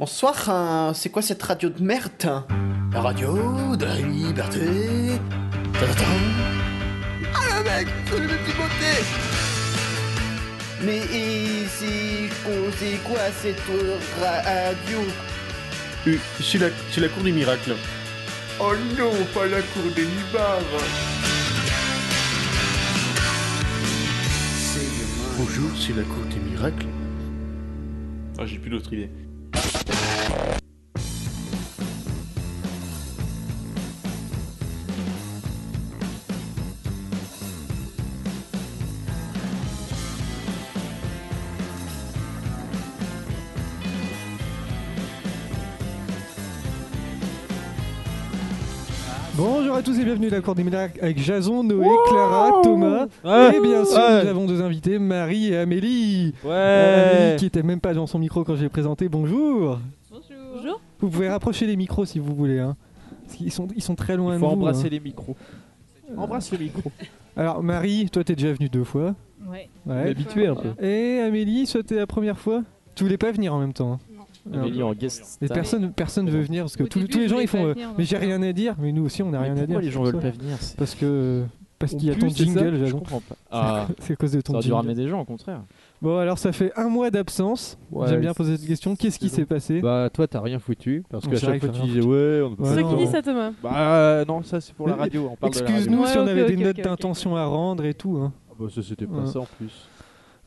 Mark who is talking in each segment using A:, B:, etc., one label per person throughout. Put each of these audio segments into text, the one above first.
A: Bonsoir, hein, c'est quoi cette radio de merde hein La radio de la liberté. Ta-ta-ta. Ah le mec, c'est le petit beauté Mais et c'est quoi, c'est quoi cette radio
B: Euh, C'est la, c'est la cour des miracles.
A: Oh non, pas la cour des libards
B: Bonjour, c'est la cour des miracles. Ah, j'ai plus d'autre idée.
C: Bonjour à tous et bienvenue à la Cour des Miracles avec Jason, Noé, Clara, Thomas et bien sûr
D: Ouais.
C: nous avons deux invités, Marie et Amélie. Euh,
D: Ouais.
C: Amélie qui était même pas dans son micro quand je l'ai présenté. Bonjour.
E: Bonjour.
C: Vous pouvez rapprocher les micros si vous voulez. Hein. Parce qu'ils sont, ils sont très loin
D: Il
C: de
D: faut
C: vous.
D: embrasser
C: hein. Euh.
D: les micros. Embrasse le micro.
C: Alors Marie, toi t'es déjà venue deux fois.
E: Ouais.
C: Ouais.
D: Habitué un peu.
C: Et Amélie, soit t'es la première fois. Tu voulais pas venir en même temps. hein. Alors,
D: Amélie en guest.
C: mais
D: star.
C: personne, personne veut venir parce que
E: Au
C: tous,
E: début,
C: tous les
E: je
C: gens
E: voulais
C: ils font.
E: pas
C: euh,
E: venir, moi.
C: mais j'ai rien à dire. Mais nous aussi on a
D: Mais
C: rien à dire.
D: pourquoi les gens
C: c'est
D: veulent
C: pour ça.
D: pas venir c'est-
C: Parce que parce qu'il y a
D: En
C: ton
D: plus, c'est ça
C: jingle,
D: Je
C: Jason.
D: comprends pas. Ah,
C: C'est à cause de
D: ça
C: ton
D: aurait dû
C: jingle.
D: ramener des gens, au contraire.
C: Bon, alors ça fait un mois d'absence.
F: Ouais,
C: J'aime bien poser cette question. Qu'est-ce qui
F: c'est
C: s'est passé
F: Bah toi t'as rien foutu parce
C: On
F: qu'à
C: sait
F: chaque
C: que
F: fois
C: t'as
F: tu
C: rien
F: disais ouais on peut
C: Ouais,
F: pas
E: C'est
C: non.
F: faire.
E: qui ça, Thomas
F: Bah euh, non ça c'est pour la
C: Mais-
F: radio on parle de la radio.
C: Excuse-nous
E: radio.
C: si on
E: Ouais,
C: avait
E: ok,
C: des
E: ok,
C: notes
E: ok, ok.
C: d'intention à rendre et tout. hein.
F: Ah bah ça c'était pas
C: Ouais.
F: ça en plus.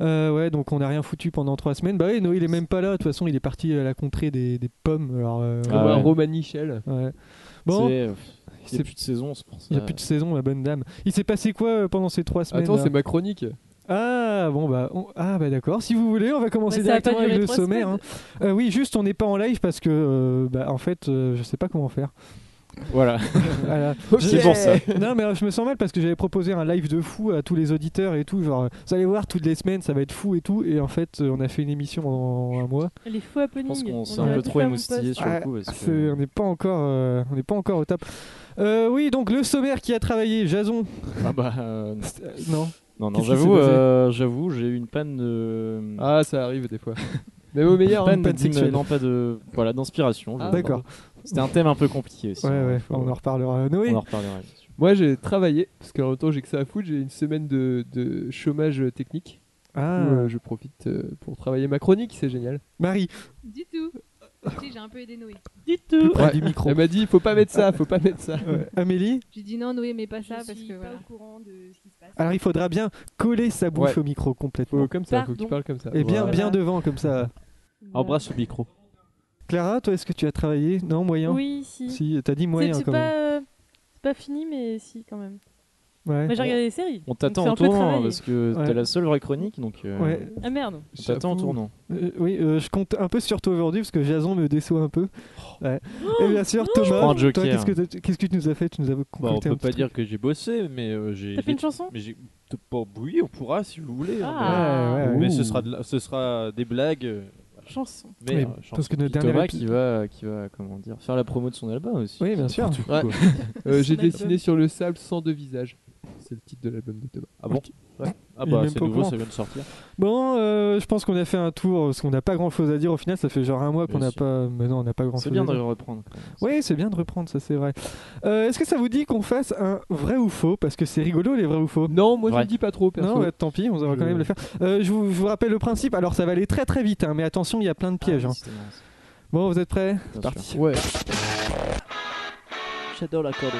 C: Euh, ouais, donc on n'a rien foutu pendant trois semaines. Bah oui, Noé, il est même pas là. De toute façon, il est parti à la contrée des, des pommes. Alors, euh,
F: Ah ouais.
D: Romani
C: ouais. Bon,
D: euh, Il n'y
C: c'est-
D: a plus de saison, c'est pour ça.
C: il n'y a plus de saison, ma bonne dame. Il s'est passé quoi euh, pendant ces trois semaines
F: Attends
C: là
F: c'est ma chronique.
C: Ah bon bah on- ah bah d'accord. Si vous voulez, on va commencer
E: Bah, ça a pas
C: directement avec
E: duré
C: le
E: trois
C: sommaire.
E: semaines.
C: hein. Euh, oui, juste on n'est pas en live parce que euh, bah, en fait, euh, je sais pas comment faire.
D: Voilà.
C: Voilà.
D: C'est pour ça.
C: Non, mais alors, je me sens mal parce que j'avais proposé un live de fou à tous les auditeurs et tout. Genre, euh, vous allez voir, toutes les semaines, ça va être fou et tout. Et en fait, euh, on a fait une émission en un mois.
E: Les faux happenings.
D: Je pense qu'on s'est
E: aurait
D: un peu
E: pu
D: trop
E: faire
D: émoustillé sur
C: Ah,
D: le coup. parce
C: C'est-
D: que-
C: On n'est pas encore, euh, on n'est pas encore au top. Euh, oui, donc le sommaire qui a travaillé, Jason.
D: Ah bah. euh, non.
C: C'est- euh, non.
D: Non, non,
C: Qu'est-ce qui s'est
D: j'avoue,
C: passé
D: euh, j'avoue, j'ai eu une panne de.
F: Ah ça arrive des fois. Mais au meilleur
D: panne,
C: une panne
D: d'im-
C: sexuelle.
D: hein, Non, pas de. Voilà, d'inspiration. je-
C: Ah, D'accord.
D: C'était un thème un peu compliqué aussi.
C: Ouais,
D: hein,
C: ouais.
D: faut-
C: On en reparlera. Noé.
D: on en reparlera.
F: Moi j'ai travaillé parce qu'en même temps j'ai que ça à foutre j'ai une semaine de, de chômage euh, technique. euh,
C: Ah,
F: je profite pour travailler ma chronique c'est génial.
C: Marie.
E: Du tout. Si, j'ai un peu aidé Noé.
C: Plus près du micro.
D: Eh
F: Elle
D: ben.
F: m'a dit faut pas mettre ça faut pas mettre ça.
C: Ouais. Amélie.
E: J'ai dit non, Noé, mais pas ça
G: je
E: parce
G: suis
E: que
G: pas
E: voilà.
G: au courant de ce qui se passe.
C: Alors, il faudra bien coller sa bouche
F: Ouais.
C: au micro complètement.
F: Faut comme ça faut que
E: Pardon.
F: tu parles comme ça.
C: Et bien,
D: Voilà.
C: bien devant comme ça.
D: Embrasse le micro.
C: Clara, toi, est-ce que tu as travaillé Non, moyen.
G: Oui, si. C'est-
C: Si, t'as dit moyen
G: C'est
C: quand même.
G: pas, euh, c'est pas fini, mais si, quand même.
C: Ouais.
G: Moi, j'ai regardé des séries.
D: On
G: donc
D: t'attend
G: c'est
D: en
G: un peu
D: tournant hein,
G: travaillé.
D: parce que
C: Ouais.
D: t'es la seule vraie chronique donc. euh,
C: Ouais.
G: Ah merde.
D: On t'attend en
F: J'avoue.
D: tournant.
C: Euh, oui, euh, je compte un peu sur toi aujourd'hui parce que Jason me déçoit un peu. Ouais. Et bien sûr,
G: Oh.
C: Thomas,
D: prends un
C: toi,
D: joker.
C: qu'est-ce que, t'as- qu'est-ce que tu nous as fait Tu nous as
H: Bah, on
C: concocté
H: peut
C: un
H: pas
C: petit
H: dire que j'ai bossé, mais euh, j'ai.
G: T'as fait une chanson
H: Mais j'ai. t- Pas oui, on pourra si vous voulez. hein,
C: truc.
G: Ah.
C: Ouais, ouais,
H: mais-
C: ouais.
H: Mais ce sera, de la- ce sera des blagues. euh,
G: Chanson.
H: Mais,
C: Oui,
H: euh,
C: parce
H: chanson.
C: que notre
D: Puis
C: dernier
D: Thomas
C: épi-
D: qui va, qui va comment dire, faire la promo de son album aussi.
C: Oui, bien sûr.
D: Ouais.
F: Euh, j'ai
G: Son album.
F: dessiné sur le sable sans deux visages. C'est le titre de l'album de Thomas.
H: Ah bon Ouais. Ah
C: Il est
H: bah
C: même
H: c'est
C: pas au
H: nouveau,
C: courant.
H: ça vient de sortir.
C: Bon, euh, je pense qu'on a fait un tour parce qu'on n'a pas grand chose à dire au final. Ça fait genre un mois qu'on
H: Bien
C: n'a
H: sûr.
C: pas. Mais non, on n'a pas grand
D: C'est
C: chose
D: bien
C: à
D: de
C: dire.
D: le reprendre.
C: Oui, c'est bien de reprendre, ça c'est vrai. Euh, Est-ce que ça vous dit qu'on fasse un vrai ou faux Parce que c'est rigolo les vrais ou faux.
F: Non, moi je
D: Ouais.
F: me dis pas trop perso.
C: Non, bah, tant pis, on va quand
F: Je-
C: même le faire. Euh, je, vous, je vous rappelle le principe, alors ça va aller très très vite, hein, mais attention, il y a
D: Ah,
C: plein de pièges.
F: Ah,
C: hein. Bon, vous êtes prêts
D: C'est
C: parti.
F: Ouais.
D: J'adore la corde.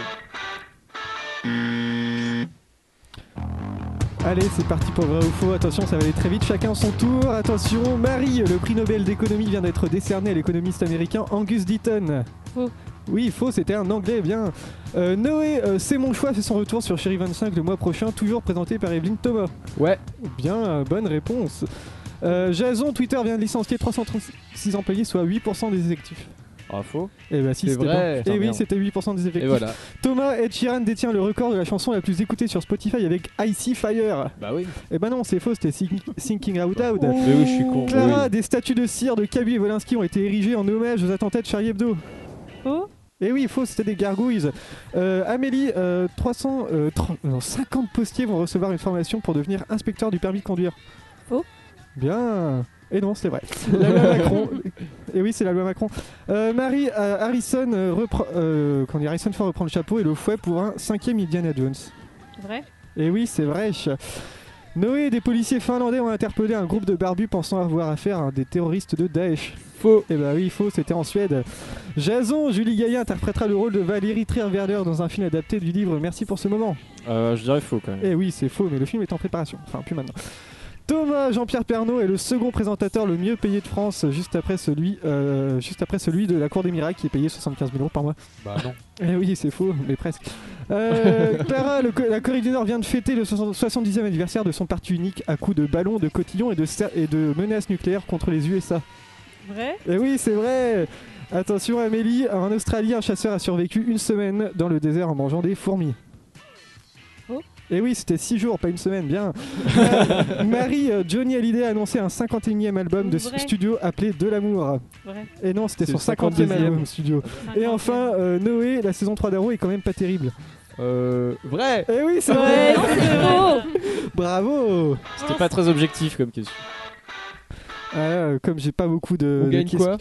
C: Allez, c'est parti pour vrai ou faux. Attention, ça va aller très vite. Chacun son tour. Attention, Marie, le prix Nobel d'économie vient d'être décerné à l'économiste américain Angus Deaton.
G: Faux.
C: Oui, faux, c'était un anglais, bien. Euh, Noé, euh, c'est mon choix, fait son retour sur Chéri 25 le mois prochain, toujours présenté par Evelyne Thomas.
F: Ouais.
C: Bien, euh, bonne réponse. Euh, Jason, Twitter vient de licencier 336 employés, soit 8% des effectifs.
D: Ah faux.
C: Eh bah si,
F: C'est
C: c'était
F: vrai. Ah,
C: pas-
D: Putain,
C: Eh oui,
D: merde.
C: c'était 8% des effectifs.
F: Et voilà.
C: Thomas Ed Sheeran détient le record de la chanson la plus écoutée sur Spotify avec Icy Fire.
H: Bah oui.
C: Eh ben non, c'est faux, c'était Think- Thinking Out Loud.
H: Mais oui, je suis con.
C: Clara, des statues de cire de Cabu et Wolinski ont été érigées en hommage aux attentats de Charlie Hebdo.
G: Faux.
C: Eh oui, faux, c'était des gargouilles. Euh, Amélie, euh, 300, euh, 30 non, 50 postiers vont recevoir une formation pour devenir inspecteur du permis de conduire.
G: Faux.
C: Bien. Et non, c'est vrai. La loi Macron. Et oui, c'est la loi Macron. Euh, Marie euh, Harrison, euh, repre- euh, quand on dit Harrison Ford reprend le chapeau et le fouet pour un cinquième Indiana Jones.
G: Vrai
C: Et oui, c'est vrai. Noé et des policiers finlandais ont interpellé un groupe de barbus pensant avoir affaire à des terroristes de Daesh. Faux. Eh bah oui, faux, c'était en Suède. Jason, Julie Gaillet interprétera le rôle de Valérie Trierweiler dans un film adapté du livre Merci pour ce moment.
D: Euh, je dirais faux quand
B: Mm.
D: même.
C: Eh oui, c'est faux, mais le film est en préparation. Enfin, plus maintenant. Thomas Jean-Pierre Pernaud est le second présentateur le mieux payé de France, juste après celui, euh, juste après celui de la Cour des Miracles, qui est payé 75 000 euros par mois.
B: Bah non.
C: Eh oui, c'est faux, mais presque. Euh, Clara, le co- la Corée du Nord vient de fêter le 60 70e anniversaire de son parti unique à coups de ballons, de cotillons et de, cer- et de menaces nucléaires contre les USA.
G: Vrai
C: Eh oui, c'est vrai Attention Amélie, en Australie, un chasseur a survécu une semaine dans le désert en mangeant des fourmis.
G: Oh.
C: Eh oui, c'était 6 jours, pas une semaine, bien. Ma- Marie, euh, Johnny Hallyday a annoncé un 51e album de s-
G: Vrai.
C: studio appelé De l'amour.
G: Vrai.
C: Et non, c'était
F: C'est
C: son
F: le 52e.
C: 50e album studio. Et
G: 50e.
C: enfin, euh, Noé, la saison 3 d'Arrow est quand même pas terrible.
F: Euh, vrai
C: Eh oui, c'est vrai
G: Ouais, non, c'est faux
C: Bravo
D: C'était pas très objectif comme question.
C: Ah, euh, Comme j'ai pas beaucoup de...
F: On
D: Euh,
C: de
F: gagne
C: ques-
F: quoi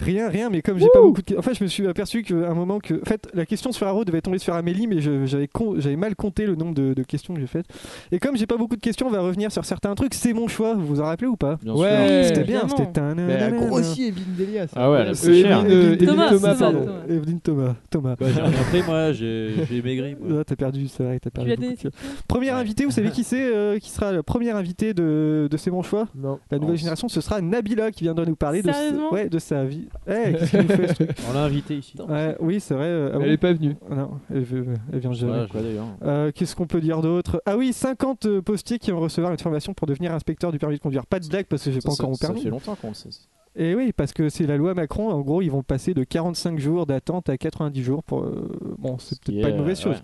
C: Rien, rien, mais comme j'ai pas beaucoup de. En fait, je me suis aperçu qu'à un moment que. En fait, la question sur Arrow devait tomber sur Amélie, mais je- j'avais con- j'avais mal compté le nombre de, de questions que j'ai faites. Et comme j'ai pas beaucoup de questions, on va revenir sur certains trucs. C'est mon choix, vous vous en rappelez ou pas
D: Bien sûr.
F: Ouais.
C: C'était bien,
G: Évidemment.
C: c'était
F: Mais
C: tananana.
F: grossi Evelyne Delia. ça.
D: hein. Ah ouais, là,
F: Euh,
D: c'est cher.
F: Evelyne, euh, Evelyne
G: Thomas,
F: Thomas,
G: Thomas,
F: pardon.
G: Thomas.
C: Evelyne Thomas, Thomas.
H: Bah, j'ai rien pris, moi, j'ai j'ai maigri. Moi.
C: Ah, t'as perdu, c'est vrai, t'as
G: Tu
C: perdu.
G: lui as
C: beaucoup
G: donné
C: de- Premier invité, vous savez qui c'est euh, Qui sera le premier invité de, de C'est mon choix
F: Non.
D: Ah
C: La nouvelle génération, ce sera Nabila qui viendra nous parler de,
G: Sérieusement
C: ouais, de sa vie. Eh, qu'est-ce qu'il nous fait ce truc
H: On l'a invité ici.
C: Ouais, Oui, c'est vrai. euh, ah bon
F: Elle est pas venue.
C: Non, elle, veut- elle vient jamais.
D: Ouais, quoi d'ailleurs.
C: Euh, Qu'est-ce qu'on peut dire d'autre Ah oui, 50 postiers qui vont recevoir une formation pour devenir inspecteur du permis de conduire. Pas de blague parce que j'ai pas encore mon
D: ça,
C: permis.
D: fait longtemps qu'on le sait.
C: Et oui, parce que c'est la loi Macron. En gros, ils vont passer de 45 jours d'attente à 90 jours. Pour euh, bon, c'est peut-être pas une mauvaise chose.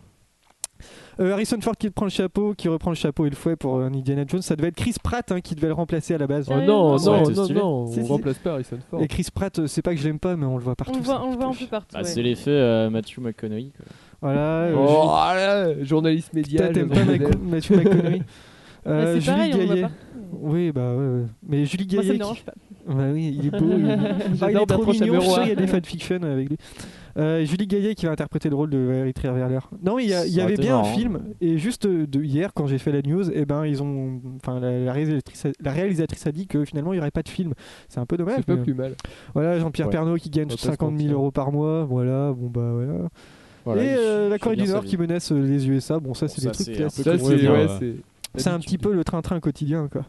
C: Euh, Harrison Ford qui prend le chapeau, qui reprend le chapeau et le fouet pour euh, Indiana Jones. Ça devait être Chris Pratt hein, qui devait le remplacer à la base.
F: Oh non,
D: Ça aurait
F: non,
D: été
F: non,
D: stylé.
F: non,
C: Si,
F: on
C: si.
F: remplace pas Harrison Ford.
C: Et Chris Pratt, euh, c'est pas que je l'aime pas, mais on le voit partout.
G: On le voit,
C: ça.
G: on le voit un peu partout.
D: Bah,
G: ouais.
D: C'est l'effet euh, Matthew McConaughey. quoi.
C: Voilà. euh,
F: Oh là, là, journaliste
C: Julie-
F: média.
C: Toi, t'aimes pas
F: j'avais-
C: Mac- Matthew McConaughey.
G: Bah,
C: Euh,
G: c'est pareil,
C: Julie
G: on le
C: Gaillet.
G: voit partout.
C: Oui, bah ouais, ouais. Mais Julie
G: Moi, ça
C: Gaillet.
G: me
C: qui-
G: dérange pas.
C: Bah oui, il est beau. il- Ah, il
F: J'adore
C: est trop mignon. Je
F: Bertrand
C: suis sûr
F: Chameroy.
C: qu'il y a des fanfictions avec lui. Euh, Julie Gaillet qui va interpréter le rôle de Valérie Trierweiler. Non, il y, a- il y
D: Ça aurait
C: avait
D: été
C: bien un
D: marrant.
C: film. Et juste euh, de hier, quand j'ai fait la news, eh ben, ils ont, enfin, la, la réalisatrice a, la réalisatrice a dit que finalement il n'y aurait pas de film. C'est un peu dommage.
F: C'est pas
C: mais- euh,
F: plus mal.
C: Voilà, Jean-Pierre
D: Ouais.
C: Pernaut qui gagne
F: On va pas se
C: 50 000
F: mentir.
C: euros par mois. Voilà, bon bah voilà.
D: Voilà,
C: et
D: il-
C: euh,
D: il
C: la
D: fait
C: Corée
D: bien
C: du
D: sa
C: Nord
D: vie.
C: qui menace euh, les USA. Bon, ça, c'est
D: ça,
C: des trucs
D: c'est un
C: classiques.
F: Ça,
D: comme-
F: c'est.
D: ouais,
F: Ouais,
D: ouais.
F: c'est.
C: C'est un petit peu le train-train quotidien, quoi.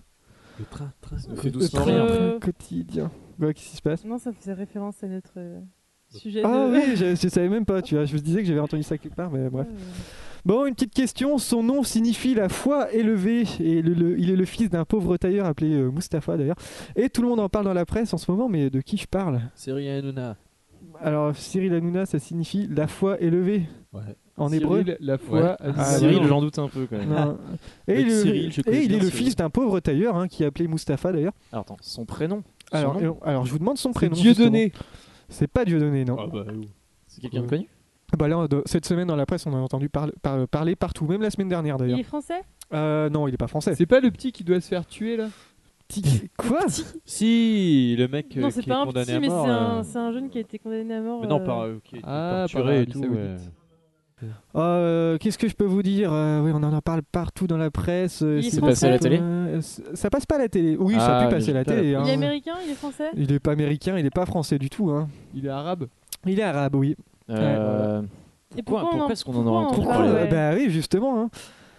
H: Le train, train.
D: Fais
C: Le
D: doucement.
G: rire.
C: train-train quotidien. Quoi, qu'est-ce qui se passe
G: Non, ça faisait référence à notre euh, sujet.
C: Ah
G: de-
C: oui, je, je savais même pas, tu vois. Je me disais que j'avais entendu ça quelque part, mais bref. Bon, une petite question. Son nom signifie la foi élevée. Et le- le- il est le fils d'un pauvre tailleur appelé euh, Mustapha, d'ailleurs. Et tout le monde en parle dans la presse en ce moment, mais de qui je parle
H: Cyril Hanouna.
C: Alors, Cyril Hanouna, ça signifie la foi élevée.
H: Ouais.
C: En
F: Cyril,
C: hébreu.
F: La foi.
C: Ah,
D: Cyril,
C: non.
D: j'en doute un peu quand même.
C: Non. Et,
H: Avec
C: le-
H: Cyril, je
C: et
H: connais
C: il
H: bien
C: est le
H: Cyril.
C: fils d'un pauvre tailleur hein, qui est appelé Mustapha d'ailleurs.
D: Alors attends, son prénom Son
C: Alors,
D: nom
C: euh, alors je vous demande son prénom.
F: Dieu
C: justement.
F: donné.
C: C'est pas Dieudonné, non.
H: Ah bah, oui.
D: C'est quelqu'un de connu
C: Bah là, de- cette semaine dans la presse, on a entendu parler- par- euh, parler partout, même la semaine dernière
G: Il
C: d'ailleurs.
G: est français
C: Euh, non, il est pas français.
F: C'est pas le petit qui doit se faire tuer là
C: Petit- Quoi
H: Si, le mec euh,
G: Non, c'est
H: qui est
G: pas un
H: condamné
G: petit,
H: à
G: mais c'est
H: mort.
G: un,
H: euh,
G: c'est un jeune qui a été condamné à mort.
H: Mais non,
G: euh,
H: par euh, qui a été
F: Ah,
H: torturé
F: par
H: et tout.
F: Arabie
H: ouais.
C: Euh, Qu'est-ce que je peux vous dire Euh, Oui, on en parle partout dans la presse. euh,
G: Il est
C: c'est-
G: passé à la
D: télé
C: Euh, c- Ça passe pas à la télé. Oui, ça a
D: Ah,
C: pu passer à
D: mais
C: la
D: pas la
C: télé.
G: Il est
C: hein.
G: américain, il est français
C: Il est pas américain, il est pas français du tout. hein.
F: Il est arabe.
C: Il est arabe, oui.
G: Ah
D: Euh,
G: Et
D: Pourquoi,
G: on en-
D: pourquoi est-ce qu'on en a entendu
G: pourquoi on en
C: Pourquoi
D: parler
G: parle,
C: Euh,
G: ouais.
C: Bah oui, justement. hein.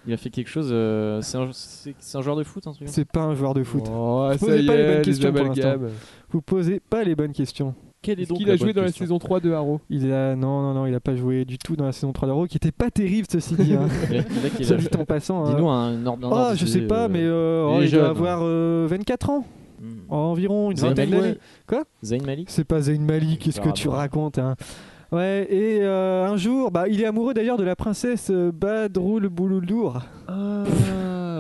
D: Il a fait quelque chose. euh, c'est un, c'est- c'est un joueur de foot, un truc
C: C'est pas un joueur de foot.
F: Oh, ça
C: Posez
F: y
C: pas les bonnes
F: est, les
C: questions pour
F: amalgames.
C: Vous posez pas les bonnes questions.
D: Quel
F: Est-ce qu'il a joué dans la saison 3 de Haro
C: Il a non non non, il a pas joué du tout dans la saison 3 d'Euro qui était pas terrible ceci dit. hein. Soit dit en passant. hein.
D: Dis-nous un ordre d'un
C: Ah,
D: ordre
C: je
D: d'idée,
C: sais pas,
D: euh,
C: mais euh, oh,
H: il est
C: il doit
H: jeune.
C: avoir euh, 24 ans,
D: hmm.
C: environ une
D: Zayn
C: vingtaine
D: Malik.
C: d'années. Quoi
D: Zayn Malik
C: C'est pas Zayn Malik, qu'est-ce que tu
D: Bravo.
C: racontes hein. Ouais, et euh, un jour, bah, il est amoureux d'ailleurs de la princesse euh, Badroul Bouloudour.
F: Ah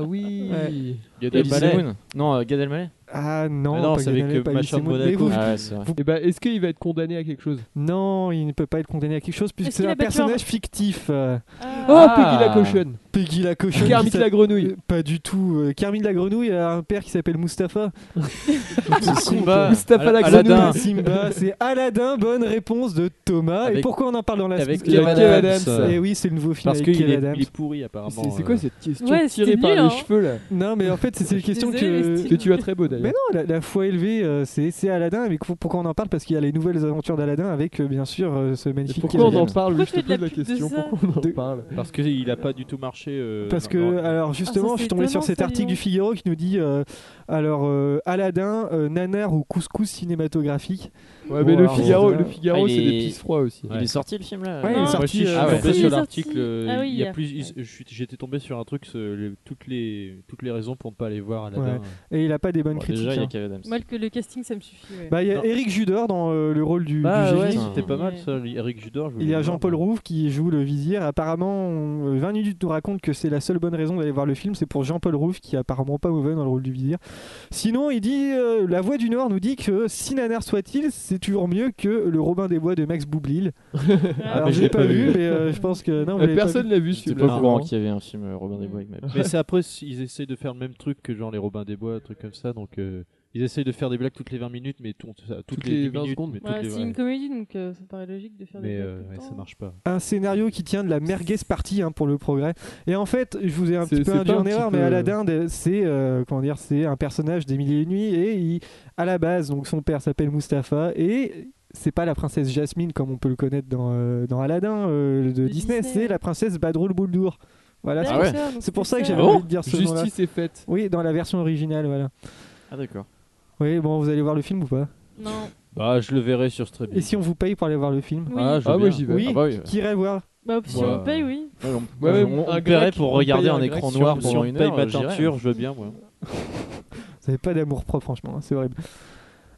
F: oui.
C: Ouais.
H: Gad
D: Elise
H: Elmaleh.
D: Moon Non, euh, Gad Elmaleh
C: Ah non,
H: Mais non,
C: pas
H: c'est avec,
C: Ganalep,
H: euh,
C: pas
H: Macha
C: Elise Moon.
H: Monaco.
C: Mais vous-
D: Ah, ouais, c'est vrai.
F: Et bah, est-ce qu'il va être condamné à quelque chose
C: Non, il ne peut pas être condamné à quelque chose puisque
G: Est-ce
C: c'est
G: qu'il
C: un
G: a battu un-
C: personnage fictif. euh,
G: Ah.
F: Oh,
D: Ah.
F: Peggy la cochonne
C: Peggy la cochonne.
F: Kermit
C: qui
F: la
C: s'a-
F: grenouille.
C: Euh, Pas du tout. euh, Kermit la grenouille a un père qui s'appelle Mustapha.
D: C'est Simba.
F: Mustapha la
D: Aladdin.
C: Grenouille de Simba, c'est Aladdin. Bonne réponse de Thomas. Et
I: Avec-
C: pourquoi on en parle dans la
I: Avec
C: suite
I: Kev
F: Kev
I: Adams.
F: Adams.
I: euh,
C: Et oui, c'est le nouveau film
I: Parce
C: avec
I: qu'il
C: Kev
I: est,
C: Adams.
I: il est pourri apparemment.
F: C'est c'est quoi
I: euh,
F: cette question
G: Ouais,
F: tirée
G: c'était
F: par
G: nul,
F: les
G: hein.
F: cheveux là
C: Non, mais en fait, c'est c'est une question
G: Désolée,
C: que.
G: le
F: Que
G: style.
F: tu as très beau
C: Mais
F: d'ailleurs.
C: non, la, la foi élevée, euh, c'est c'est Aladdin. Mais pour- pourquoi on en parle Parce qu'il y a les nouvelles aventures d'Aladdin avec, euh, bien sûr, euh, ce magnifique.
F: Pourquoi on
C: Kev
F: en
C: Adams.
F: parle
G: Pourquoi
F: Je
G: tu fais
F: te
G: de la
F: pose la
G: pub de
F: question.
G: ça
F: Pourquoi on en
C: De-
F: parle
I: Parce qu'il a pas du tout marché. euh,
C: Parce
I: dans-
C: que,
I: dans-
C: alors justement,
G: Ah, c'est
C: je suis tombé sur
G: étonnant,
C: cet
G: ça,
C: article
G: dis
C: du
G: donc.
C: Figaro qui nous dit euh, alors euh, Aladdin, euh, nanar ou couscous cinématographique.
F: Ouais, mais le
C: alors,
F: Figaro,
C: c'est-
F: le Figaro,
D: Ah, il
F: c'est des
D: est-
F: pisse froids aussi.
I: Ouais.
D: Il est sorti le film là Non.
C: Ouais, il est
G: moi,
C: sorti. euh,
I: Moi, je suis
G: il
I: tombé
G: est
I: sur
G: sorti-
I: l'article. euh,
G: Ah oui,
I: il y a
G: hier.
I: plus. il- je suis- J'étais tombé sur un truc. ce- le- toutes les toutes les raisons pour ne pas aller voir Aladdin.
C: Et il a pas des bonnes
D: Bon,
C: critiques.
D: Déjà, il y a
C: hein.
D: Kev Adams.
G: Moi, que le casting, ça me suffit. ouais.
C: Bah, il y a
I: Non.
C: Eric Judor dans euh, le rôle du,
I: Bah
C: du
I: ouais,
C: génie.
I: c'était pas mal ça. Eric Judor. je
C: Il y a
I: voulais
C: Jean-Paul
I: voir.
C: Rouve qui joue le vizir. Apparemment, on- euh, 20 minutes nous raconte que c'est la seule bonne raison d'aller voir le film. C'est pour Jean-Paul Rouve qui est apparemment pas mauvais dans le rôle du vizir. Sinon, il dit euh, La Voix du Nord nous dit que si nanar soit-il, c'est toujours mieux que le Robin des Bois de Max Boublil. Alors,
G: Ah,
I: mais
C: je l'ai pas vu, mais euh, je pense que. Non, vous
F: Euh,
C: l'avez pas
F: Personne l'a vu
D: J'étais
F: celui-là.
D: pas au courant
F: vraiment.
D: qu'il y avait un film euh, Robin des Bois avec ma
I: Mais c'est après, s- ils essayent de faire le même truc que genre les Robins des Bois, un truc comme ça. Donc euh, ils essayent de faire des blagues toutes les 20 minutes, mais tout- ça- toutes,
F: Toutes
I: les,
F: les
I: 10
F: 20
I: minutes,
F: secondes.
I: mais toutes
G: Ouais,
I: les
G: c'est
I: ouais.
G: une comédie, donc euh, ça paraît logique de faire des
I: Mais
G: blagues
I: euh,
G: tout le
I: ouais,
G: temps.
I: ça marche pas.
C: un scénario qui tient de la merguez partie hein, pour le progrès. Et en fait, je vous ai un
F: C'est-
C: petit peu
F: c'est
C: induit
F: pas un
C: en
F: petit
C: erreur, mais
F: peu-
C: Aladdin, de- c'est euh, comment dire, c'est un personnage des milliers et une nuits et il- à la base, donc son père s'appelle Mustapha et c'est pas la princesse Jasmine comme on peut le connaître dans, euh, dans Aladdin euh, de
G: De
C: Disney,
G: Disney,
C: c'est
G: ouais.
C: la princesse Badroul Bouldour. Voilà,
G: Ouais, Oh,
C: c'est-
D: Ah ouais.
G: ça, donc
C: c'est pour ça que j'avais
D: Ah bon
C: envie de dire ce nom-là.
F: Justice est faite.
C: Oui, dans la version originale, voilà.
D: Ah d'accord.
C: Oui, bon, vous allez voir le film ou pas
G: Non.
I: Bah, je le verrai sur Stream.
C: Et si on vous paye pour aller voir le film
G: Oui.
I: Ah, je veux
F: Ah, moi
I: bien.
F: j'y vais.
C: Oui,
D: Ah bah oui.
C: qui irait voir
G: Bah, si
I: Ouais.
G: on paye, oui.
D: Ouais, on
F: Ouais, ouais,
D: on- on
F: un
D: paierait
F: grec,
D: pour
F: on
D: regarder
F: paye
D: un
F: un
D: écran
F: grec sur-
D: noir
F: si
D: pendant
I: on
D: une
I: paye
D: heure.
I: ma
D: j'irai.
I: teinture, je veux bien moi.
C: Vous avez pas d'amour propre, franchement, hein, c'est horrible.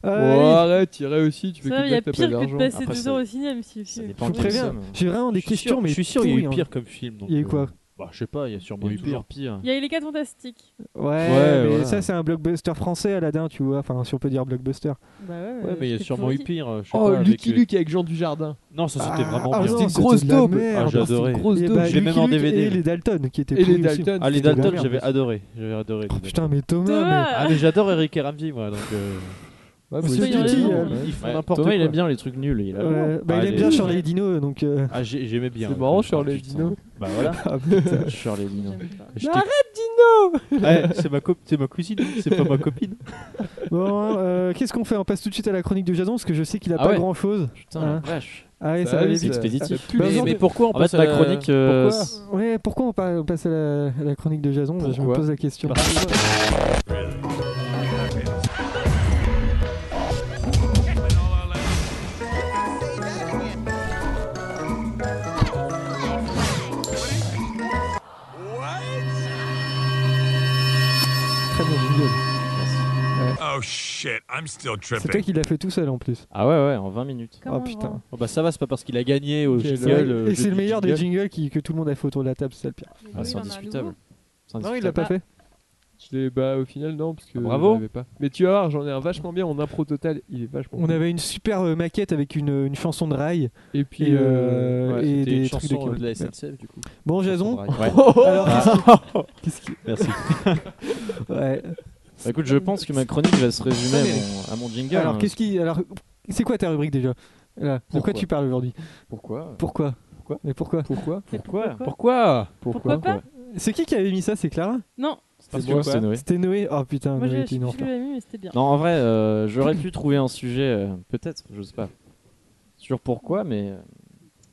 F: Oh,
C: Euh, allez,
F: arrête, tirer aussi, tu fais
G: Ça,
F: que
G: il y a
F: dire que t'as
G: pire
F: pas
G: que de
F: d'argent.
G: passer
D: Après,
G: deux
D: ça-
G: heures au ciné, même si le
D: Ça
G: film-
D: dépend
C: Je vous
D: de quelle
C: préviens,
D: somme.
C: j'ai vraiment des
I: Je suis sûr-
C: questions, mais
I: je suis sûr, il y a eu
C: pourries, hein.
I: pire comme film. donc,
C: Il y a eu
I: euh,
C: quoi
I: Bah, je sais pas, il y a sûrement
D: Il y a
I: eu
D: eu
I: pire.
D: toujours pire.
G: Il y a eu les 4 fantastiques.
C: Ouais,
I: Ouais,
C: mais
I: voilà.
C: ça c'est un blockbuster français Aladdin, tu vois, enfin si on peut dire blockbuster.
G: Bah ouais,
I: Ouais, mais il y a sûrement eu pire. euh, je sais
F: Oh,
I: pas, avec,
F: Lucky
I: euh,
F: Luke avec Jean Dujardin.
I: Non, ça c'était vraiment
C: ah,
I: bien.
C: non,
F: C'était une
C: c'était
F: grosse
C: de la
F: daube.
C: merde.
I: Ah, j'adorais.
F: Grosse
C: Et
F: dose.
C: bah,
I: Je l'ai
C: Lucky
I: même en
C: Luke
I: DVD.
C: Et les Dalton qui étaient
F: Et les
C: pourris aussi.
F: Dalton.
I: Ah, les
F: c'était de la
I: Dalton,
F: merde.
I: j'avais adoré. J'avais adoré.
C: Oh,
I: les
C: putain,
I: Dalton.
C: mais Thomas, mais...
I: Ah, mais j'adore Eric et Ramsey, moi. Donc, euh,
F: Ouais,
C: Monsieur
F: moi aussi,
G: Petit,
F: j'avais
G: euh,
F: raison, ouais.
I: ils font
D: Ouais,
I: n'importe
D: Thomas,
I: quoi.
D: il aime bien les trucs nuls. Il a...
C: Ouais, bah,
I: Ah,
C: il aime
I: les-
C: bien Charlie et Dino, donc. euh,
I: Ah, j'ai- j'aimais bien.
F: C'est marrant,
I: Ah,
F: Charlie
I: putain.
F: Dino.
I: Bah voilà.
C: ah, putain.
D: Charlie Dino.
I: Eh, c'est ma, co- c'est ma cousine, c'est pas ma copine.
C: bon, euh, qu'est-ce qu'on fait On passe tout de suite à la chronique de Jason parce que je sais qu'il a
D: Ah
C: pas
D: ouais.
C: grand chose.
D: Putain,
C: Hein
D: la vache.
C: Ah ouais, ça,
F: Ça
I: Bah,
C: va
F: va,
C: aller
F: c'est
C: vite.
D: expéditif.
F: ça pue,
C: Mais-
F: les-
C: mais
D: pourquoi on
I: passe à la- euh, Pourquoi
D: c'est-
C: Euh, Ouais, pourquoi on, pa- on passe à la, à la chronique de Jason Je me
F: Pourquoi
C: pose la question. Très bon jingle.
B: Oh shit, I'm still
C: C'est
B: tripping.
C: toi qui l'as fait tout seul en plus.
D: Ah ouais, ouais, en 20 minutes.
C: Oh putain.
I: Oh, bah ça va, c'est pas parce qu'il a gagné au
F: Quel
I: jingle.
F: gueule,
I: euh,
C: Et c'est
I: jeu
C: le
I: du
C: meilleur des
I: jingle.
C: jingles qui- que tout le monde a fait autour de la table, c'est ça le pire.
D: Ah, c'est indiscutable. C'est
C: Non, il
D: indiscutable.
C: l'a pas fait.
F: Je l'ai bah au final non parce que
I: Ah, bravo.
F: j'en avais pas. Mais tu vas voir, j'en ai un vachement bien en impro total, il est vachement.
C: On
F: cool.
C: avait une super euh, maquette avec une, une chanson de rail.
F: et puis
C: et,
F: euh,
C: euh,
F: ouais.
C: et des
I: C'était une
C: trucs
I: chanson
C: de-
I: de la SNCF du coup.
C: Bon, Jason.
D: Ouais.
C: Alors,
I: Ah.
C: qu'est-ce qui-
I: Merci.
C: qu'est-ce qui- ouais.
D: Bah, écoute, je pense que ma chronique va se résumer
C: Ah,
D: à
C: Euh,
D: mon,
C: mais-
D: à mon jingle.
C: Alors,
D: hein.
C: qu'est-ce qui. Alors, c'est quoi ta rubrique déjà Là, De quoi
D: Pourquoi
C: tu parles aujourd'hui
D: Pourquoi
C: Pourquoi
F: Pourquoi
C: Mais pourquoi
F: pourquoi
D: Pourquoi
I: Pourquoi
G: Pourquoi pas
C: C'est qui qui avait mis ça C'est Clara
G: Non,
I: Parce
F: moi,
I: que
D: C'est
I: quoi
D: Noé.
C: C'était Noé. Oh putain,
G: moi
C: Noé
G: j'ai- je
C: était
G: suis
C: une enfant.
G: plus mais c'était bien.
D: Non, en vrai, euh, j'aurais pu trouver un sujet, euh, peut-être, je sais pas. Sur pourquoi, mais euh,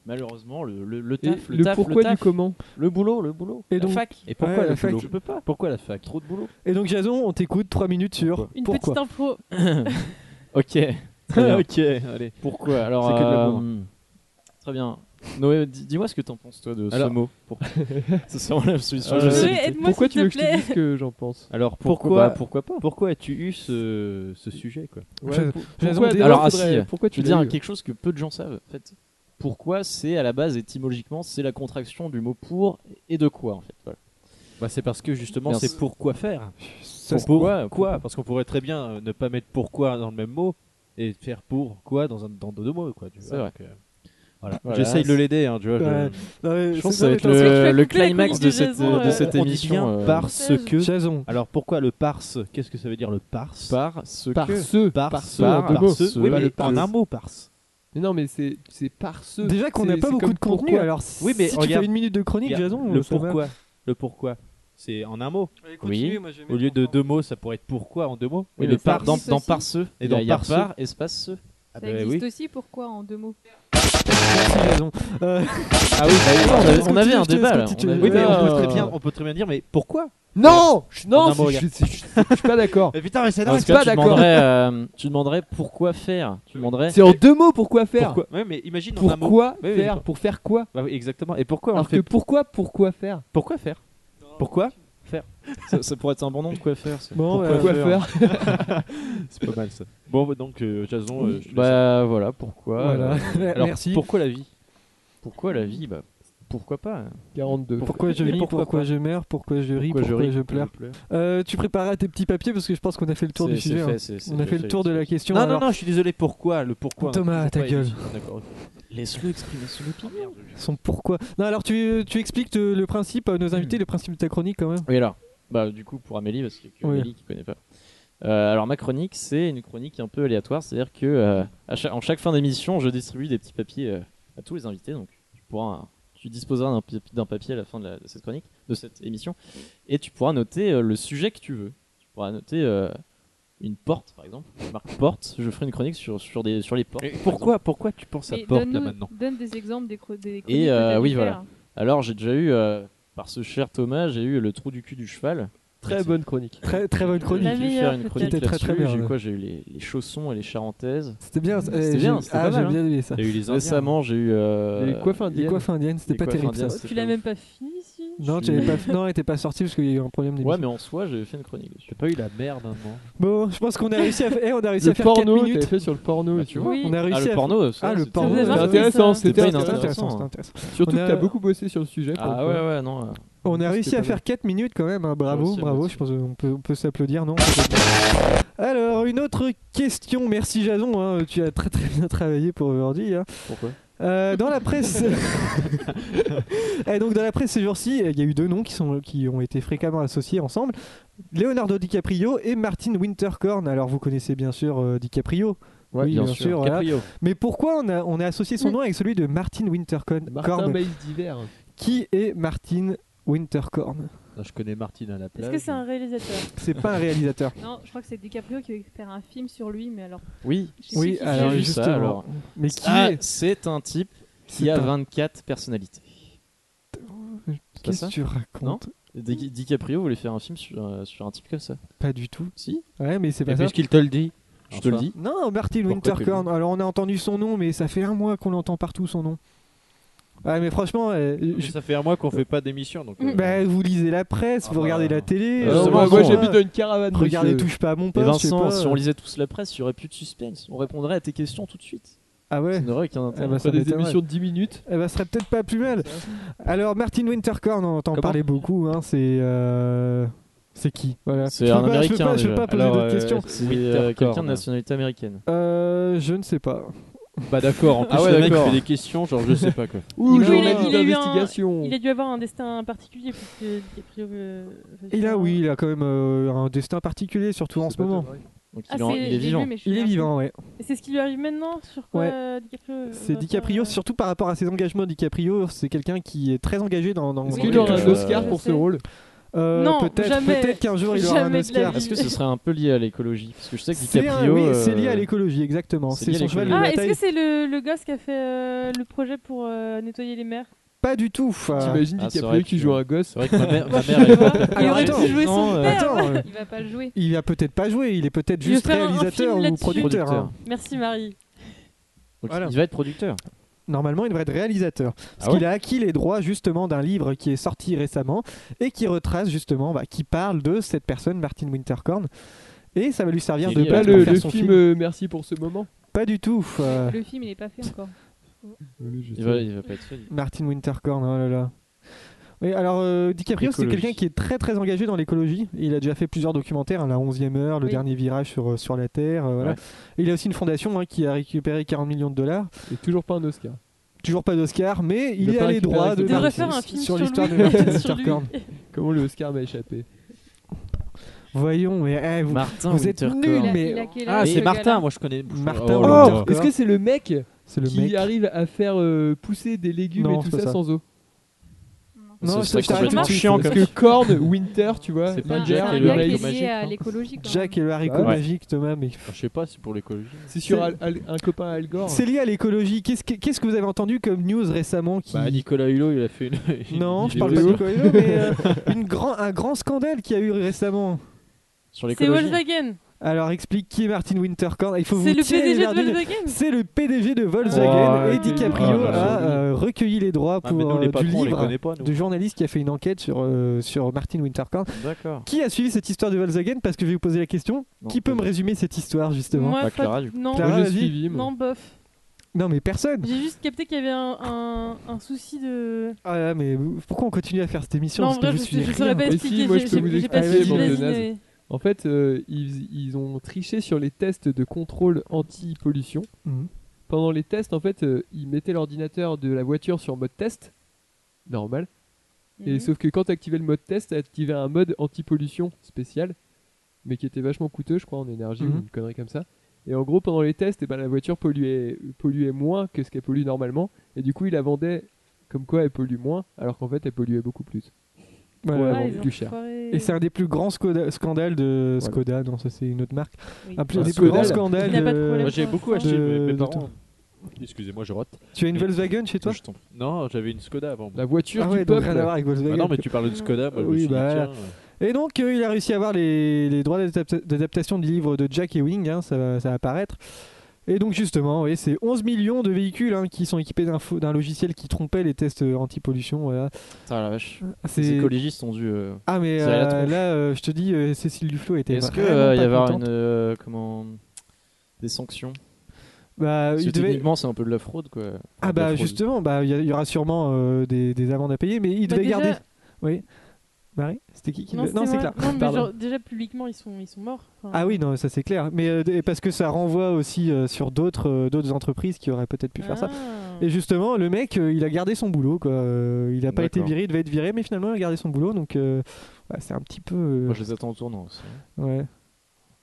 D: malheureusement, le, le, le
F: Et
D: taf, le,
F: le
D: taf,
F: pourquoi
D: le taf,
F: du comment
I: Ah,
D: le boulot, le boulot.
C: Et
D: la
C: donc-
D: fac. Et pourquoi
C: Ouais,
D: le
C: la fac.
D: boulot
I: Je peux pas. Pourquoi la fac Trop de boulot.
C: Et donc, Jason, on t'écoute 3 minutes sur.
G: Une
C: pourquoi
G: petite info.
D: Ok. Très bien.
I: ok, allez.
D: Pourquoi Alors,
I: C'est que de la
D: euh,
I: bourre.
D: hmm. très bien. Noé, di- dis-moi ce que t'en penses toi de
I: Alors-
D: ce mot. Pour... C'est vraiment la solution.
I: Euh,
D: Je sais.
G: Noé, aide-moi
F: Pourquoi
G: s'il
F: tu veux
G: te
F: que je te
G: plaît.
F: dise ce que j'en pense
I: Alors
D: Pourquoi
I: pourquoi
D: bah, Pourquoi pas
I: Pourquoi as-tu eu ce, ce sujet quoi
C: Je-
F: pour-
C: Jason,
F: pourquoi-
C: dis-
D: Alors,
F: faudrait-
D: ah, si,
F: pourquoi
D: Je
F: tu
D: veux
F: l'as
D: dire
F: eu
D: quelque chose que peu de gens savent en fait. Pourquoi c'est à la base étymologiquement c'est la contraction du mot pour et de quoi en fait. Voilà.
I: Bah c'est parce que justement
D: Bien,
I: c'est
D: c'est-
I: pourquoi faire.
C: Ça, c'est-
I: pourquoi quoi Parce qu'on pourrait très bien euh, ne pas mettre pourquoi dans le même mot et faire pourquoi dans un dans deux mots quoi. tu
D: C'est
I: vois,
D: vrai.
I: donc, euh,
H: Voilà.
D: Voilà.
H: J'essaye de l'aider, hein, tu vois. je-
C: Ouais. Non, mais
D: Je pense que
C: c'est
D: ça va être
C: bien, mais t'as-
G: parce que tu
D: le,
G: fais
D: le
G: toute la
D: climax
G: chronique
D: de
G: du
D: cette,
G: Jason,
D: de
G: euh,
D: cette
H: on dit
D: émission.
H: bien
D: euh,
H: parce
G: Jason.
H: que.
C: Jason.
H: Alors pourquoi le parse Qu'est-ce que ça veut dire le parse
D: parce
F: Par
D: que.
F: ceux.
H: Parse.
D: parce-
H: Par-
D: par-
H: parce-
D: parce-
H: oui,
F: pas
H: mais
F: le parse.
H: En un mot, parse.
F: Mais non, mais c'est c'est par ceux.
C: Déjà qu'on n'a
F: C'est-
C: pas
F: c'est
C: beaucoup
F: comme
C: de contenu,
F: pourquoi.
C: alors
H: Oui, mais
C: si tu
H: regarde-
C: fais une minute de chronique,
H: Regarde,
C: Jason,
H: le
C: ça va.
H: pourquoi. Le pourquoi. C'est en un mot.
D: continue, Oui.
H: Au lieu de deux mots, ça pourrait être pourquoi en deux mots.
D: Oui,
H: Et le
D: mais par,
H: parse.
D: dans,
E: aussi.
D: dans par ceux.
H: Et
D: Il y a-
H: dans
D: il y a
H: par ceux.
D: par, espace ceux.
H: Ah
E: Ça
H: bah
E: existe
H: oui.
E: aussi, pourquoi en deux mots
C: Merci, Jason. Euh,
H: Ah oui, bah oui.
C: Est-ce que
D: on avait
C: tu-
D: un
C: est-ce que
D: débat, là.
C: tu-
D: On avait-
H: Oui, mais on
D: Ah.
H: peut très
C: Oh.
H: bien, on peut très bien dire, mais pourquoi
F: Non je- Non,
H: En un mot,
F: c'est- je je- je- je- je suis pas d'accord.
H: Mais putain, mais c'est
D: Parce
F: je suis
D: que
I: Ah,
F: pas
D: tu
F: d'accord.
D: demanderais, euh, tu demanderais pourquoi faire. Tu demanderais
F: C'est en deux mots pourquoi faire.
H: Pourquoi Ouais, mais imagine en un mot.
F: Pourquoi
H: Oui, oui,
F: faire
H: d'accord.
F: Pour faire quoi
H: Bah oui, exactement. Et pourquoi on
F: Alors que
H: fait
F: pourquoi, pourquoi faire
H: Pourquoi faire Pourquoi
D: ça, ça pourrait être un bon nom de quoi faire. ça.
C: Bon,
H: Pourquoi
C: euh,
F: Pourquoi
H: faire
F: faire
H: C'est pas mal ça. Bon, bah, donc euh, Jason, euh, je te laisse.
D: Bah voilà, pourquoi.
C: voilà.
D: euh,
H: Alors,
C: Merci.
H: Pourquoi la vie
D: Pourquoi la vie Bah pourquoi pas.
F: 42.
C: Pourquoi je
H: Et
C: vis,
H: pourquoi
C: pourquoi,
H: pas
C: je meurs, pourquoi je ris, pourquoi, je
F: Mm.
C: pleure. Euh, tu préparais tes petits papiers parce que je pense qu'on a fait le tour
D: C'est-
C: du
D: c'est
C: sujet.
D: fait,
C: hein.
D: c'est- c'est
C: On a
D: déjà
C: fait le tour de la question.
H: Non,
C: alors,
H: non, non, je suis désolé, pourquoi Le pourquoi
C: Thomas,
H: hein,
C: ta
H: pourquoi
C: gueule.
H: est difficile, D'accord. ok.
D: Laisse-le exprimer son opinion.
C: Son pourquoi. Non, alors tu, tu expliques euh, le principe
D: Hmm.
C: à nos invités, le principe de ta chronique quand même.
D: Oui, alors, bah, du coup, pour Amélie, parce qu'il y a que
C: Oui.
D: Amélie qui connaît pas. Euh, alors, ma chronique, c'est une chronique un peu aléatoire, c'est-à-dire que euh, à cha- en chaque fin d'émission, je distribue des petits papiers euh, à tous les invités, donc tu pourras. Tu disposeras d'un pi- d'un papier à la fin de, la- de cette chronique, de cette émission, et tu pourras noter euh, le sujet que tu veux. Tu pourras noter euh, une porte, par exemple. Je marque porte, je ferai une chronique sur, sur, des, sur les portes.
H: Et
D: par
H: Pourquoi, pourquoi tu penses à
E: Mais
H: porte là
E: donne-nous-
H: maintenant
E: Donne des exemples des, cro- des
D: Et,
E: chroniques
D: euh,
E: que t'as pu
D: oui,
E: faire.
D: voilà. Alors, j'ai déjà eu, euh, par ce cher Thomas, j'ai eu le trou du cul du cheval.
F: Très
D: Merci.
F: bonne chronique.
C: Très, très bonne
D: J'ai
C: chronique.
G: La
D: dû faire
G: meilleure,
D: une
G: peut-être.
D: chronique
C: C'était très, très
D: là-dessus.
C: bien,
D: J'ai eu
C: ouais.
D: quoi J'ai eu les, les chaussons et les charentaises.
C: C'était bien. ça.
D: C'était
C: Eh,
D: bien,
C: j'ai-
D: c'était
C: Ah,
D: pas
C: j'ai
D: mal, hein.
C: bien aimé ça.
H: Il y a eu les Indiens.
D: Récemment, j'ai eu. euh,
F: Les coiffes
C: Les
F: indiennes.
C: coiffes indiennes, c'était
D: les
C: pas
D: coiffes
C: terrible ça.
D: indiennes,
G: Tu
D: c'était
G: l'as
D: pas
G: même pas fini, si
C: Non,
D: Je
C: tu l'avais
D: suis-
C: pas... non, elle était pas sortie parce qu'il y a eu un problème d'émission.
D: Ouais, mais en soi, j'avais fait une chronique dessus.
H: J'ai pas eu la merde hein, maintenant.
C: Bon, je pense qu'on a réussi à, fa- eh, on a réussi
F: Le
C: à faire 4
F: porno, t'avais
C: minutes.
F: fait sur le porno.
D: Bah,
F: et
D: tu
F: tout.
D: vois.
G: Oui.
C: On a
D: Ah,
C: réussi
D: le
C: à
D: porno, ça,
C: Ah, le
D: c'était-
C: porno,
G: Vous avez
D: c'était
F: C'était
G: marqué
D: intéressant.
F: intéressant,
G: ça.
F: c'était
D: C'était hein.
C: C'était
D: inintéressant.
C: intéressant, c'était
F: intéressant.
C: intéressant.
F: Surtout
C: On
F: que
C: a-
F: t'as beaucoup bossé sur le sujet. pour
D: Ah
F: le
D: ouais,
F: coup.
D: ouais, non. euh,
C: On a
F: C'était
C: réussi à
F: pas
C: faire 4 minutes quand même, hein. bravo,
D: Merci,
C: bravo,
D: merci.
C: je pense qu'on peut, on peut s'applaudir, non Alors, une autre question, merci Jason, hein, tu as très très bien travaillé pour aujourd'hui. hein.
D: Pourquoi
C: Euh, dans la presse... Et donc dans la presse ces jours-ci, il y a eu deux noms qui, sont, qui ont été fréquemment associés ensemble, Leonardo DiCaprio et Martin Winterkorn. Alors vous connaissez bien sûr euh, DiCaprio, oui, bien, sûr. voilà.
D: Caprio.
C: Mais pourquoi on a, on a associé son nom avec celui de Martin Winterkorn
F: Martin Maïs d'hiver.
C: Qui est Martin Winterkorn
H: Non, je connais Martine à la plage.
G: Est-ce que c'est un réalisateur
C: C'est pas un réalisateur.
E: Non, je crois que c'est DiCaprio qui veut faire un film sur lui, mais alors.
D: Oui.
E: je sais
C: Oui,
E: plus qui
C: alors,
E: c'est.
D: J'ai vu
C: justement.
D: ça, alors.
C: Mais qui
D: Ah,
C: est
D: c'est un type
C: C'est
D: qui a
C: un-
D: 24 personnalités. C'est pas
C: Qu'est-ce
D: ça
C: que tu racontes
D: Di- DiCaprio voulait faire un film sur, euh, sur un type comme ça.
C: Pas du tout.
D: Si
C: Ouais, mais c'est pas ça.
H: Puisqu'il te le dit,
D: Je te le dis.
C: Non, Martin
D: Pourquoi
C: Winterkorn. Alors on a entendu son nom, mais ça fait un mois qu'on entend partout son nom. Ouais, mais franchement, euh, je-
H: Ça fait un mois qu'on fait pas d'émission donc. euh,
C: bah, vous lisez la presse,
H: Ah
C: vous
H: bah.
C: regardez la télé.
D: Euh,
C: je sais
F: Alors,
D: Vincent,
F: Moi
C: pas
F: moi,
C: quoi.
F: j'habite dans une caravane.
C: Regardez,
F: monsieur.
C: touche pas à mon
D: Et
C: poste. je sais
D: Vincent,
C: pas.
D: si on lisait tous la presse, il n'y aurait plus de suspense. On répondrait à tes questions tout de suite.
C: Ah ouais.
D: Ça n'aurait aucun
C: Eh
D: intérêt.
C: ben,
F: Faire
C: ça
F: bah, des
C: m'étonnerait.
F: émissions de 10 minutes.
C: Eh ben, ce serait peut-être pas plus mal. Alors, Martin Winterkorn, on entend
H: Comment
C: parler beaucoup. Hein, c'est. euh, C'est qui voilà.
D: C'est
C: Je peux
D: un
C: pas- je peux
D: américain.
C: pas- Je peux
D: déjà.
C: pas poser
H: Alors,
C: d'autres
H: euh,
C: questions. bah.
D: C'est
H: Winter
D: euh, quelqu'un
H: Corn.
D: de nationalité américaine.
C: Euh, je ne sais pas.
H: Bah d'accord, en plus
D: Ah ouais,
H: le mec
D: d'accord.
H: fait des questions, genre je sais pas quoi.
F: Ouh,
G: Il-
F: journaliste
G: il a eu un-
F: d'investigation.
G: Il a dû avoir un destin particulier puisque DiCaprio. euh, veut
C: Et là,
G: faire-
C: oui, il a quand même euh, un destin particulier, surtout en ce moment.
D: Donc
G: Ah,
D: il, est en-
G: c'est-
D: il
G: je
D: est
G: l'ai
D: vivant.
E: vu, mais je suis
C: Il est
E: là.
C: vivant, ouais.
G: Et C'est ce qui lui arrive maintenant sur quoi
C: Ouais.
G: euh, DiCaprio
C: C'est DiCaprio, surtout par rapport à ses engagements. DiCaprio, c'est quelqu'un qui est très engagé dans. dans
F: Est-ce
D: Oui,
F: qu'il aura
D: donc,
F: un
D: euh,
F: Oscar
G: je
F: pour ce
G: sais.
F: rôle
C: Euh,
G: Non,
C: peut-être,
G: jamais.
C: peut-être qu'un jour il aura un
G: Jamais de la
C: Oscar.
G: vie.
D: Est-ce que ce serait un peu lié à l'écologie Parce que je sais que
C: C'est un-
D: DiCaprio.
C: oui,
D: euh,
C: c'est lié à l'écologie, exactement.
D: c'est
C: C'est
D: lié à
C: son cheval de
D: l'écologie.
G: Ah, est-ce
C: bataille.
G: que c'est le, le gosse qui a fait euh, le projet pour euh, nettoyer les mers
C: Pas du tout. euh,
F: T'imagines
D: Ah, c'est
F: DiCaprio
D: vrai
F: qui
D: que-
F: joue un gosse
H: C'est vrai que ma mère, ma mère,
G: Tu
H: elle-
G: vois Il
C: Alors,
G: aurait
C: attends,
G: pu jouer son
C: non,
G: père.
C: attends, euh,
E: Il va pas le jouer.
C: il a peut-être pas joué, il est peut-être
G: Il veut
C: juste
G: faire un- un
C: réalisateur
G: film
C: ou
G: là-dessus.
C: producteur. hein.
G: Merci Marie.
D: Donc,
C: Voilà.
D: Il va être producteur.
C: Normalement, il devrait être réalisateur. Parce
D: Ah ouais
C: qu'il a acquis les droits justement d'un livre qui est sorti récemment et qui retrace justement, bah, qui parle de cette personne, Martin Winterkorn. Et ça va lui servir
D: Et
C: de
D: il y a
F: Pas
C: base
D: attends,
F: le,
C: pour
F: le
C: faire son
F: film, euh, Merci pour ce moment.
C: Pas du tout. euh,
E: Le film, il est pas fait encore.
D: Il va, il va pas être fait.
C: Martin Winterkorn, oh là là. Oui, alors euh, DiCaprio, c'est
D: L'écologie.
C: quelqu'un qui est très très engagé dans l'écologie. Il a déjà fait plusieurs documentaires, hein, La 11e heure, Le
G: Oui.
C: dernier virage sur, euh, sur la Terre. euh, voilà.
D: Ouais.
C: Et Il a aussi une fondation hein, qui a récupéré 40 millions de dollars.
F: Et toujours pas un Oscar.
C: Toujours pas d'Oscar, mais il,
F: Il a
C: est
F: pas
C: allé
F: récupéré
C: droit
F: le
C: de
F: Oscar.
G: devrait
F: Martin-
G: faire un film
C: sur
G: sur,
C: l'histoire
G: lui.
C: de Martin
G: Sur lui.
C: Luther
F: Comment le Oscar m'a échappé
C: Voyons, mais eh, vous-
D: Martin
C: vous êtes
D: Winterkorn.
C: nuls,
E: Il a-
C: mais-
E: il a quel
H: Ah,
E: âge, ce
H: c'est
E: gars-là
H: Martin, moi je connais.
C: Martin
H: Oh là
C: Winter.
H: là.
F: Est-ce que c'est le mec
C: c'est le
F: qui
C: mec.
F: arrive à faire euh, pousser des légumes
C: Non,
F: et tout
C: c'est pas
F: ça,
C: ça.
F: sans eau
D: Ce
C: Non, je
D: serait
C: je t'arrête tout
D: complètement
C: de suite.
D: chiant
F: Parce
D: comme
F: que Korn, Winter, tu vois,
H: C'est
E: C'est un-
H: pas
E: c'est
H: Jack
E: un
H: et le
E: gars qui
H: haricot
E: est lié à
H: magique,
E: l'écologie. quand
C: Jack et le haricot
F: Ouais.
C: magique, Thomas, mais
H: Je sais pas, c'est pour l'écologie.
F: C'est sur Al- Al- un copain Al Gore.
C: C'est lié à l'écologie. Qu'est-ce que, qu'est-ce que vous avez entendu comme news récemment qui...
H: Bah, Nicolas Hulot, il a fait une. une
C: Non, je
H: vidéo
C: parle pas de
H: sur-
C: Coelho, mais euh, une grand, un grand scandale qu'il y a eu récemment.
D: Sur
G: C'est
D: l'écologie.
G: Volkswagen.
C: Alors explique qui est Martin Winterkorn. Il faut vous
G: C'est le
C: tirer les
G: PDG de
C: verres du nez.
G: Volkswagen.
C: C'est le PDG de Volkswagen
H: Oh,
C: et
H: ouais,
C: DiCaprio
H: ouais, ouais.
C: a euh, recueilli les droits
H: Ah,
C: pour
H: mais nous,
C: euh,
H: les
C: du
H: patrons, on les
C: livre
H: connaît pas, nous.
C: du journaliste qui a fait une enquête sur, euh, sur Martin Winterkorn.
D: D'accord.
C: Qui a suivi cette histoire de Volkswagen Parce que je vais vous poser la question.
D: Non,
C: qui peut me
D: pas-
C: résumer cette histoire justement
G: Moi,
D: Pas
G: pas-
D: Clara, du coup.
G: non,
C: Clara,
F: Moi, j'ai
C: vas-y.
F: suivi, moi.
G: non, bof.
C: Non mais personne.
G: J'ai juste capté qu'il y avait un, un, un souci de.
C: Ah là, mais vous- pourquoi on continue à faire cette émission
G: non, en
C: Parce que
G: vrai,
C: vous
G: je
C: suivez
G: ne
C: rien.
G: saurais pas
F: Mais si,
G: expliquer.
F: moi, je
G: j'ai-
F: peux
G: j'ai-
F: vous
G: j'ai pas
F: expliquer,
G: suivi,
F: bande de
G: vas-y,
F: nazes.
G: mais-
F: En fait, euh, ils, ils ont triché sur les tests de contrôle anti-pollution.
C: Mhm.
F: Pendant les tests, en fait, euh, ils mettaient l'ordinateur de la voiture sur mode test, normal. Et
G: Mhm.
F: sauf que quand tu activais le mode test, tu activais un mode anti-pollution spécial, mais qui était vachement coûteux, je crois, en énergie ou
C: Mhm.
F: une connerie comme ça. Et en gros, pendant les tests, eh ben, la voiture polluait, polluait moins que ce qu'elle pollue normalement, et du coup, ils la vendaient comme quoi elle pollue moins, alors qu'en fait, elle polluait beaucoup plus.
C: Voilà.
F: Ouais,
G: Ah,
F: bon,
G: les
F: plus cher.
G: enfoirés.
C: Et c'est un des plus grands scoda- scandales de
F: Voilà.
C: Skoda, non ça c'est une autre marque.
G: Oui.
C: Un plus-
F: Ah,
C: des plus
F: Skoda,
C: grands
F: là.
C: scandales.
G: Il a pas de
C: de-
G: problème.
H: Moi, j'ai beaucoup acheté
C: de-
H: mes, mes
C: de
H: parents.
C: tout.
H: Excusez-moi, je rate.
C: Tu as une Volkswagen chez toi
H: Je t'en prie. Non, j'avais une Skoda avant.
F: La voiture
C: Ah
F: du
C: ouais, donc rien à
F: peuple.
C: voir avec
H: Ah
C: Volkswagen.
H: non, mais tu parles de Skoda, moi je
C: Oui,
H: me suis
C: bah,
H: dit, tiens,
C: Et donc, euh, il a réussi à avoir les, les droits d'adapta- d'adaptation du livre de Jack Ewing, hein, ça, va- ça va apparaître. Et donc, justement, oui, c'est 11 millions de véhicules hein, qui sont équipés d'un faux- d'un logiciel qui trompait les tests euh, anti-pollution. Voilà.
D: Putain, Ah, la vache.
C: C'est-
D: Les écologistes ont dû. euh,
C: Ah, mais
D: c'est
C: euh,
D: à la tronche.
C: là, euh, je te dis, euh, Cécile Duflo était.
D: Est-ce qu'il
C: vraiment
D: y
C: pas
D: avoir
C: contente.
D: une. euh, Comment. Des sanctions
C: Bah,
D: Parce que
C: il devait...
D: Techniquement, c'est un peu de la fraude, quoi. Enfin,
C: Ah,
D: de la
C: bah,
D: fraude.
C: justement, bah, il y, a- il y aura sûrement euh, des, des amendes à payer, mais il
G: Bah,
C: devait
G: déjà-
C: garder. Oui. Marie C'était qui qui
G: Non,
C: le- Non, c'est clair.
G: moi. Non, mais
C: Pardon.
G: genre, déjà publiquement, ils sont, ils sont morts. Enfin,
C: Ah oui, non, ça c'est clair. Mais euh, et parce que ça renvoie aussi euh, sur d'autres euh, d'autres entreprises qui auraient peut-être pu faire ça.
G: Ah.
C: Et justement, le mec, euh, il a gardé son boulot. Quoi. Euh, il n'a pas été
D: D'accord.
C: viré, il devait être viré, mais finalement, il a gardé son boulot. Donc, euh, ouais, c'est un petit peu. euh,
D: Moi, je les attends au tournant aussi.
C: ouais.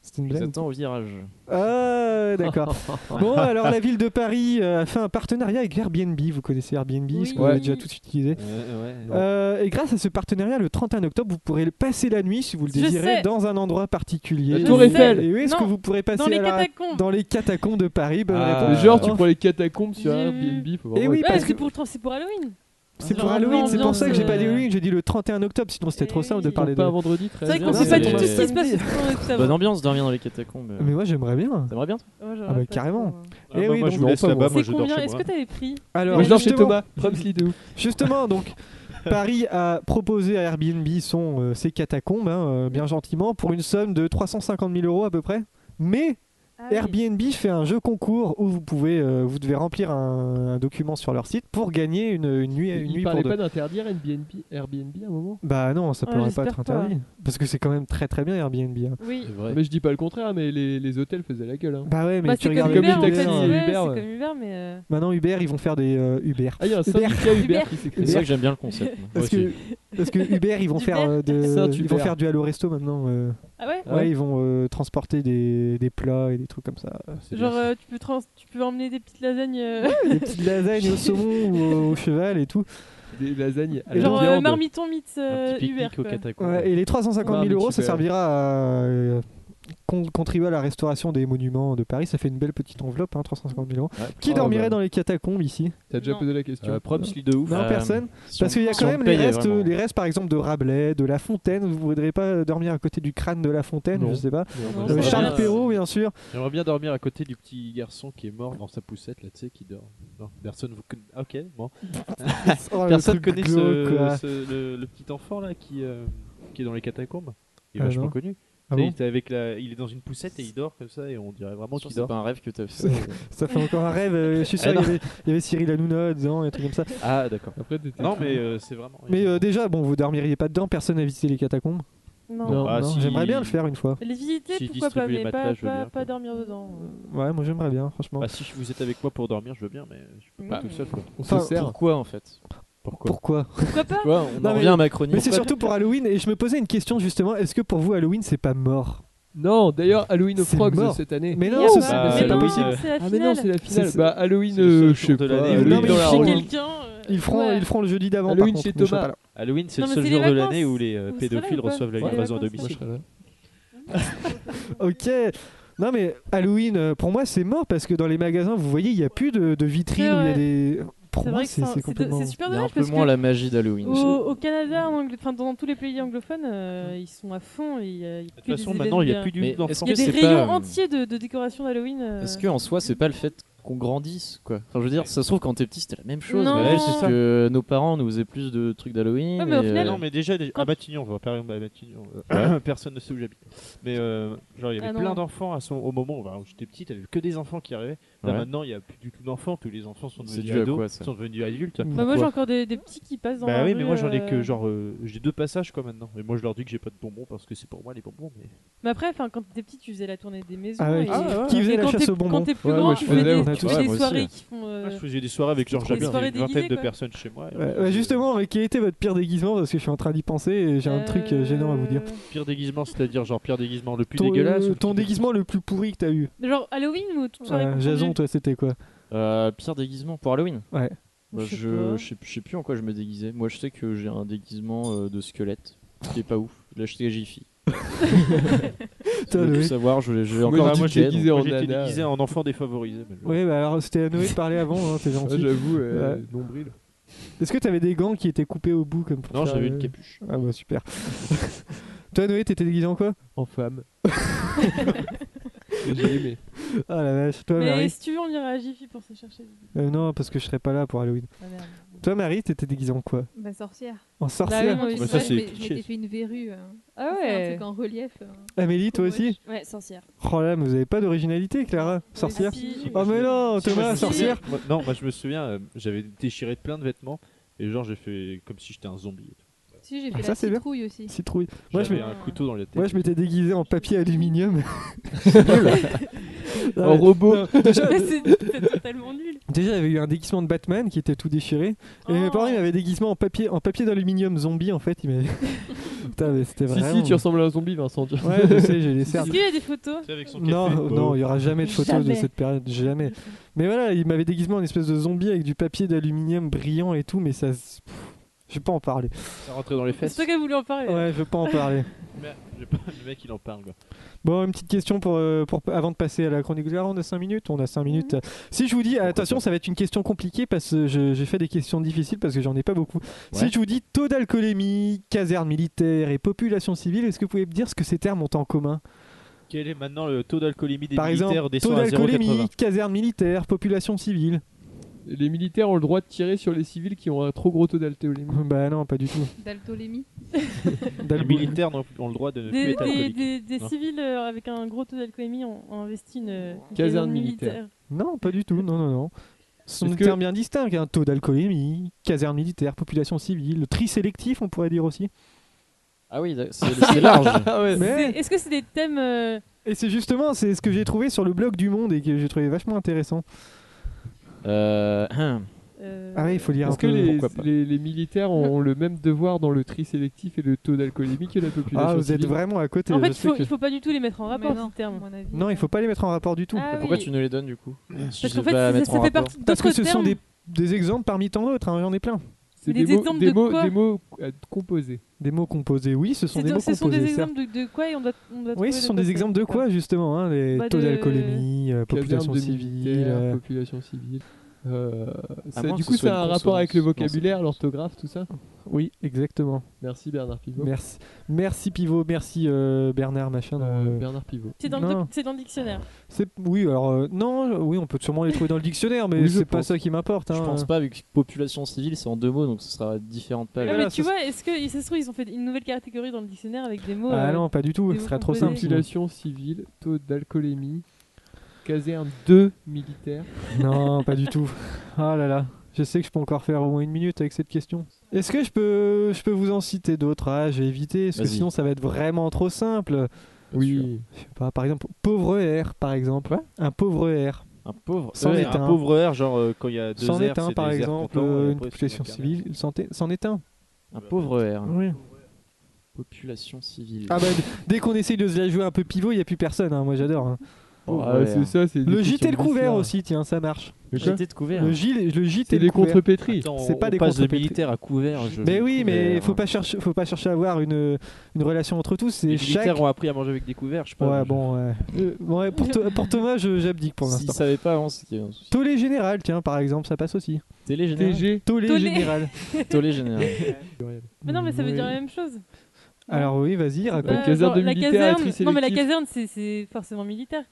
C: C'était une
D: Je les
C: blague.
D: attends au virage.
C: Ah, d'accord. bon, alors la ville de Paris euh, a fait un partenariat avec Airbnb. Vous connaissez Airbnb
G: Oui.
C: Est-ce que vous l'avez
G: Ouais.
C: déjà tout utilisé
H: ouais,
C: Euh, et grâce à ce partenariat, le 31 octobre, vous pourrez passer la nuit, si vous le
G: Je
C: désirez,
G: sais.
C: dans un endroit particulier.
F: La Tour Je Eiffel.
G: sais.
C: Et oui, est-ce que
G: Non,
C: vous pourrez passer
G: Dans les
C: à la-
G: catacombes.
C: dans les catacombes de Paris. Bonne
H: Ah.
C: réponse.
F: Mais genre, tu
C: Oh,
F: prends les catacombes sur
G: J'ai
F: Airbnb,
C: Eh
F: faut vraiment
C: oui,
G: Ouais,
C: parce
G: parce que
C: que-
G: pour le temps, c'est pour Halloween.
C: C'est pour
G: genre,
C: Halloween,
G: ambiance,
C: c'est pour ça que j'ai pas dit
G: euh,
C: Halloween, j'ai dit le 31 octobre, sinon c'était
G: Eh
C: trop simple de
G: oui.
C: parler de.
F: pas un vendredi
G: C'est
F: 13
G: vrai qu'on
C: Non,
G: sait pas
D: c'est
G: du tout ce qui se
C: samedi.
G: passe le 31 octobre.
D: Bonne ambiance, dormir dans les catacombes. euh.
C: Mais moi j'aimerais bien.
D: T'aimerais bien toi
G: Ouais, j'aurais
C: Ah bah,
G: pas-
C: carrément.
H: Ah
C: Eh
H: bah,
C: oui,
H: moi je
C: donc
H: vous
C: bon,
H: laisse
C: ça,
H: là-bas,
C: bon.
H: moi
G: C'est
H: je dors
G: combien
H: chez
G: Est-ce
H: moi.
G: que t'avais pris
C: Alors,
F: Moi je dors chez
C: justement,
F: Thomas, Promsley de ouf.
C: justement, donc Paris a proposé à Airbnb son euh, ses catacombes, hein, euh, bien gentiment, pour une somme de 350 000 euros à peu près. Mais
G: Ah
C: Airbnb fait un jeu concours où vous pouvez, euh, vous devez remplir un, un document sur leur site pour gagner une, une nuit, une
F: Il
C: nuit
F: parlait
C: pour deux.
F: pas d'interdire Airbnb, Airbnb à un moment
C: Bah non, ça
G: Ah,
C: pourrait pas
G: j'espère
C: être
G: pas.
C: interdit, parce que c'est quand même très très bien Airbnb. hein.
G: Oui.
H: vrai.
F: Mais je dis pas le contraire, mais les, les hôtels faisaient la gueule. hein.
C: Bah ouais, mais
G: Bah,
C: tu
G: c'est
C: regardes
G: comme
F: comme
G: Uber,
F: une
G: en
F: taxi,
G: fait.
F: euh,
G: Ouais,
F: Uber, ouais.
G: C'est comme Uber, mais. euh,
C: Maintenant Uber, ils vont faire des euh, Uber.
F: Ah, il y a un
C: Uber.
F: syndicat Uber,
G: Uber.
F: qui s'est créé.
D: C'est vrai que j'aime bien le concept. moi.
C: Parce que, parce que Uber, ils vont
G: Du
C: faire
G: Uber.
C: euh, de-
F: Ça, tu
C: ils vont
F: perds.
C: faire du Halo Resto maintenant. euh.
G: Ah ouais
C: ouais, ils vont euh, transporter des, des plats et des trucs comme ça.
H: C'est
G: Genre,
H: bien.
G: euh, tu, peux trans- tu peux emmener des petites lasagnes. euh,
C: Des petites lasagnes au saumon ou au, au cheval et tout.
F: Des lasagnes à la
G: Genre, euh,
F: viande.
G: marmiton meets
H: Un
G: euh,
H: petit
G: Uber.
H: pique-nique aux
G: quoi.
H: catacombes.
C: Ouais, et les 350 000
F: Ouais, mais
C: euros,
F: tu
C: ça
F: fais-
C: servira à euh, con- contribuer à la restauration des monuments de Paris. Ça fait une belle petite enveloppe, hein, 350 000 euros.
H: Ouais.
C: Qui
F: Oh,
C: dormirait
F: bah.
C: dans les catacombes ici
F: T'as déjà
G: Non.
F: posé la question.
H: Euh, Promsley de ouf.
C: Non,
D: Euh,
C: personne.
D: Si
C: Parce
D: on-
C: qu'il y a
D: si
C: quand
D: on
C: même les
D: payait,
C: restes,
D: vraiment.
C: les restes, par exemple, de Rabelais, de La Fontaine. Vous voudriez pas dormir à côté du crâne de La Fontaine,
F: Non.
C: je sais
H: Non,
C: pas.
G: Non,
H: moi,
C: Euh,
G: c'est
H: j'aimerais
C: Charles
H: bien-
C: Perrault, bien sûr.
H: J'aimerais bien dormir à côté du petit garçon qui est mort dans sa poussette là, tu sais, qui dort. Non, personne vous connaît. Ah, ok, bon.
C: Oh, le
H: Personne
C: truc
H: connaît ce-
C: glauque, quoi.
H: ce- le, le petit enfant là qui, euh, qui est dans les catacombes. Il est
C: Ah,
H: vachement
C: non.
H: connu.
C: Ah
H: Tu sais,
C: bon
H: il, était avec la... il est dans une poussette et il dort comme ça et on dirait vraiment
D: Sûr,
H: qu'il
D: C'est
H: dort.
D: pas un rêve que t'as fait.
C: C'est- Ça fait encore un rêve. euh, je suis sûr,
H: Ah,
C: il,
H: non.
C: y avait, il y avait Cyril Hanouna dedans, et trucs comme ça.
H: Ah, d'accord.
F: Après, t'étais-
H: Non, mais euh, c'est vraiment.
C: Mais euh, déjà, bon, vous dormiriez pas dedans, personne n'a visité les catacombes.
G: Non.
C: Non,
H: Bah,
I: Ah,
C: non,
I: si-
C: J'aimerais bien le faire une fois.
G: Les visiter,
I: S'ils
G: pourquoi pas,
I: distribuent les
G: mais pas,
I: matelas, je veux
G: pas-
I: bien,
G: pas
I: quoi.
G: dormir dedans. euh.
C: Ouais, moi j'aimerais bien, franchement.
I: Bah, si vous êtes avec moi pour dormir, je veux bien, mais
H: euh,
I: je suis pas
D: euh,
G: Mm.
I: tout seul. Quoi.
F: On
C: Enfin,
F: se sert.
D: Pourquoi en fait
I: Pourquoi
C: Pourquoi
G: Pourquoi pas
D: Pourquoi On
C: Non,
D: en
C: mais-
D: revient à ma chronique.
C: Mais c'est surtout pour Halloween et je me posais une question justement est-ce que pour vous Halloween c'est pas mort
F: Non, d'ailleurs, Halloween au
C: C'est
F: Frogs
C: mort.
F: cette année.
C: Mais
G: Il y
C: non,
G: a
C: ce-
G: pas-
C: c'est
I: bah,
C: c'est
G: mais
C: pas
G: non,
C: possible.
G: c'est la
F: Ah, mais non, c'est
G: finale.
F: la finale.
C: C'est-
F: Bah, Halloween,
I: c'est le seul
F: euh,
I: jour
F: je sais
I: de
F: pas.
I: l'année où
F: Halloween
C: Non, mais
F: dans la
C: chez
F: rue.
C: Halloween.
G: quelqu'un. euh,
C: Ils le feront,
G: ouais.
C: ils le feront le jeudi d'avant.
F: Halloween
C: par contre,
F: chez
C: mais je serai
F: Thomas.
C: pas là.
I: Halloween, c'est
G: Non,
I: le
G: mais
I: seul
G: c'est les
I: jour de
G: vacances.
I: l'année où les euh,
G: Vous serez là
I: pédophiles
G: ou pas
I: reçoivent la
G: Ouais,
I: livraison à
G: vacances.
F: Moi, je
I: domicile.
F: serais là.
C: Ok. Non mais Halloween, euh, pour moi c'est mort parce que dans les magasins, vous voyez, il n'y a plus de, de vitrines où
G: C'est
C: il y a
G: vrai.
C: des... Pour
G: C'est
C: moi
G: vrai que
C: c'est
G: c'est
C: c'est
G: c'est de-
C: complètement...
G: c'est super
D: Il y a un
G: dommage
D: peu
G: parce
D: moins
G: que
D: la magie d'Halloween.
C: Oh,
G: au, au Canada, en Angl- enfin, dans tous les pays anglophones, euh, ils sont à fond. et il y a- il y a
I: De
G: que
I: toute façon,
G: des
I: maintenant, il n'y a
G: événements
I: plus
D: Mais
I: du d'enfants.
D: est-ce
G: bien-
D: que
G: Il y
D: c'est
G: a des
D: pas,
G: rayons
D: euh,
G: entiers de, de décoration d'Halloween. euh.
D: Parce que en soi, c'est pas le fait qu'on grandisse, quoi. Enfin, je veux dire, ça se trouve quand t'es petit, c'était la même chose.
G: Non.
D: mais
G: Ouais,
D: là,
G: c'est
D: c'est
G: ça.
D: que nos parents nous faisaient plus de trucs d'Halloween.
G: Ouais, mais au
D: et,
G: final-
D: euh,
I: Non, mais déjà, déjà- à
G: Quand-
I: Matignon, je vois, par exemple, à Matignon, euh, personne ne sait où j'habite. Mais euh, genre, il y avait
G: Ah non.
I: plein d'enfants à son- au moment où, bah, où j'étais petit, t'avais que des enfants qui arrivaient. Là,
D: Ouais.
I: maintenant, il n'y a plus du tout d'enfants, tous les enfants sont
D: C'est
I: devenus
D: dû à
I: ados,
D: quoi, ça
I: sont devenus adultes.
G: Bah, moi, j'ai
C: Pourquoi
G: encore des, des petits qui passent dans
I: Bah
G: la
I: oui, mais
G: rue,
I: moi j'en ai que
G: euh.
I: genre. euh, j'ai deux passages quoi maintenant. Et moi je leur dis que j'ai pas de bonbons parce que c'est pour moi les bonbons. Mais...
G: Mais après, enfin, quand t'étais petit, tu faisais la tournée des maisons.
C: Ah ouais,
G: et-
C: qui-
G: et
C: qui faisait la
G: quand
C: chasse
G: t'es-
C: aux bonbons
G: Quand t'es plus
F: Ouais,
G: grand,
F: moi, je
G: tu
F: faisais,
G: fais des,
C: on a
G: tu
C: tous
G: fais
D: fait,
G: des
D: moi aussi,
G: soirées
D: hein.
G: qui font.
I: Ah, je
G: euh,
I: faisais des soirées avec genre
G: Des
I: j'avais
G: soirées
I: une vingtaine
G: déguisées,
I: de
G: quoi.
I: personnes chez moi. et,
C: Ouais,
I: euh,
C: ouais, justement, mais quel était votre pire déguisement Parce que je suis en train d'y penser et j'ai un truc euh, gênant à vous dire.
G: euh,
I: Pire déguisement, c'est-à-dire genre pire déguisement le plus
C: Ton,
I: dégueulasse.
C: euh,
I: ou le
C: ton
I: plus-
C: déguisement le plus pourri que t'as eu
G: Genre Halloween ou toute soirée
C: Ouais,
G: confondue
C: Euh, Jason, toi c'était quoi
D: euh, pire déguisement pour Halloween.
C: Ouais.
D: Bah,
G: Je sais
D: je,
G: pas.
D: je sais, je sais plus en quoi je me déguisais. Moi, je sais que j'ai un déguisement euh, de squelette qui est pas ouf. Je l'ai acheté à Jiffy. Si vous
C: Putain,
D: voulez
C: le
D: tout
C: mec.
D: savoir, je- j'ai
F: bah, Moi,
D: encore
F: j'ai
D: un
F: dit
D: ticket.
F: déguisé.
D: donc-
I: Moi,
F: en
I: j'étais
F: nana.
I: déguisé en enfant défavorisé. mais je-
C: Ouais, bah alors c'était à Noé de parler avant, hein, t'es
F: Ah,
C: gentil.
F: J'avoue, euh,
C: Ouais.
F: nombril.
C: Est-ce que t'avais des gants qui étaient coupés au bout comme pour
I: Non,
C: faire,
I: j'avais
C: euh,
I: une capuche.
C: Ah bah super. Toi Noé, t'étais déguisé en quoi
F: En femme. J'ai aimé.
C: Ah la vache. Toi
G: Mais
C: Marie
G: si tu veux, on ira à Jiffy pour se chercher.
C: Euh, Non, parce que je serais pas là pour Halloween.
G: Ah, merde.
C: Toi Marie, t'étais déguisée en quoi
E: Bah, sorcière.
C: En
G: oui,
C: sorcière
G: moi aussi.
I: Bah, ça,
E: je
I: c'est
E: m'étais- je
I: cliché.
E: m'étais fait une verrue. euh,
G: Ah
E: un
G: ouais.
E: truc en relief. euh.
C: Amélie, toi aussi
G: Ouais, sorcière.
C: Oh là, mais vous avez pas d'originalité Clara Sorcière
G: Ah, si.
C: Oh mais non,
I: Si, moi, je
C: Thomas,
I: me
C: sorcière
I: souviens- moi- Non, moi je me souviens, euh, j'avais déchiré plein de vêtements et genre j'ai fait comme si j'étais un zombie. et tout.
E: Si, j'ai
C: Ah,
E: fait
C: ça,
E: la
C: c'est bien.
E: citrouille aussi.
C: Citrouille. Moi, je
I: J'avais
E: me-
I: un couteau dans la tête.
C: Moi je m'étais déguisé en papier aluminium. Non,
F: En
C: mais-
F: robot.
C: non, déjà,
G: C'est c'est totalement nul.
C: déjà, j'avais eu un déguisement de Batman qui était tout déchiré. Et mes
G: Oh.
C: parents ils m'avaient déguisement en papier, en papier d'aluminium zombie en fait. Ils m'avaient... Putain, mais c'était
F: Si,
C: vraiment.
F: si, tu ressembles à un zombie, Vincent. tu-
C: Ouais, je sais, j'ai des
G: Est-ce
C: cernes.
G: qu'il y a des photos
I: Tu sais, avec son
C: Non,
I: café.
C: non, il y aura jamais de photos de
G: Jamais.
C: cette période, jamais. Mais voilà, ils m'avaient déguisement en espèce de zombie avec du papier d'aluminium brillant et tout, mais ça. se- Pff, Je vais pas en parler.
I: Ça rentrait dans les
G: C'est
I: fesses.
G: toi qui as voulu en parler.
C: Ouais, je vais pas en parler.
I: Mais j'ai pas- Le mec il en parle. quoi.
C: Bon, une petite question pour, euh, pour avant de passer à la chronique de Lara, On a 5 minutes On a 5 minutes. Si je vous dis, attention, ça va être une question compliquée parce que je- j'ai fait des questions difficiles parce que j'en ai pas beaucoup. Si je vous dis taux d'alcoolémie, caserne militaire et population civile, est-ce que vous pouvez me dire ce que ces termes ont en commun
I: Quel est maintenant le taux d'alcoolémie des
C: Par
I: militaires
C: exemple, taux
I: descend à 0,80
C: d'alcoolémie, caserne militaire, population civile.
F: Les militaires ont le droit de tirer sur les civils qui ont un trop gros taux d'alcoolémie.
C: bah non, pas du tout.
E: Daltolémie.
I: Les
C: D'alcool.
I: militaires n'ont- ont le droit de ne plus
G: Des,
I: être
G: des,
I: alcooliques.
G: des, des
I: Non.
G: civils euh, avec un gros taux d'alcoolémie ont, ont investi une, euh, une
F: Caserne militaire.
C: Non, pas du tout. Non, non, non. Ce sont
F: Est-ce
C: des
F: que-
C: termes bien distincts. hein. Taux d'alcoolémie, caserne militaire, population civile, le tri sélectif, on pourrait dire aussi.
D: Ah oui, d'ac- c'est c'est large.
C: Mais-
G: C'est- Est-ce que c'est des thèmes euh,
C: Et c'est justement c'est ce que j'ai trouvé sur le blog du Monde et que j'ai trouvé vachement intéressant.
D: Euh, hum.
G: euh,
C: Ah ouais, il faut lire un
F: Est-ce que
C: peu. Ah,
F: les,
D: pourquoi pas.
F: les, les militaires ont, ont le même devoir dans le tri sélectif et le taux d'alcoolémie que la population
C: Ah, vous êtes
F: civile
C: vraiment à côté.
G: En fait,
C: je
G: il
C: sais
G: faut,
C: que-
G: il faut pas du tout les mettre en rapport
E: Mais
G: ces termes.
E: à mon avis.
C: Non, il faut pas les mettre en rapport du tout.
G: Ah
D: Pourquoi
G: oui.
D: tu nous les donnes du coup Si
G: Parce
D: c'est
G: qu'en fait,
D: pas à
G: ça,
D: mettre
G: ça
D: en
G: fait
D: rapport.
G: partie
C: Parce que
G: d'autres
C: ce sont
G: termes.
C: des, des exemples parmi tant d'autres. hein, J'en ai plein.
F: C'est
G: Mais des
F: mots,
G: exemples
F: des,
G: de
F: mots,
G: quoi
F: des mots euh, à composer.
C: Des mots composés, oui, ce sont
G: C'est-
C: des mots
G: Ce sont des
C: composés. certes.
G: exemples de, de quoi et on doit, on doit trouver
C: Oui, ce
G: de
C: sont
G: quoi
C: des
G: c'est-
C: exemples de quoi justement hein, Les
G: Bah,
C: taux
G: de-
C: d'alcoolémie, euh, population
F: Caserne de
C: civile.
F: militaires,
C: euh, Ah
F: population civile. Euh, ça-
D: moins
F: du
D: que
F: coup,
D: ce soit
F: ça a un
D: une
F: rapport avec le
D: consonance. Non, c'est-
F: vocabulaire, l'orthographe, tout ça
C: Oui, exactement.
F: Merci Bernard Pivot.
C: Merci, merci Pivot, merci euh, Bernard machin.
F: Euh,
C: euh,
F: Bernard Pivot.
G: C'est dans, le
C: Non.
G: doc- c'est dans le dictionnaire.
C: c'est oui, alors euh, non, je- oui, on peut sûrement les trouver dans le dictionnaire, mais
F: Oui, je
C: c'est pas
F: pense.
C: ça qui m'importe.
D: Je
C: hein.
D: pense pas, vu que population civile c'est en deux mots, donc ce sera différentes
G: Ah,
D: pages.
C: voilà,
G: mais tu
C: ça-
G: vois, est-ce que ça se trouve, ils ont fait une nouvelle catégorie dans le dictionnaire avec des mots.
C: Ah
G: euh,
C: non, pas du tout.
G: des
C: Ce
G: mots
C: serait trop
G: composés.
C: simple. sinon.
F: Population civile, taux d'alcoolémie, caserne 2 militaire.
C: Non, pas du tout. Ah là là. Je sais que je peux encore faire au moins une minute avec cette question. Est-ce que je peux, je peux vous en citer d'autres Ah, j'ai évité, parce que
D: Vas-y.
C: sinon ça va être vraiment trop simple.
F: Oui.
C: Je sais pas, par exemple, pauvre R, par exemple. un pauvre R.
D: Un pauvre.
C: C'en
D: ER.
C: est un.
I: Un pauvre heure, genre euh, quand il y a deux
C: C'en
I: airs,
C: est un,
I: c'est
C: par
I: des airs
C: exemple,
I: contents, et
C: euh, une
I: après, c'est
C: population
I: carnet.
C: civile, il s'en est- c'en est un.
D: Un pauvre R.
C: Oui.
D: Population civile.
C: Ah bah, d- dès qu'on essaye de se la jouer un peu pivot, il n'y a plus personne, hein, moi j'adore. hein.
D: Oh,
F: Ouais,
D: ah ouais, hein.
F: c'est ça, c'est des
C: Le
F: questions
C: JT le couvert
F: bizarres.
C: aussi, tiens, ça marche.
F: Mais quoi
D: J'étais de couvert.
C: Le, gilet- le JT
F: C'est
C: le
F: des
C: couvert.
F: contrepétries.
C: C'est pas des
D: passes de
C: contre-pétri-
D: militaire à couvert. je-
C: Mais oui, mais
F: hein.
D: couvert.
C: faut pas chercher, faut pas chercher à avoir une, une relation entre tous.
I: Les
C: C'est
I: militaires
C: chaque.
I: ont appris à manger avec des couverts, je sais pas.
C: Ouais,
I: je-
C: bon, ouais. Euh, ouais, pour, Tho- pour Thomas, je- j'abdique pour
D: S'ils
C: l'instant.
D: savaient pas hein, avant, c'était un souci.
C: Tolé général, tiens, par exemple, ça passe aussi.
D: Télé général.
F: TG.
C: Tolé
G: Tolé.
C: général.
D: Tolé général.
G: Mais non, mais ça veut
F: Oui.
G: dire la même chose.
C: Alors oui, vas-y, raconte.
F: Une
G: Euh,
F: caserne
G: genre,
F: de
G: la
F: militaires
G: caserne,
F: est très
G: non mais la
F: sélective.
G: caserne c'est- c'est forcément militaire.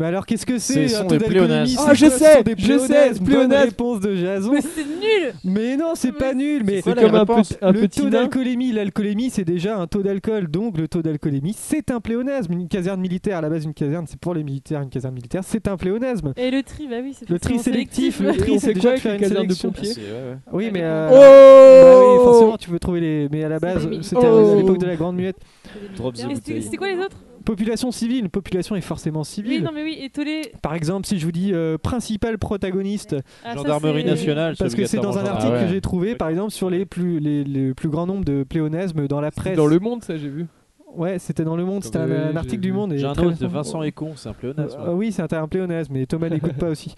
C: Mais alors, qu'est-ce que
D: Ce
C: c'est
D: sont
C: un
D: des
C: taux d'alcoolémie
D: pléonasmes.
C: C'est
F: Ah,
C: quoi
F: je
C: Ce
F: sais,
C: sont des
F: je sais,
C: pléonasmes. Bonne
F: pléonasme.
C: réponse de Jason.
G: Mais c'est nul.
C: Mais non, c'est pas nul. Mais
F: C'est
I: la
F: comme un
I: réponse
F: petit, un
C: le
F: petit
C: taux
F: nain.
C: d'alcoolémie, l'alcoolémie, c'est déjà un taux d'alcool, donc le taux d'alcoolémie, c'est un pléonasme. Une caserne militaire, à la base, une caserne, c'est pour les militaires, une caserne militaire, c'est un pléonasme.
G: Et le tri, bah oui, c'est
C: Le tri
G: forcément
C: sélectif, le
F: Et
C: tri,
F: on
C: c'est
F: fait
C: déjà
F: quoi
C: de faire
F: avec
C: une
F: les casernes de
C: sélection.
F: pompiers
D: C'est- ouais, ouais.
C: Oui, mais euh, bah oui,
F: Oh
C: forcément, tu veux trouver les. Mais à la
E: C'est
C: base,
E: des militaires.
C: c'était à l'époque de la Grande Muette.
D: Drop the
G: Et c'était-
D: bouteille.
G: c'était quoi les autres
C: Population civile, une population est forcément
G: Oui,
C: civile.
G: non mais oui, et Tolé.
C: Par exemple, si je vous dis euh, principal protagoniste,
G: ah, ça,
I: Gendarmerie
G: c'est-
I: nationale,
C: parce que c'est dans un
I: obligatoirement
C: article
I: gendarmerie.
C: que j'ai trouvé, par exemple, sur les plus, les, les plus grands nombres de pléonasmes dans la
F: C'est
C: presse.
F: Dans le monde, ça, j'ai vu.
C: Ouais, c'était dans Le Monde, c'était un,
F: Oui,
C: un
F: j'ai
C: article
F: vu.
C: du Monde. et
I: J'ai un
C: très
I: autre de
C: récent. Oh.
I: Vincent Écon, c'est un pléonasme.
C: Euh, oui, c'est un, un pléonasme, mais Thomas n'écoute pas aussi.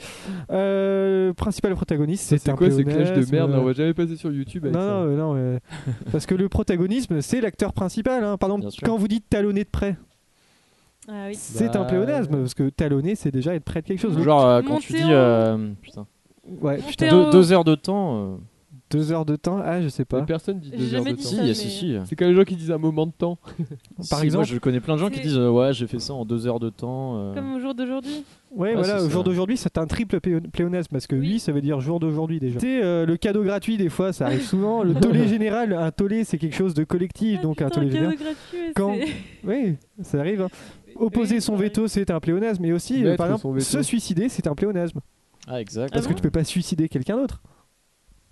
C: Euh, le principal protagoniste, c'est
F: C'est
C: un
F: quoi ces
C: pléonasme.
F: clashs de merde
C: euh,
F: là, On va jamais passer sur YouTube. avec
C: Non,
F: ça.
C: non, euh, non, euh, parce que le protagonisme, c'est l'acteur principal. hein. Par exemple,
D: Bien sûr.
C: quand vous dites talonner de près,
G: Ah oui.
C: c'est
F: Bah,
C: un pléonasme, parce que talonner, c'est déjà être près de quelque chose. Le-
D: Genre euh, quand tu
G: Monter
D: dis
G: en-
D: euh, putain,
C: Ouais,
G: Monter
C: putain,
G: en-
D: deux, deux heures de temps. euh,
C: deux heures de temps, ah, je sais
F: Mais
C: pas.
F: Personne dit
G: J'ai
F: deux heures
G: jamais
F: de
G: dit
F: temps.
D: Si,
G: ça,
D: il y
G: mais-
D: a si, si.
F: C'est quand les gens qui disent un moment de temps.
C: Par
D: Si,
C: exemple-
D: moi, je connais plein de gens qui
G: C'est-
D: disent euh, ouais, j'ai fait ça en deux heures de temps. euh.
G: Comme au jour d'aujourd'hui.
C: Ouais,
D: Ah,
C: voilà,
D: c'est
C: au
D: ça.
C: jour d'aujourd'hui, c'est un triple plé- pléonasme, parce que
G: Oui.
C: oui, ça veut dire jour d'aujourd'hui déjà. Tu sais, euh, le cadeau gratuit, des fois, ça arrive souvent. Le tollé général, un tollé, c'est quelque chose de collectif,
G: Ah,
C: donc
G: putain,
C: un tollé
G: cadeau
C: général.
G: gratuit, et
C: Quand-
G: c'est-
C: Oui, ça arrive. hein. Opposer
G: Oui,
C: son
G: pareil.
C: veto, c'est un pléonasme, mais aussi, euh,
F: Mettre
C: par
F: son
C: exemple,
F: veto.
C: se suicider, c'est un pléonasme.
D: Ah exact.
C: Parce que tu peux pas suicider quelqu'un d'autre.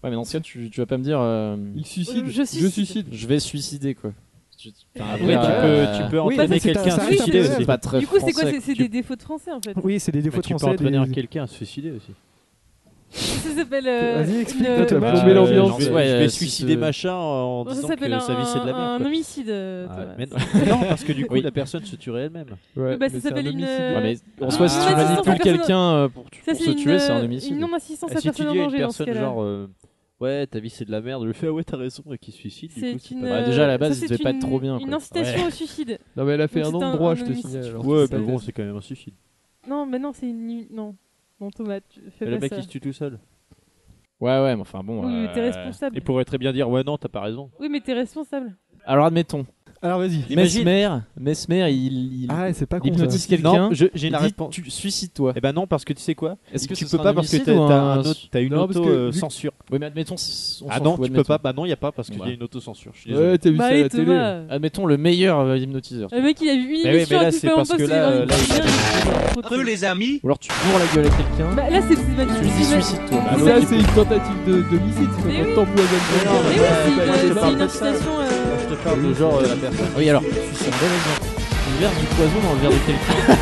D: Ouais, mais dans ce cas, tu, tu vas pas me dire euh,
F: Il suicide.
G: Je suicide.
D: je vais suicider quoi. Tu-
G: Ah
D: enfin,
I: Après, tu
D: euh,
I: peux, tu peux
C: oui,
I: entraîner
C: bah, c'est un-
I: quelqu'un
C: ça
I: à
C: reste un
I: suicider
C: pléonasme.
I: aussi.
D: C'est pas très
G: Du coup, c'est quoi
D: français,
G: C'est c'est
D: tu-
G: des défauts de français en fait.
C: Oui, c'est des défauts
I: Mais tu peux
C: français.
I: entraîner
C: des-
I: quelqu'un à se suicider aussi.
G: Ça s'appelle. euh,
C: Vas-y, explique,
G: une-
C: toi, Thomas.
D: Bah,
F: Tu mets l'ambiance.
D: j'en
I: Je
D: sais-
I: vais,
D: ouais,
I: je vais
D: euh, si
I: suicider
D: ce-
I: machin en
G: Ça
I: disant
G: s'appelle
I: que
G: un,
I: sa vie c'est de la merde.
G: un
I: quoi.
G: homicide. euh,
I: Ah,
G: Thomas.
I: mais non, non, parce que du coup la personne se tuerait elle-même.
F: Ouais,
G: Bah, ça
F: mais c'est un
G: s'appelle une,
F: homicide.
D: Ouais,
G: euh,
D: mais en soi,
I: Ah,
D: si
I: ouais,
D: tu
I: c'est
G: sans
D: manipules
G: personne-
D: quelqu'un euh, pour, tu-
G: Ça,
D: pour
G: c'est
D: se
G: une,
D: tuer, c'est un
G: euh, Une
D: homicide.
G: non-assistance à
I: Si tu
G: personne en
I: dis à une
G: danger dans ce
I: personne
G: cas-là.
I: genre euh, ouais ta vie c'est de la merde, je lui fais ah ouais t'as raison et qui se suicide. Du
G: C'est
I: coup, c'est
G: une,
I: pas-
D: Bah,
G: euh,
D: déjà, à la base,
G: ça,
D: il
G: c'est
D: devait pas être
G: une-
D: trop bien, quoi.
G: Une incitation au suicide.
F: Non, mais elle a fait
G: Donc
F: un
G: c'est
F: an
G: un-
F: de droit,
G: un
F: je te
G: homicide.
F: signale. alors
I: Ouais,
F: c'est
I: mais
F: ça.
I: bon, c'est quand même un suicide.
G: Non, mais non, c'est une. Non. Bon, Thomas, tu fais
I: Et
G: pas
I: le mec
G: ça.
I: il se tue tout seul.
D: Ouais, ouais, mais enfin bon.
G: Oui, mais t'es
D: euh,
G: responsable.
I: Il pourrait très bien dire ouais non t'as pas raison.
G: Oui, mais t'es responsable.
D: Alors admettons,
C: Alors vas-y.
I: Imagine-
D: Mesmer, Mesmer, il, il
C: Ah, c'est pas con. ça.
D: hypnotise quelqu'un.
I: Non, je- j'ai
D: il
I: la
D: dit,
I: réponse.
D: Tu suicides-toi.
I: Eh ben non parce que tu sais quoi
D: Est-ce que
I: tu
D: ce
I: peux
D: sera
I: pas
D: un
I: parce que
D: homicide
I: t'as
D: ou
I: t'as
D: un-
I: un autre- t'as une
F: Non, parce que vu-
I: auto-censure.
D: Oui, mais admettons, c- on
I: Ah
D: s'en
I: non,
D: fout,
I: tu peux pas.
D: admettons.
I: Bah non, il y a pas parce qu'il y
D: Voilà.
I: a une auto-censure. Je suis désolé.
F: Ouais, t'as vu ça à
G: Bah,
F: la
G: oui,
F: télé.
G: Thomas.
D: Admettons le meilleur euh, hypnotiseur.
G: Le mec, il a vu une
I: Mais oui,
G: émission
I: mais là,
G: à tout
I: c'est
G: moment
I: parce que
G: possible,
I: là,
G: hein,
I: euh, là,
G: il
I: il-
G: vient, il- trop tôt.
A: les amis
D: Ou alors tu bourres la gueule à quelqu'un.
G: Bah, là, c'est c'est pas
D: Tu lui dis suicide-toi.
F: Ah, Ça, c'est une tentative de d'homicide. C'est
G: Mais
F: quand
G: oui.
F: on tambour à
G: Mais oui, c'est
I: bah, je te
G: une- c'est
I: parle
G: une
I: de ça.
G: incitation. euh,
I: Je te parle de genre euh, la personne.
D: Oui, alors, c'est un bel exemple. Tu verses du poison dans le verre de quelqu'un.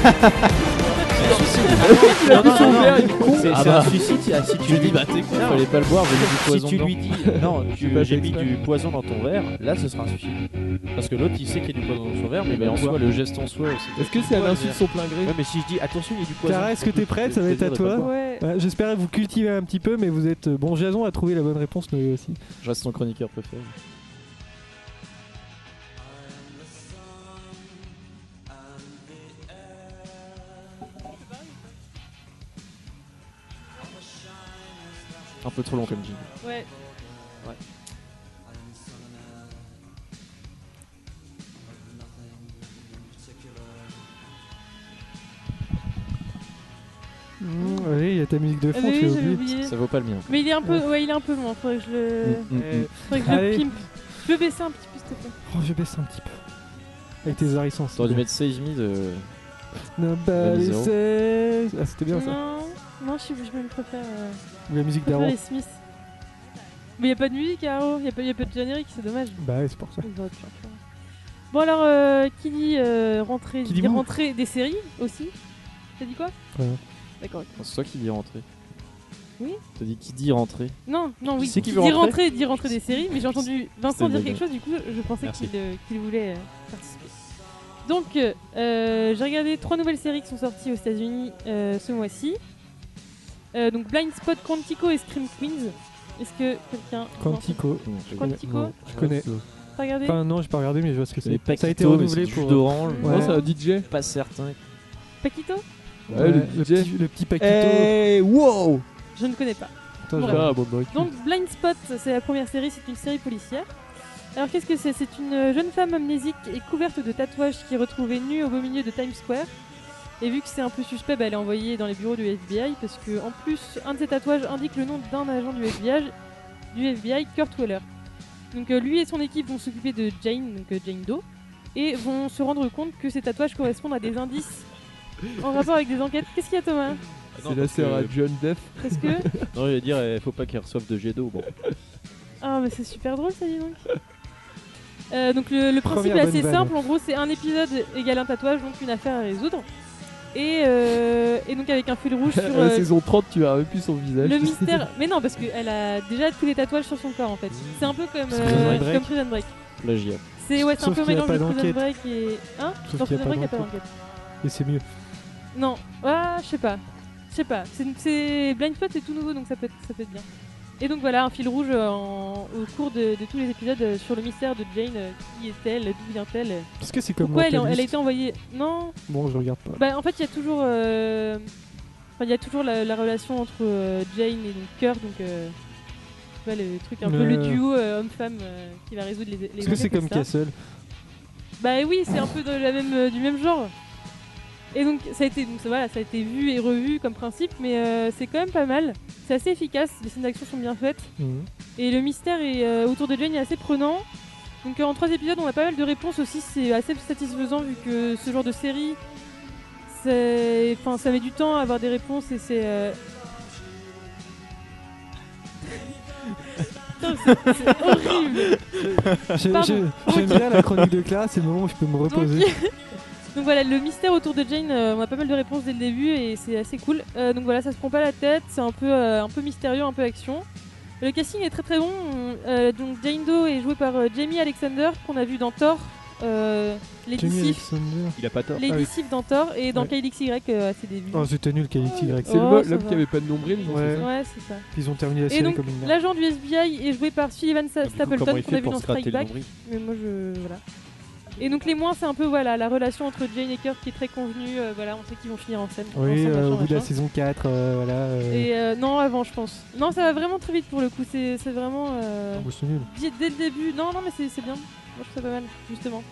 I: Non, non, non, non.
F: gueule.
I: C'est
D: Ah
I: c'est un
D: bah.
I: suicide si- ah, si tu
D: Je dis,
I: lui
D: bah t'es con, fallait pas le boire, j'ai mis du poison
I: si tu
D: dedans.
I: lui dis euh, non, tu-
F: pas
I: j'ai mis
F: exprès.
I: du poison dans ton verre, là ce sera un suicide. Parce que l'autre il sait qu'il y a du poison dans son verre, mais
D: Mais
I: il va
D: en
I: le
D: soi,
I: boire.
D: le geste en soi aussi.
F: Est-ce que c'est à l'insu de son plein gré
I: Ouais, mais si je dis attention, il y a du poison.
C: Clara, est-ce que t'es prête Ça va être à toi.
G: Ouais.
C: Ouais, Bah, J'espère que vous cultivez un petit peu, mais vous êtes euh, bon. Jason a trouvé la bonne réponse, Noé aussi.
D: Je reste ton chroniqueur préféré. Un peu trop long comme jingle.
G: Ouais.
C: Mmh, oui, il y a ta musique de
G: Ah,
C: fond, tu
G: mais oui,
C: l'as
G: j'avais
C: oublié.
G: oublié.
D: Ça vaut pas le mien.
G: Mais il est un peu, ouais, il est un peu loin. Faudrait que je le,
D: Mm, mm, mm.
G: faudrait que
C: Allez.
G: je le pimpe. Je peux baisser un petit peu, s'il te plaît.
C: Euh, Oh, je baisse un petit peu. Avec tes harissons.
D: T'aurais dû mettre Save Me de.
C: Nobody
D: Zéro.
C: says- Ah, c'était bien ça.
G: Non, non, je, suis- je me préfère, euh,
C: Ou la musique
G: je préfère
C: d'avant.
G: les Smiths. Mais y a pas de musique, Caro. Y a pas, y a pas de générique, c'est dommage.
C: Bah ouais, c'est pour ça.
G: On aurait pu en faire. Bon alors, euh, qui dit euh, rentrée,
C: Qui dit
G: dit
C: mou.
G: rentrée des séries aussi T'as dit quoi
C: Ouais.
G: D'accord. ok.
D: C'est toi qui dis rentrer.
G: Oui.
D: T'as dit qui dit rentrer.
G: Non, non, oui.
D: Qui c'est qui veut
G: dit
D: rentrer
G: rentrée, dit rentrée des séries, mais j'ai entendu Vincent
D: une
G: dire
D: bonne
G: quelque chose, du coup, je pensais
D: Merci.
G: qu'il euh, qu'il voulait euh, participer. Donc, euh, j'ai regardé trois nouvelles séries qui sont sorties aux États-Unis euh, ce mois-ci. Euh, donc, Blind Spot, Quantico et Scream Queens. Est-ce que quelqu'un.
C: Quantico.
G: Quantico
C: Non, Je connais.
G: T'as regardé
C: Enfin, non, j'ai pas regardé, mais je vois ce que c'est.
D: Les Paquito,
C: Ça a été
D: mais c'est
C: renouvelé
D: du jus
C: pour.
D: d'orange.
C: Ouais.
F: Non, c'est un DJ.
D: Pas certain.
G: Paquito
F: Ouais,
C: Ouais,
F: le
C: le,
F: DJ.
C: petit, le petit Paquito.
A: Eh, wow
D: Ah
G: Je ne connais pas.
C: Attends, je
G: Bref.
C: vais-
F: Ah, bon, bah, ok.
G: Donc Blind Spot, c'est la première série, c'est une série policière. Alors qu'est-ce que c'est C'est une jeune femme amnésique et couverte de tatouages qui est retrouvée nue au beau milieu de Times Square. Et vu que c'est un peu suspect, bah, elle est envoyée dans les bureaux du FBI parce que en plus, un de ses tatouages indique le nom d'un agent du FBI, du FBI, Kurt Weller. Donc euh, lui et son équipe vont s'occuper de Jane, donc euh, Jane Doe, et vont se rendre compte que ces tatouages correspondent à des indices en rapport avec des enquêtes. Qu'est-ce qu'il y a Thomas
F: C'est la sœur à John Def.
G: Est-ce que
I: Non, il va dire, eh, faut pas qu'elle reçoive de jet d'eau. Bon,
G: Ah, mais c'est super drôle, ça dit donc. Euh, donc le, le principe
C: Première
G: est assez
C: bonne vanne.
G: simple, en gros c'est un épisode égale un tatouage, donc une affaire à résoudre. Et, euh, et donc avec un fil rouge sur
F: À
G: euh,
F: la saison 30, tu verras même plus son visage.
G: le mystère. Mais non, parce qu'elle a déjà tous les tatouages sur son corps en fait. C'est un peu comme,
C: Prison
G: euh,
C: Break.
G: comme Prison Break.
D: Plagiat.
G: C'est ouais, c'est un
C: Sauf
G: peu un
C: qu'il y a
G: mélange
C: pas
G: de Prison
C: d'enquête.
G: Break et. Hein
C: Sauf
G: Dans
C: qu'il y
G: Prison
C: a
G: Break, il n'y a
C: pas
G: pas d'enquête.
C: Et c'est mieux.
G: Non, ah, je sais pas. Je sais pas. C'est- C'est Blind Spot, c'est tout nouveau, donc ça peut, être, ça peut être bien. Et donc voilà, un fil rouge euh, en- au cours de, de tous les épisodes euh, sur le mystère de Jane. euh, Qui est-elle D'où vient-elle euh,
C: Parce que c'est comme
G: Pourquoi elle, est en- elle a
C: Mentalist.
G: été envoyée Non.
C: Bon, je regarde pas.
G: Bah en fait, il y a toujours, euh, enfin, il y a toujours la, la relation entre euh, Jane et donc Kurt, donc euh, tu vois, le truc un peu le
C: Ouais.
G: duo euh, homme-femme euh, qui va résoudre les. les
C: Parce que c'est
G: enquêtes,
C: comme
G: etc.
C: Castle.
G: Bah oui, c'est un peu de la même, euh, du même genre. Et donc ça a été, donc ça- voilà, ça a été vu et revu comme principe, mais euh, c'est quand même pas mal. C'est assez efficace, les scènes d'action sont bien faites
C: Mhm.
G: et le mystère est, euh, autour de Jane est assez prenant. Donc euh, en trois épisodes, on a pas mal de réponses aussi. C'est assez satisfaisant vu que ce genre de série, c'est, enfin, ça met du temps à avoir des réponses et c'est. euh, Putain, c'est- c'est horrible.
C: J'ai-
G: Pardon.
C: j'ai- J'aime bien la chronique de Clara, c'est le moment où je peux me reposer.
G: Donc, donc voilà, le mystère autour de Jane, euh, on a pas mal de réponses dès le début et c'est assez cool. Euh, donc voilà, ça se prend pas la tête, c'est un peu, euh, un peu mystérieux, un peu action. Le casting est très très bon. On- euh, donc Jane Doe est jouée par euh, Jamie Alexander qu'on a vu dans Thor, euh, Lady
C: Jamie
G: Sif,
C: Alexander.
I: il a pas tort.
G: Lady
C: Ah oui.
G: Sif dans Thor et dans
C: Ouais.
G: Kylix Y euh, à ses débuts.
C: Oh, c'était nul, KXY.
F: C'est
G: Oh,
F: le mo-
G: ça
F: l'homme
G: va.
F: qui avait pas de nombril. non,
C: Ouais.
F: c'est ça
G: ouais, c'est ça.
C: Ils ont terminé la
G: Et
C: série
G: donc
C: comme une merde.
G: l'agent du FBI est joué par Sullivan Sa-
I: Ah, du coup,
G: Stapleton
I: comment il
G: qu'on a
I: fait
G: vu
I: pour
G: dans
I: se gratter
G: Strike
I: le
G: Back.
I: nombril
G: Mais moi je. Voilà. Et donc les moins c'est un peu voilà la relation entre Jane et Kurt qui est très convenue, euh, voilà, on sait qu'ils vont finir en scène.
C: Oui,
G: ensemble,
C: euh,
G: machin,
C: au bout de la
G: machin.
C: saison 4, euh, voilà. euh,
G: Et euh, non avant je pense. Non ça va vraiment très vite pour le coup, c'est c'est vraiment euh,
C: bon, oh, c'est nul.
G: dès, dès le début. Non non mais c'est c'est bien, moi je trouve ça pas mal justement.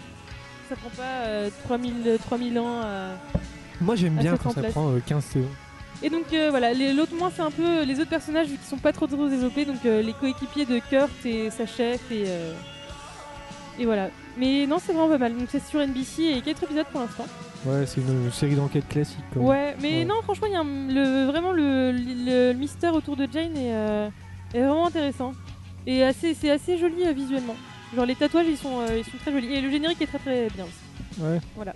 G: Ça prend pas euh, 3000, 3000 ans à...
C: Moi j'aime
G: Ah,
C: bien
G: c'est
C: quand
G: en
C: ça
G: place.
C: prend euh, 15 saisons.
G: Et donc euh, voilà, les- l'autre moins c'est un peu euh, les autres personnages vu qu'ils sont pas trop trop développés, donc euh, les coéquipiers de Kurt et sa chef et, euh, et voilà. Mais non c'est vraiment pas mal, donc c'est sur NBC et 4 épisodes pour l'instant.
C: Ouais, c'est une, une série d'enquête classique. Quand même.
G: Ouais, mais
C: Ouais.
G: non franchement il y a un- le, vraiment le, le- le mystère autour de Jane est, euh, est vraiment intéressant et assez c'est assez joli euh, visuellement. Genre les tatouages ils sont euh, ils sont très jolis et le générique est très très bien aussi.
C: Ouais.
G: Voilà.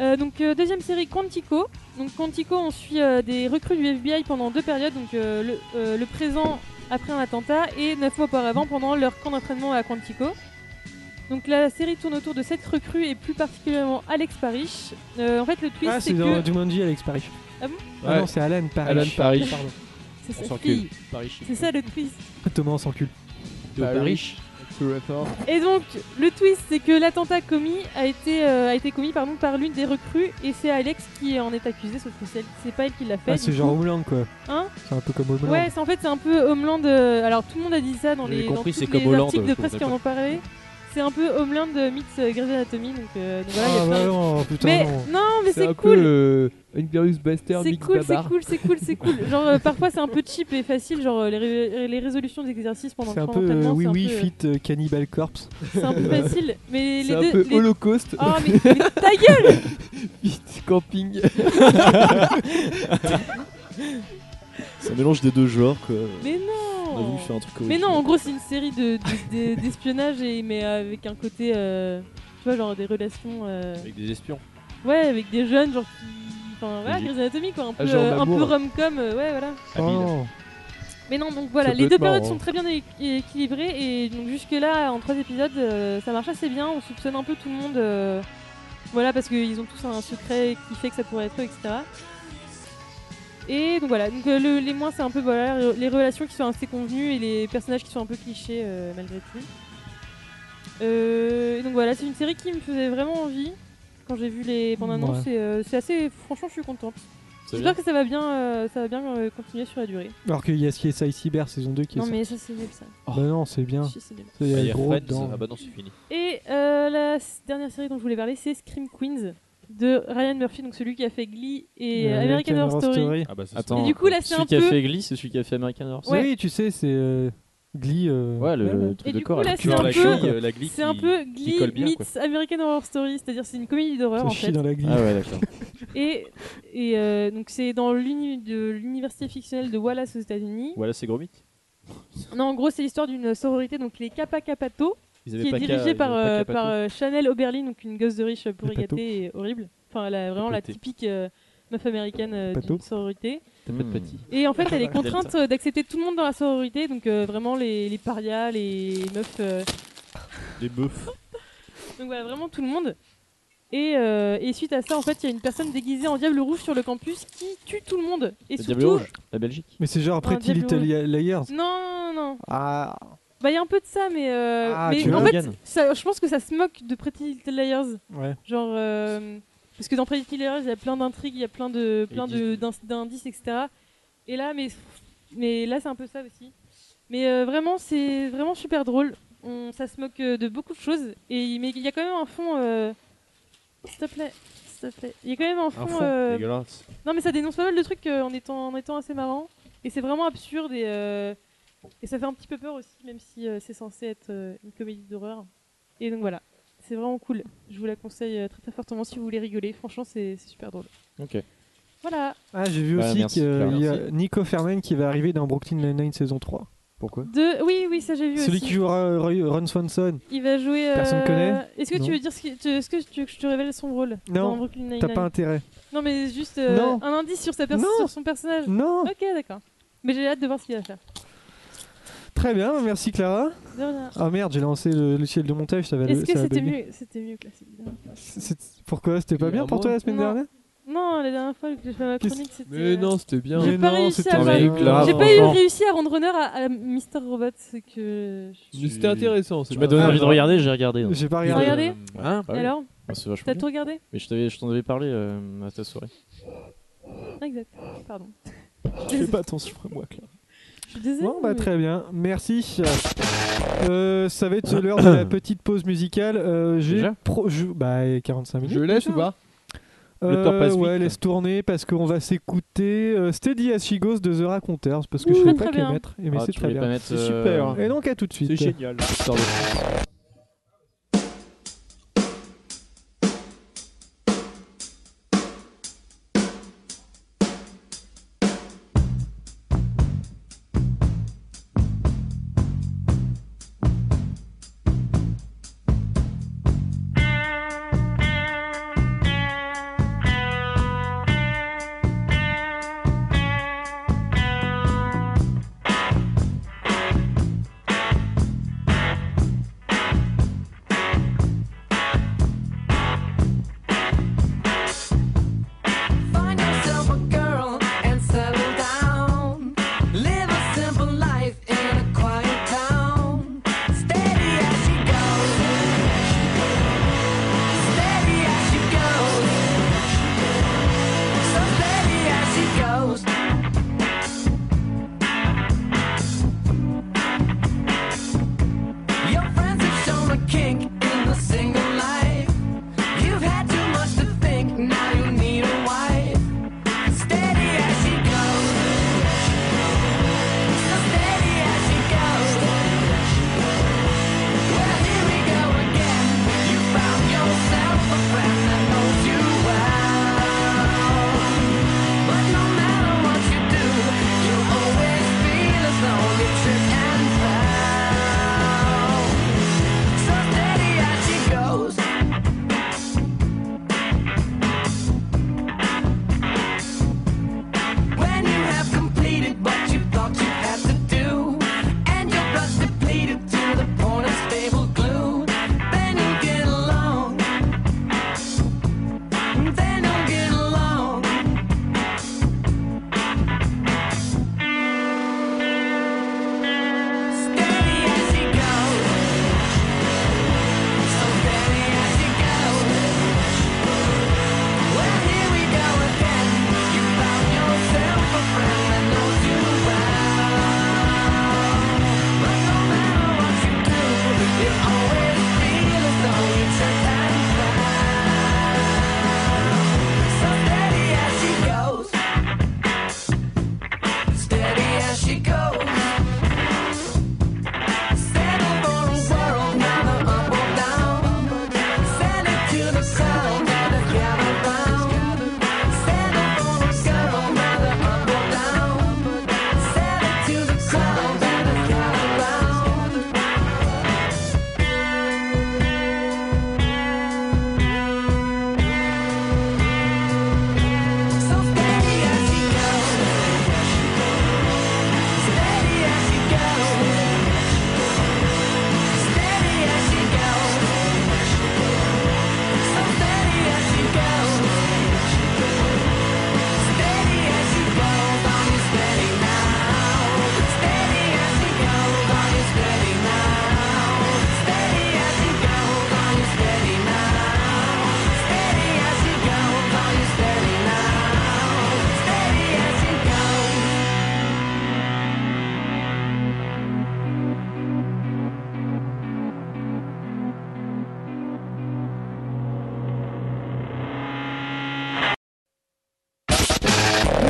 G: Euh, donc euh, deuxième série Quantico. Donc Quantico, on suit euh, des recrues du FBI pendant deux périodes, donc euh, le, euh, le présent après un attentat et neuf mois auparavant pendant leur camp d'entraînement à Quantico. Donc la série tourne autour de sept recrues et plus particulièrement Alex Parrish. Euh, en fait le twist
C: Ah,
G: c'est
C: c'est
G: que
C: dans Jumanji, Alex Parrish.
G: Ah bon
C: Ah non, c'est Alan Parrish.
I: Alan Parrish.
C: Pardon.
G: c'est
I: On
G: sa
I: s'encule.
G: fille.
I: Paris.
G: C'est ça le twist.
C: Thomas, Ah, on s'encule.
F: Bah oui.
I: Paris.
F: True Effort.
G: Et donc le twist c'est que l'attentat commis a été euh, a été commis pardon par l'une des recrues et c'est Alex qui en est accusé sauf que c'est c'est pas elle qui l'a fait.
C: Ah,
G: du
C: c'est
G: coup.
C: genre Homeland quoi.
G: Hein
C: C'est un peu comme Homeland.
G: Ouais, c'est en fait c'est un peu Homeland. euh, alors tout le monde a dit ça dans
I: J'avais
G: les, dans
I: compris,
G: tous
I: c'est
G: les
I: comme Hollande,
G: articles
C: euh,
G: de
I: je
G: presse qui en
I: comprends
G: ont parlé. C'est un peu Homeland euh, meets euh, Grey's Anatomy, donc, euh, donc voilà, il y a
C: ah
G: plein
C: bah
G: de-
C: non, putain
G: Mais
C: non.
G: non, mais
F: C'est
G: c'est
F: un peu
G: cool.
F: le Inglorious Bastard
G: C'est
F: mix
G: cool, c'est
F: babar.
G: cool, c'est cool, c'est cool. Genre euh, parfois c'est un peu cheap et facile, genre euh, les, ré- les résolutions d'exercices pendant
C: C'est
G: le
C: un
G: camp
C: peu euh,
G: d'entraînement,
C: oui
G: c'est un
C: oui
G: peu-
C: fit euh, Cannibal Corpse.
G: c'est un peu facile, mais
F: C'est
G: les
F: un
G: deux
F: peu
G: les-
F: Holocauste
G: Oh mais, mais ta gueule
F: fit camping.
D: C'est un mélange des deux genres quoi.
G: Mais non non.
D: On a voulu faire un truc
G: Mais non,
D: original.
G: en gros, c'est une série de- de- de- d'espionnage, et- mais avec un côté, euh, tu vois, genre des relations. euh,
H: Avec des espions.
G: Ouais, avec des jeunes, genre qui. Enfin, voilà,
H: Logique.
G: Grey's Anatomy, quoi. Un peu,
H: Ah, genre
G: euh, un
H: d'amour.
G: peu rom-com, euh, ouais, voilà.
C: Oh.
G: Mais non, donc voilà,
C: Ça
G: les
C: peut
G: deux
C: être marrant.
G: périodes sont très bien é- équilibrées et donc jusque-là, en trois épisodes, euh, ça marche assez bien. On soupçonne un peu tout le monde, euh, voilà, parce qu'ils ont tous un secret qui fait que ça pourrait être eux, etc. Et donc voilà, donc, euh, le- les moins, c'est un peu voilà, les relations qui sont assez convenues et les personnages qui sont un peu clichés euh, malgré tout. Euh, et donc voilà, c'est une série qui me faisait vraiment envie quand j'ai vu les bandes annonces
C: Ouais.
G: et euh, c'est assez, franchement, je suis contente.
C: C'est
G: J'espère
C: bien.
G: que ça va bien, euh, ça va bien euh, continuer sur la durée.
C: Alors qu'il y a CSI Cyber saison 2 qui
G: Non
C: est
G: mais ça c'est nul ça.
C: sorti. Bah non, c'est bien.
G: Si, c'est bien.
C: Il y a
H: Ah, il y a
C: gros
H: Friends,
C: dedans.
H: ah bah non, c'est fini.
G: Et euh, la s- dernière série dont je voulais parler c'est Scream Queens de Ryan Murphy, donc celui qui a fait Glee et
C: Euh,
G: euh, American Horror Story.
D: Ah bah, ça,
C: Attends.
D: c'est-
G: Et du coup, là, c'est
D: celui
G: un
D: qui a
G: peu-
D: fait Glee, c'est celui qui a fait American Horror Story.
C: Oui, tu sais, c'est euh, Glee. euh,
D: Ouais, le- le truc
G: Et
D: de
G: du
D: corps.
G: coup là
D: là.
G: c'est un,
D: Genre la
G: peu-
D: Glee, euh, la Glee
G: c'est un
D: qui-
G: peu
D: qui
G: Glee
D: colle bien,
G: meets
D: quoi.
G: American Horror Story, c'est-à-dire c'est une comédie d'horreur
C: Ça
G: en
C: chie
G: fait.
C: dans la Glee.
D: Ah ouais, d'accord.
G: Et, et euh, donc c'est dans l'uni- de l'université fictionnelle de Wallace aux États-Unis.
D: Voilà, c'est Gromit.
G: Non, en gros, c'est l'histoire d'une sororité, donc les Kappa Kappa Tau,
D: Ils
G: qui
D: avaient
G: est
D: pas Ka- ils
G: dirigée
D: avaient
G: par,
D: pas
G: euh,
D: Kappa
G: par
D: Tau.
G: euh, Chanel Oberlin, donc une gosse de riche euh, pourri
D: Kappa Tau.
G: gâtée et horrible. Enfin, elle a vraiment la
D: Kappa Tau.
G: typique euh, meuf américaine euh,
D: Kappa Tau.
G: d'une sororité.
D: T'as
G: Hmm.
D: pas de petit.
G: Et en fait, elle est
D: Delta.
G: contrainte euh, d'accepter tout le monde dans la sororité, donc euh, vraiment les, les parias, les meufs. euh,
D: Les bœufs.
G: donc voilà, vraiment tout le monde. Et, euh, et suite à ça, en fait, il y a une personne déguisée en diable rouge sur le campus qui tue tout le monde. Et
D: Le
G: surtout,
D: Diable Rouge, la Belgique.
C: Mais c'est genre
G: Un
C: Pretty
G: diable
C: Little
G: rouge.
C: Liars.
G: Non, non, non.
C: Ah.
G: Bah, il y a un peu de ça, mais, euh,
C: Ah,
G: mais
C: tu
G: en
C: veux.
G: fait, ça- je pense que ça se moque de Pretty Little Liars.
C: Ouais.
G: Genre, euh, parce que dans Pretty Little Liars, il y a plein d'intrigues, il y a plein de, plein de, d'inc- d'indices, etc. Et là, mais, mais là, c'est un peu ça aussi. Mais euh, vraiment, c'est vraiment super drôle. On, ça se moque euh, de beaucoup de choses. Et il- mais il y a quand même un fond. euh, S'il te plaît, s'il te plaît. Il y a quand même un fond.
H: fond
G: euh,
H: dégueulasse.
G: Non, mais ça dénonce pas mal de trucs euh, en, étant, en étant assez marrant. Et c'est vraiment absurde et, euh, et ça fait un petit peu peur aussi, même si euh, c'est censé être euh, une comédie d'horreur. Et donc voilà, c'est vraiment cool. Je vous la conseille euh, très très fortement si vous voulez rigoler. Franchement, c'est c'est super drôle.
D: Ok.
G: Voilà.
C: Ah, j'ai vu
D: Ouais,
C: aussi
D: merci,
C: qu'il
D: Claire,
C: y a
D: merci.
C: Nico Ferman qui va arriver dans Brooklyn Nine-Nine saison 3.
D: Pourquoi
G: De... Oui, oui, ça j'ai vu
C: Celui
G: aussi.
C: qui jouera euh, Roy- Ron Swanson.
G: Il va jouer. euh,
C: Personne connaît
G: Est-ce que
C: Non.
G: tu veux dire ce qui- tu- Est-ce que tu veux que je te révèle son rôle
C: Non,
G: dans Brooklyn Nine-Nine
C: T'as pas intérêt.
G: Non, mais juste euh,
C: Non.
G: un indice sur, sa perso-
C: Non.
G: sur son personnage.
C: Non.
G: Ok, d'accord. Mais j'ai hâte de voir ce qu'il va faire.
C: Très bien, merci Clara.
G: De rien.
C: Ah merde, j'ai lancé le logiciel de montage, ça va
G: Est-ce
C: le-
G: que
C: ça va
G: c'était
C: bugger.
G: mieux, c'était mieux que la semaine dernière
C: C'est- Pourquoi C'était pas
F: Il y a
C: bien
F: un
C: pour toi
F: mois.
C: la semaine
G: Non.
C: dernière
G: Non, la dernière fois que j'ai fait ma
F: Qu'est-ce-
G: chronique, c'était.
F: Mais non, c'était bien.
G: J'ai
C: Mais
G: pas
C: non,
G: réussi
C: c'était
G: à
C: bien.
G: faire-
F: Clara,
G: J'ai pas eu
F: franchement.
G: réussi à rendre honneur à, à Mister Robot, c'est que. je-
F: Mais C'était intéressant. c'est
D: Tu
F: pas
D: m'as donné
F: mal.
D: envie de regarder, j'ai regardé. donc.
C: J'ai pas
G: T'as
C: regardé.
G: regardé
D: Hein Bah oui.
G: Alors
D: Ah, C'est vachement
G: T'as
D: bien.
G: tout regardé
D: Mais je t'avais- je t'en avais parlé euh, à ta soirée.
G: Exact. Pardon.
C: Je fais pas attention à moi, Clara.
G: Je suis désolée.
C: Bon, bah
G: mais-
C: très bien, merci. Euh, ça va être l'heure de la petite pause musicale. Euh, j'ai
H: Déjà
C: pro- je- Bah, 45 minutes.
F: Je laisse ou pas
H: Le temps
C: Euh,
H: passe vite.
C: ouais, laisse tourner parce qu'on va s'écouter euh, Steady as She Goes de The Raconteurs parce que je voulais
G: Très
C: pas te
G: bien.
C: les mettre, et mais
D: Ah,
C: c'est
D: tu
C: très
D: voulais
C: bien.
D: pas mettre,
H: C'est
D: euh,
H: super.
C: Et donc à tout de suite.
H: C'est génial.
D: Histoire de France.
J: Thank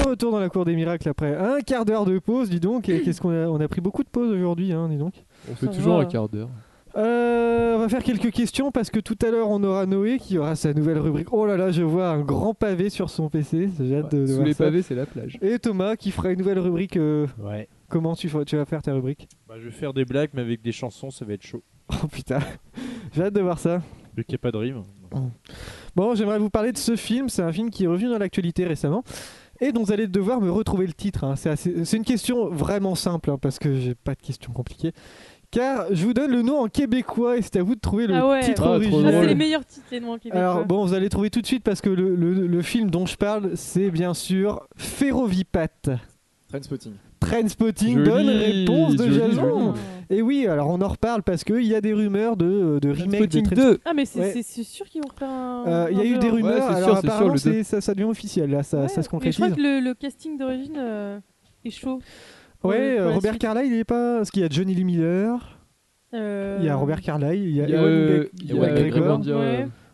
C: retour dans la cour des miracles après un quart d'heure de pause, dis donc. Et qu'est-ce qu'on a, on a pris beaucoup de pauses aujourd'hui, hein, dis donc.
F: On fait toujours un quart d'heure.
C: Euh, on va faire quelques questions parce que tout à l'heure on aura Noé qui aura sa nouvelle rubrique. Oh là là, je vois un grand pavé sur son PC. J'ai hâte de, de
F: Sous
C: voir
F: les
C: ça.
F: pavés, c'est la plage.
C: Et Thomas qui fera une nouvelle rubrique. euh,
H: Ouais.
C: Comment tu, feras- tu vas faire ta rubrique
H: Bah, je vais faire des blagues, mais avec des chansons, ça va être chaud.
C: Oh putain, j'ai hâte de voir ça.
H: Vu qu'il n'y a pas de rime.
C: Bon, j'aimerais vous parler de ce film. C'est un film qui est revenu dans l'actualité récemment et dont vous allez devoir me retrouver le titre. hein. C'est assez- c'est une question vraiment simple hein, parce que j'ai pas de questions compliquées. Car je vous donne le nom en québécois et c'est à vous de trouver le
G: Ah ouais.
C: titre
G: Ah,
C: original.
G: c'est les meilleurs titres, les noms en québécois.
C: Alors bah, bon, vous allez trouver tout de suite parce que le, le- le film dont je parle, c'est bien sûr Ferrovipat.
D: Trainspotting.
C: Trainspotting,
F: Joli,
C: bonne réponse de
F: joli,
C: Jason.
F: joli.
C: Et oui, alors on en reparle parce qu'il y a des rumeurs de, de remake de
F: Trainspotting
C: Trainspotting.
F: 2.
G: Ah, mais c'est
C: Ouais.
G: c'est- c'est sûr qu'ils vont refaire un.
C: Euh, Il y a
G: un
C: eu
G: deux,
C: des
G: hein.
C: rumeurs,
F: c'est sûr,
C: alors
F: c'est sûr,
C: apparemment
F: le deux.
C: c'est- ça, ça devient officiel, là, ça, ça se
G: Mais je
C: concrétise.
G: crois que le, le casting d'origine euh, est chaud. pour
C: Ouais,
G: le- pour
C: euh,
G: la
C: Robert
G: suite.
C: Carlyle, il est pas. Parce qu'il y a Johnny Lee Miller,
G: Euh,
C: il y a Robert Carlyle, il y a
F: Il y a,
C: Ewan
F: euh,
C: Mc-
F: il y a
C: Ewan
F: Ewan
C: McGregor.
F: McGregor.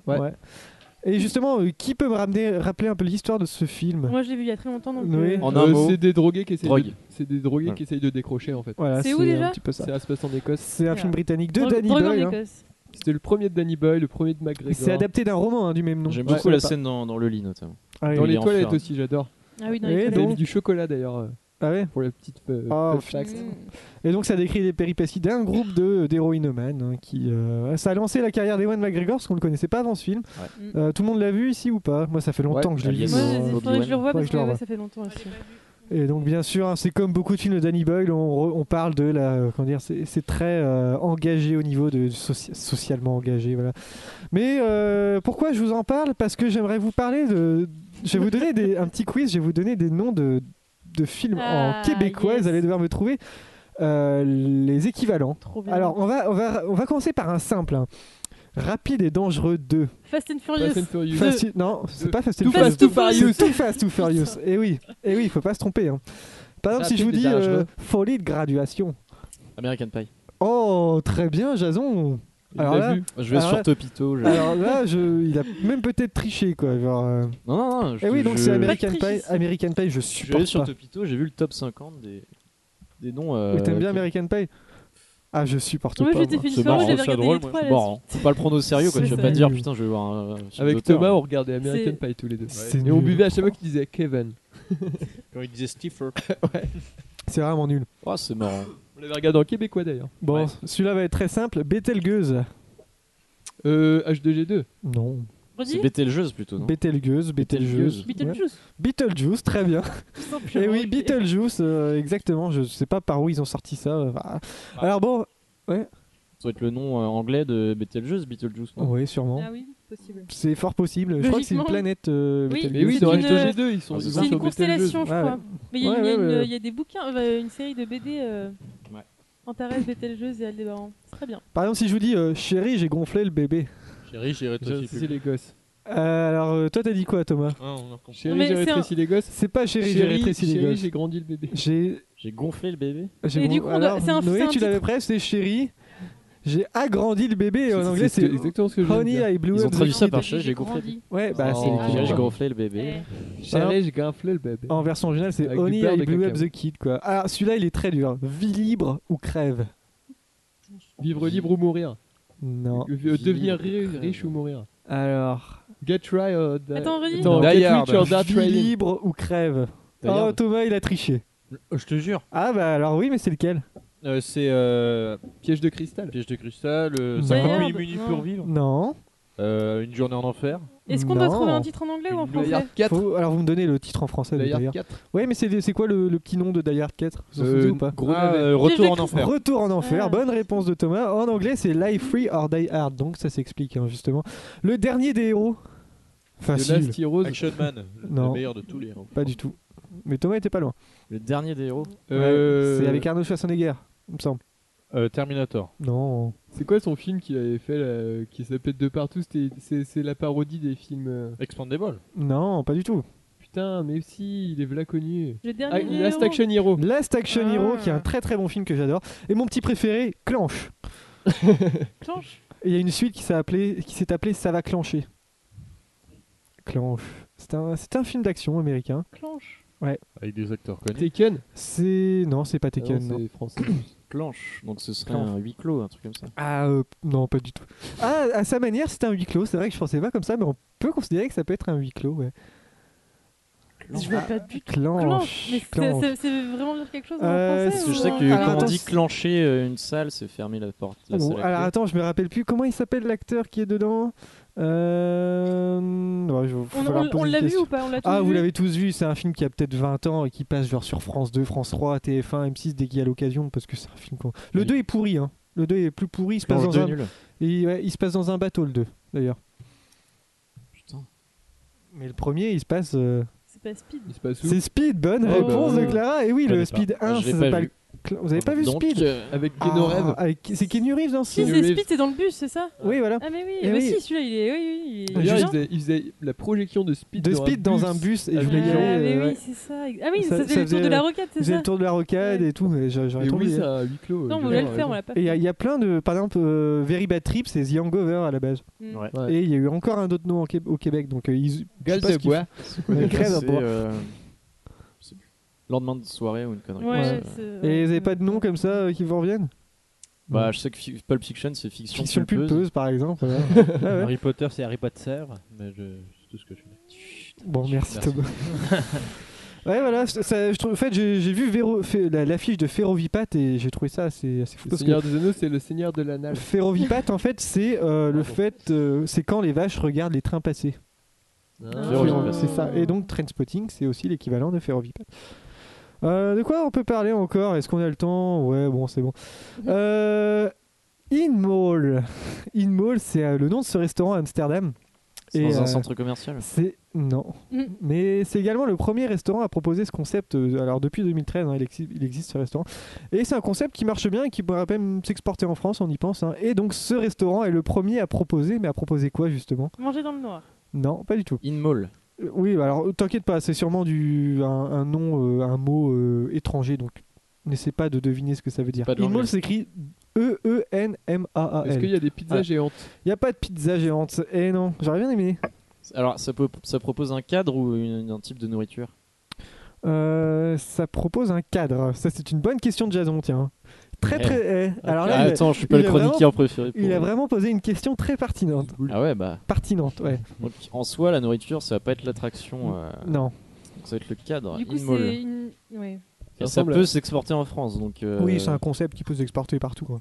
G: Ouais.
C: Ouais. Et justement, euh, qui peut me ramener, rappeler un peu l'histoire de ce film
G: Moi, je l'ai vu il y a très longtemps. Donc,
C: Oui.
G: euh,
D: En un
F: Euh,
D: mot.
F: C'est des drogués qui essayent,
D: Drogue.
F: de, c'est des drogués
D: Ouais.
F: qui essayent de décrocher en fait.
C: Voilà,
G: C'est où déjà
C: un petit peu ça.
F: Ça se passe en Écosse.
C: C'est un film britannique de
G: Drogue-
C: Danny
G: Drogue en
C: Boyle. hein.
G: Écosse.
F: C'était le premier de Danny Boyle, le premier de McGregor.
C: C'est adapté d'un roman hein, du même nom.
D: J'aime
C: Ouais,
D: beaucoup la
C: sympa.
D: scène dans, dans le lit notamment.
C: Ah,
F: Dans
C: oui.
D: Il est
F: les
D: en
F: toilettes
D: fleurs.
F: aussi, j'adore.
G: Ah oui, dans
C: Et
G: les
F: Il y
C: donc-
G: toilettes.
F: avait du chocolat d'ailleurs euh,
C: Ah ouais
F: pour la petite. euh,
C: Ah,
F: fun fact.
C: Et donc ça décrit les péripéties d'un groupe de d'héroïnomanes hein, qui euh, ça a lancé la carrière d'Ewan McGregor parce qu'on le connaissait pas avant ce film.
G: Ouais.
C: Euh, tout le monde l'a vu ici ou pas Moi ça fait longtemps
F: Ouais.
C: que je l'ai vu.
D: Alias.
G: Moi,
D: Ils
G: je-
D: ont-
G: il faudrait que je le revoie
C: Faudrait que
G: parce
C: je le
G: que
C: revoie.
G: ça fait longtemps aussi.
C: Et donc bien sûr, hein, c'est comme beaucoup de films de Danny Boyle, on, re- on parle de la euh, comment dire, c'est c'est très euh, engagé au niveau de soci- socialement engagé voilà. Mais euh, pourquoi je vous en parle Parce que j'aimerais vous parler de je vais vous donner des, un petit quiz, je vais vous donner des noms de de films
G: Ah,
C: en québécois,
G: yes.
C: vous allez devoir me trouver euh, les équivalents.
G: Trop bien.
C: Alors, on va, on va, on va commencer par un simple. hein. Rapide et dangereux 2.
G: Fast and Furious.
F: Fast and Furious.
C: Fast- non, c'est
F: Deux.
C: pas Fast and
F: Too
C: Furious.
G: Fast, Too Furious.
C: C'est Too Fast, Too Furious. Et oui, et oui, faut pas se tromper. hein. Par exemple, si je vous
F: Rapide
C: dis
F: et
C: euh,
F: dangereux.
C: folie de graduation.
D: American Pie.
C: Oh, très bien, Jason.
F: Il
C: Alors
F: l'a
C: là,
F: vu.
D: Je vais
C: Alors
D: sur
C: là-
D: Topito. je-
C: alors là, je, il a même peut-être triché quoi. Genre, euh.
D: Non, non, non. je-
C: Eh oui, donc
D: je-
C: c'est American
G: Pas de
C: Pie.
G: triche ici.
C: American Pie, je
D: Je suis allé
C: supporte
D: sur
C: pas.
D: Topito, j'ai vu le top 50 des, des noms. euh,
C: Oui, T'aimes bien
D: qui-
C: American Pie Ah, je supporte
G: Moi,
C: pas.
G: j'étais
C: moi.
G: fait une
D: C'est
G: soirée,
D: marrant,
G: j'avais
D: c'est
G: regardé
D: drôle,
G: les
D: moi.
G: trois. là,
D: Bon, faut pas le prendre au sérieux, quoi.
G: C'est
D: Je vais
G: ça.
D: pas dire, putain, je vais voir un. un film
F: Avec
D: d'auteur.
F: Thomas, on regardait American
G: C'est-
F: Pie tous les deux.
C: C'est
F: Et on
C: nul.
F: buvait à chaque fois qu'il disait Kevin.
H: Quand il disait Stiffer.
C: C'est vraiment nul.
D: Oh, c'est marrant.
F: On l'avait regardé en québécois d'ailleurs.
C: Bon,
D: Ouais.
C: celui-là va être très simple. Betelgeuse.
F: Euh, H2G2.
C: Non.
D: C'est
G: Redis
D: Betelgeuse plutôt, non
C: Betelgeuse,
D: Betelgeuse.
C: Betelgeuse. Ouais.
G: Beetlejuice.
C: Beetlejuice, très bien.
G: tout simplement.
C: Et Eh oui,
G: Ok.
C: Beetlejuice, euh, exactement. Je sais pas par où ils ont sorti ça. euh, bah. Alors bon,
D: Ça doit être le nom euh, anglais de Betelgeuse, Beetlejuice. non
C: oui, sûrement.
G: Ah oui, possible.
C: C'est fort possible. Je crois que c'est une
G: Logiquement.
C: planète. euh,
G: Oui.
C: Betelgeuse.
F: Mais oui,
G: C'est
F: dans
G: une,
F: H2G2, ils sont
D: Ah, c'est ça.
G: C'est
F: ils vont
G: une
F: sur Betelgeuse.
G: constellation, je
C: Ouais,
G: crois. Mais il y, a-
C: Ouais,
G: il y a
C: ouais,
G: une-
C: ouais.
G: il y a des bouquins, euh, une série de BD. Euh,
D: Ouais.
G: Antares, Betelgeuse et Aldébaran. C'est très bien.
C: Par exemple, si je vous dis euh, chérie, j'ai gonflé le bébé.
H: Chérie, j'ai
F: J'ai rétréci
H: rétréci.
F: les gosses.
C: Euh, alors, euh, toi, t'as dit quoi, Thomas
H: Ah, on a compris.
F: Chérie,
G: Mais
F: j'ai
G: c'est
F: rétréci les gosses.
C: C'est pas chérie, j'ai rétréci les
F: chérie,
C: gosses.
F: j'ai grandi le bébé.
C: J'ai.
D: J'ai gonflé le bébé.
C: j'ai
G: Et
C: gon-
G: du coup, on doit-
C: alors,
G: c'est un- c'est
C: Noé,
G: un
C: tu l'avais presque, c'est chérie. J'ai agrandi le bébé. En anglais, c'est
F: exactement ce que je voulais
C: Honey,
F: dire.
C: I blew
D: Ils
C: up
D: ont
C: the
D: traduit ça
C: kid.
D: par chez, j'ai gonflé.
E: grandi.
C: Ouais, bah,
F: Oh.
C: c'est.
D: J'ai gonflé le bébé.
F: Chérie, j'ai gonflé le bébé.
C: En version originale, c'est
F: Avec du
C: Honey,
F: beurre
C: I
F: de
C: blew up
F: cacao.
C: the kid, quoi. Alors, celui-là, il est très dur. Vie libre ou crève
F: Vivre libre ou mourir.
C: Non.
F: Euh, Devenir ri- riche ou mourir.
C: Alors.
F: Get try or die.
G: Attends, redis.
F: Attends,
H: Die
F: get
H: Hard.
F: rich or die
C: vie
F: trying.
C: bah, libre ou crève Oh,
H: D'ailleurs,
C: Thomas, il a triché.
H: Euh, Je te jure,
C: Ah, bah alors oui, mais c'est lequel
H: euh, c'est euh,
F: Piège de cristal.
H: piège de cristal, euh,
C: Non.
H: 58
G: Merde,
H: minutes
G: non.
H: pour vivre,
C: Non.
H: euh, une journée en enfer.
G: Est-ce qu'on doit
C: Non.
G: trouver un titre en anglais ou en
H: Une
G: français
F: Die Hard 4.
C: Faut- Alors, vous me donnez le titre en français
F: Die Hard
C: d'ailleurs.
F: 4.
C: Ouais, mais c'est c'est quoi le, le petit nom de Die Hard 4 Vous en
F: Euh,
C: foutez ou pas
H: Gros
F: Ah,
H: navet.
F: euh,
G: Piège de
H: retour en
G: cristal.
H: enfer.
C: Retour en enfer,
G: Ah.
C: bonne réponse de Thomas. En anglais, c'est Life Free or Die Hard, donc ça s'explique hein, justement. Le dernier des héros
F: De
C: Facile,
F: Last Heroes.
H: Action Man, le
C: Non.
H: meilleur de tous les héros.
C: pas du tout. Mais Thomas était pas loin.
D: Le dernier des héros.
F: Euh,
C: Ouais, C'est avec Arnaud Schwarzenegger, il me semble.
H: Euh, Terminator.
C: Non.
F: C'est quoi son film qu'il avait fait là, euh, qui s'appelait De partout C'était- C'est c'est la parodie des films. euh,
H: Expandable.
C: Non, pas du tout.
F: Putain, mais si, il est v'là connu.
G: Le
F: Ah,
G: dernier. des
F: Last
G: héros.
F: Action Hero.
C: Last Action
E: Ah.
C: Hero, qui est un très très bon film que j'adore. Et mon petit préféré, Clanche.
G: Clanche.
C: Il y a une suite qui s'est appelée, qui s'est appelée Ça va clencher. Clanche. C'est un, c'est un film d'action américain.
G: Clanche.
C: Ouais.
H: Avec des acteurs connus.
F: Taken
C: C'est. Non, c'est pas Taken. non.
F: Ah, c'est français.
D: Planche, donc ce serait
C: Planche.
D: un huis clos, un truc comme ça.
C: Ah, euh, non, pas du tout. Ah, à sa manière, c'est un huis clos. C'est vrai que je pensais pas comme ça, mais on peut considérer que ça peut être un huis clos, ouais. Ah,
G: Je vois pas du tout.
C: Clanche.
G: Mais c'est-
C: clanche.
G: c'est c'est vraiment dire quelque chose en
C: Euh,
G: français
D: Parce
G: ou
D: que je sais
G: en-
D: que
C: Alors,
D: quand on
C: attends,
D: dit
C: c'est-
D: clencher euh, une salle, c'est fermer la porte. la
C: Ah Bon,
D: salle à
C: alors
D: clé.
C: attends, je me rappelle plus comment il s'appelle l'acteur qui est dedans. Euh... ouais, je- faut
G: On,
C: falloir
G: on-
C: poser
G: on
C: une
G: l'a vu
C: question.
G: ou pas On l'a tous
C: Ah, vous
G: vu
C: l'avez tous vu, c'est un film qui a peut-être 20 ans et qui passe genre sur France 2, France 3, TF1, M6 dès qu'il y a l'occasion parce que c'est un film qu'on- Le
H: Oui.
C: 2 est pourri hein. Le 2 est plus pourri, il se passe
D: Planche
C: dans
D: deux,
C: un
D: nul.
C: il, ouais, il se passe dans un bateau le 2 d'ailleurs.
D: Putain.
C: Mais le premier, il se passe euh,
G: C'est pas Speed.
F: Il se passe où
C: c'est Speed, bonne
F: Ouais, bah,
C: réponse de
F: ouais.
C: Clara. Et oui,
H: Je
C: le
H: l'ai pas.
C: Speed 1,
D: Eh ben, euh, Je l'ai
C: ça
D: pas
C: s'appelle
D: vu.
C: Cl- Vous avez pas vu
D: Donc,
C: Speed
D: euh,
F: Avec Keno
C: Ah,
F: Reeves.
C: avec- C'est Keanu Reeves dans ce
G: Si,
C: film
G: c'est
F: Keanu
G: Speed, c'est dans le bus, c'est ça
C: Oui, voilà.
G: Ah, mais oui,
C: Eh
G: bah
C: oui. Ah,
G: si, celui-là, il est. Oui, oui, il est-
F: D'ailleurs,
C: Je-
F: il faisait, il faisait la projection de Speed,
C: De Speed dans un
F: bus.
C: bus et je
F: Avec
C: l'ai
F: les gens,
G: Ah, mais
C: euh, ouais.
G: oui, c'est ça. Ah, oui,
C: Ça-
G: ça,
C: ça
G: faisait le tour
C: faisait,
G: de la roquette, c'est
C: J'ai
G: ça
C: le tour de la rocade
G: Ouais.
C: et tout, et j'a- j'aurais
F: Et
C: tombé.
F: oui, c'est un huis clos. euh,
G: Non, on
F: évidemment,
G: voulait le
F: ouais.
G: faire, on l'a pas
C: Et il y,
G: fait.
C: a- il y a plein de. Par exemple, euh, Very Bad Trip, c'est The Hangover à la base.
G: Mm.
D: Ouais.
F: Ouais.
C: Et il y a eu encore un autre nom en Qué- au Québec, donc euh, ils.
F: Gueule
C: je sais pas
F: de
C: ce qu'ils
F: bois.
D: c'est quoi
C: Ouais,
D: déjà,
C: crève à
D: c'est,
C: boire.
D: euh, je sais plus. Lendemain de soirée ou une connerie.
G: Ouais,
D: comme ça.
C: font.
G: c'est-
F: euh,
C: Et vous avez pas de nom comme ça euh, qui vous reviennent
D: Bah, je sais que fi- Pulp Fiction, c'est fiction,
C: Fiction
D: pulpeuse.
C: pulpeuse, par exemple. voilà. Ouais, ouais.
I: Harry Potter, c'est Harry Potter, mais je... c'est tout ce que je fais.
C: Bon, merci,
I: Merci.
C: Thomas. ouais, voilà. c'est- ça- je trouve, en fait, j'ai j'ai vu Véro- Fé- la- l'affiche de Ferrovipat et j'ai trouvé ça assez, assez fou.
F: Le
C: Parce que
F: Seigneur des Anneaux, c'est le Seigneur de l'Anal.
C: Ferrovipat, en fait, c'est euh,
F: Ah
C: le fait. euh, c'est quand les vaches regardent les trains passer.
G: Ah.
F: Ah.
G: Ferrovipat.
C: C'est ça. Et donc, Trainspotting, c'est aussi l'équivalent de Ferrovipat. Euh, de quoi on peut parler encore Est-ce qu'on a le temps Ouais, bon, c'est bon. Euh, Inmall. Inmall, c'est euh, le nom de ce restaurant à Amsterdam.
D: C'est
C: Et,
D: dans
C: euh,
D: un centre commercial.
C: C'est non,
G: Mm.
C: mais c'est également le premier restaurant à proposer ce concept. euh, Alors depuis 2013, hein, il, exi- il existe ce restaurant, et c'est un concept qui marche bien et qui pourrait même s'exporter en France, on y pense. hein. Et donc ce restaurant est le premier à proposer, mais à proposer quoi justement
G: Manger dans le noir.
C: Non, pas du tout.
D: In Mall.
C: Euh, Oui, alors euh, t'inquiète pas, c'est sûrement du un, un nom, euh, un mot euh, étranger, donc n'essaie pas de deviner ce que ça veut dire.
D: Pas de
C: Inmall
D: l'anglais.
C: s'écrit E E N M A A
F: Est-ce qu'il
C: L.
F: y a des pizzas
D: Ah.
F: géantes
C: Il y a pas de pizza géante. Eh non, j'aurais bien aimé.
D: Alors, ça, peut- ça propose un cadre ou une- un type de nourriture
C: Euh, ça propose un cadre. Ça, c'est une bonne question de Jason, tiens. Très,
D: Ouais.
C: très. eh, Alors là,
D: Ah,
C: il a-
D: Attends, je suis pas le
C: il a vraiment-
D: chroniqueur préféré. pour-
C: il, a vraiment posé une question très pertinente.
D: Ah ouais, bah.
C: Pertinente, ouais.
D: Donc, en soi, la nourriture, ça va pas être
C: Mm.
D: l'attraction. euh,
C: Non.
D: Ça va être le cadre.
G: Du coup,
D: in mall.
G: c'est une. Ouais.
D: Et
F: Ça
D: ça
F: ressemble à-
D: peut s'exporter en France. Donc, euh,
C: Oui, c'est un concept qui peut s'exporter partout, quoi.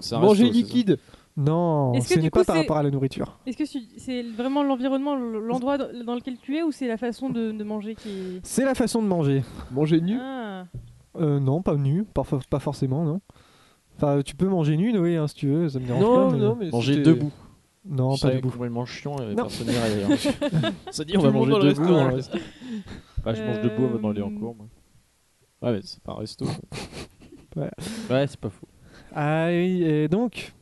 D: c'est un
F: Manger
D: resto, c'est ça.
F: liquide
C: Non,
G: Est-ce que
C: ce
G: du
C: n'est
G: coup,
C: pas par
G: c'est-
C: rapport à la nourriture.
G: Est-ce que tu- c'est vraiment l'environnement, l- l'endroit dans dans lequel tu es ou c'est la façon de, de manger qui est.
C: C'est la façon de manger.
F: Manger nu
G: Ah,
C: Euh, non, pas nu, pas, for- pas forcément, non. Enfin, tu peux manger nu, Noé, hein, si tu veux, ça
G: Ah.
C: me dérange
F: Non,
C: pas. mais-
F: non, mais
D: Manger
F: c'était-
D: debout.
C: Non,
D: Ça
C: pas
D: va être
C: debout.
D: complètement chiant et
C: Non.
D: personne n'ira d'ailleurs. Ça dit, on
I: Tout
D: va
I: le monde
D: manger
I: dans le
D: debout.
I: restaurant,
D: hein.
I: Bah, je mange debout avant d'aller en cours, moi.
D: Ouais, mais c'est pas un resto.
I: Ouais, c'est pas faux.
C: Ah oui, et donc,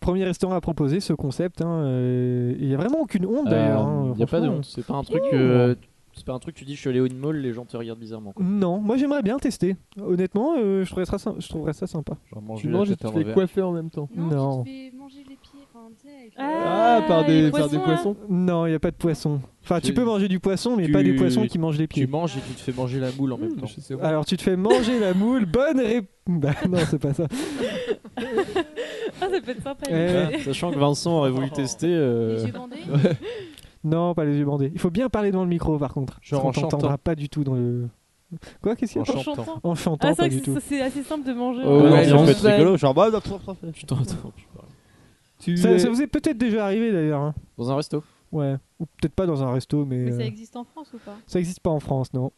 C: premier restaurant à proposer ce concept. hein, euh, Il n'y a vraiment aucune honte, d'ailleurs. hein,
D: Il Euh, y a pas de
C: franchement.
D: honte. C'est pas un truc. euh, C'est pas un truc, tu dis je suis allé au in-mall, les gens te regardent bizarrement. quoi.
C: Non, moi j'aimerais bien tester. Honnêtement, euh, je, trouverais ça, sy- je trouverais ça sympa.
I: J'en mange
F: Tu manges et tu te fais coiffer en même temps.
C: Non.
E: Tu te fais manger les pieds. Enfin, tu sais, avec le-
G: Ah,
F: Ah, par
G: les
F: des, par
G: poissons,
F: des
G: hein. là.
F: poissons
C: Non, il n'y a pas de poisson. Enfin, tu
I: Tu-
C: peux manger du poisson, mais
I: tu-
C: pas des poissons qui mangent les
I: Tu
C: pieds.
I: manges et tu te fais manger la
G: hein.
I: moule en
C: Hmm,
I: même temps.
F: Je sais pas.
C: Alors tu te fais manger la moule, bonne réponse. Bah non, c'est pas ça.
G: Ah, ça peut être sympa.
C: Eh,
G: l'idée.
D: Sachant que Vincent aurait voulu tester.
E: Les
D: euh,
E: yeux bandés.
C: Non, pas les yeux bandés. Il faut bien parler dans le micro par contre. Parce
I: Genre
C: qu'on
I: en chantant.
C: t'entendra pas du tout dans le. Quoi, qu'est-ce qu'il y
I: En
C: a
G: En
I: chantant.
G: chantant.
C: En chantant,
G: Ah,
C: pas
G: c'est
C: du
G: vrai que
C: tout.
G: c'est- c'est assez simple de manger.
I: Oh,
D: ouais,
I: ouais,
D: j'en
I: ça peut
D: sais.
I: être rigolo, genre bah,
D: Putain, attends, je parle.
F: Tu
C: Ça,
F: es-
C: ça vous est peut-être déjà arrivé d'ailleurs. hein.
D: Dans un resto
C: Ouais. Ou peut-être pas dans un resto, mais,
E: Mais ça
C: euh,
E: existe en France ou pas
C: ça existe pas en France, non.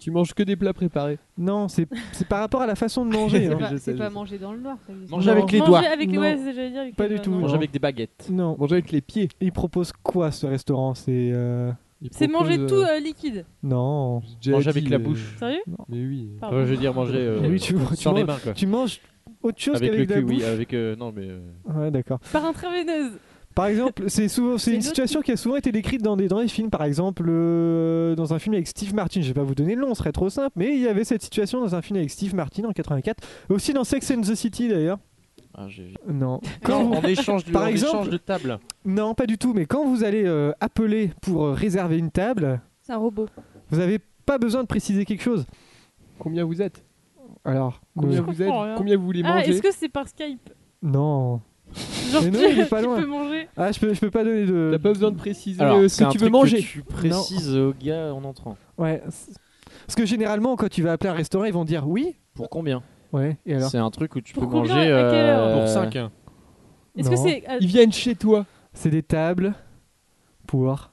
F: Tu manges que des plats préparés.
C: Non, c'est c'est par rapport à la façon de manger.
E: C'est
C: hein.
E: pas-
F: je sais,
E: C'est
F: je
E: pas
F: sais.
E: manger dans le noir. ça existe.
C: Manger avec
I: les
G: Manger
I: doigts.
G: avec les
C: Non.
G: ouais, c'est- j'allais dire avec
C: Pas
G: les
C: du
G: doigts,
C: tout,
G: non.
C: non.
I: Manger avec des baguettes.
C: Non.
F: Manger avec les pieds.
C: Il propose quoi ce restaurant C'est euh,
F: Ils
G: C'est
F: proposent,
G: manger
F: euh,
G: tout euh, liquide.
C: non.
F: j'ai déjà
I: Manger
F: dit,
I: avec la
F: euh,
I: bouche.
G: Sérieux
F: Mais oui.
G: Pardon.
I: Ouais, je veux dire manger euh,
C: Oui, tu, tu,
I: sans les
C: manges,
I: mains quoi.
C: tu manges autre chose
I: Avec le
C: qu'avec la
I: cul,
C: bouche.
I: oui, avec euh, non mais euh,
C: Ouais, d'accord.
G: Par intraveineuse.
C: Par exemple, c'est souvent c'est
E: C'est
C: une
E: notre-
C: situation qui a souvent été décrite dans des dans les films. Par exemple, euh, dans un film avec Steve Martin, je vais pas vous donner le nom, ce serait trop simple, mais il y avait cette situation dans un film avec Steve Martin en 84, aussi dans Sex and the City d'ailleurs.
D: Ah, j'ai j'ai-
C: Non.
I: Non,
C: Quand vous-
I: en échange de,
C: Par
I: en
C: exemple-
I: échange de table.
C: Non, pas du tout. Mais quand vous allez euh, appeler pour euh, réserver une table,
E: C'est un robot.
C: vous avez pas besoin de préciser quelque chose.
F: Combien vous êtes
C: Alors,
F: Combien
C: euh,
F: vous êtes Combien vous voulez
G: Ah,
F: manger
G: est-ce que c'est par Skype
C: Non.
G: Genre,
C: Mais non,
G: tu,
C: il est pas
G: tu
C: loin.
G: peux manger
C: Ah, je peux, je peux pas donner de.
F: T'as pas besoin de préciser
D: Alors,
F: euh,
D: c'est
F: ce
D: un
F: que tu veux
D: truc
F: manger.
D: Que tu précises au gars en entrant.
C: Ouais. c'est- Parce que généralement, quand tu vas appeler un restaurant, ils vont dire oui.
D: Pour combien
C: Ouais, et alors
D: C'est un truc où tu
G: Pour
D: peux
G: combien
D: manger.
G: À quelle heure
D: euh,
I: Pour 5.
G: Est-ce que
C: Non.
G: c'est. ah,
F: Ils viennent chez toi.
C: C'est des tables pour.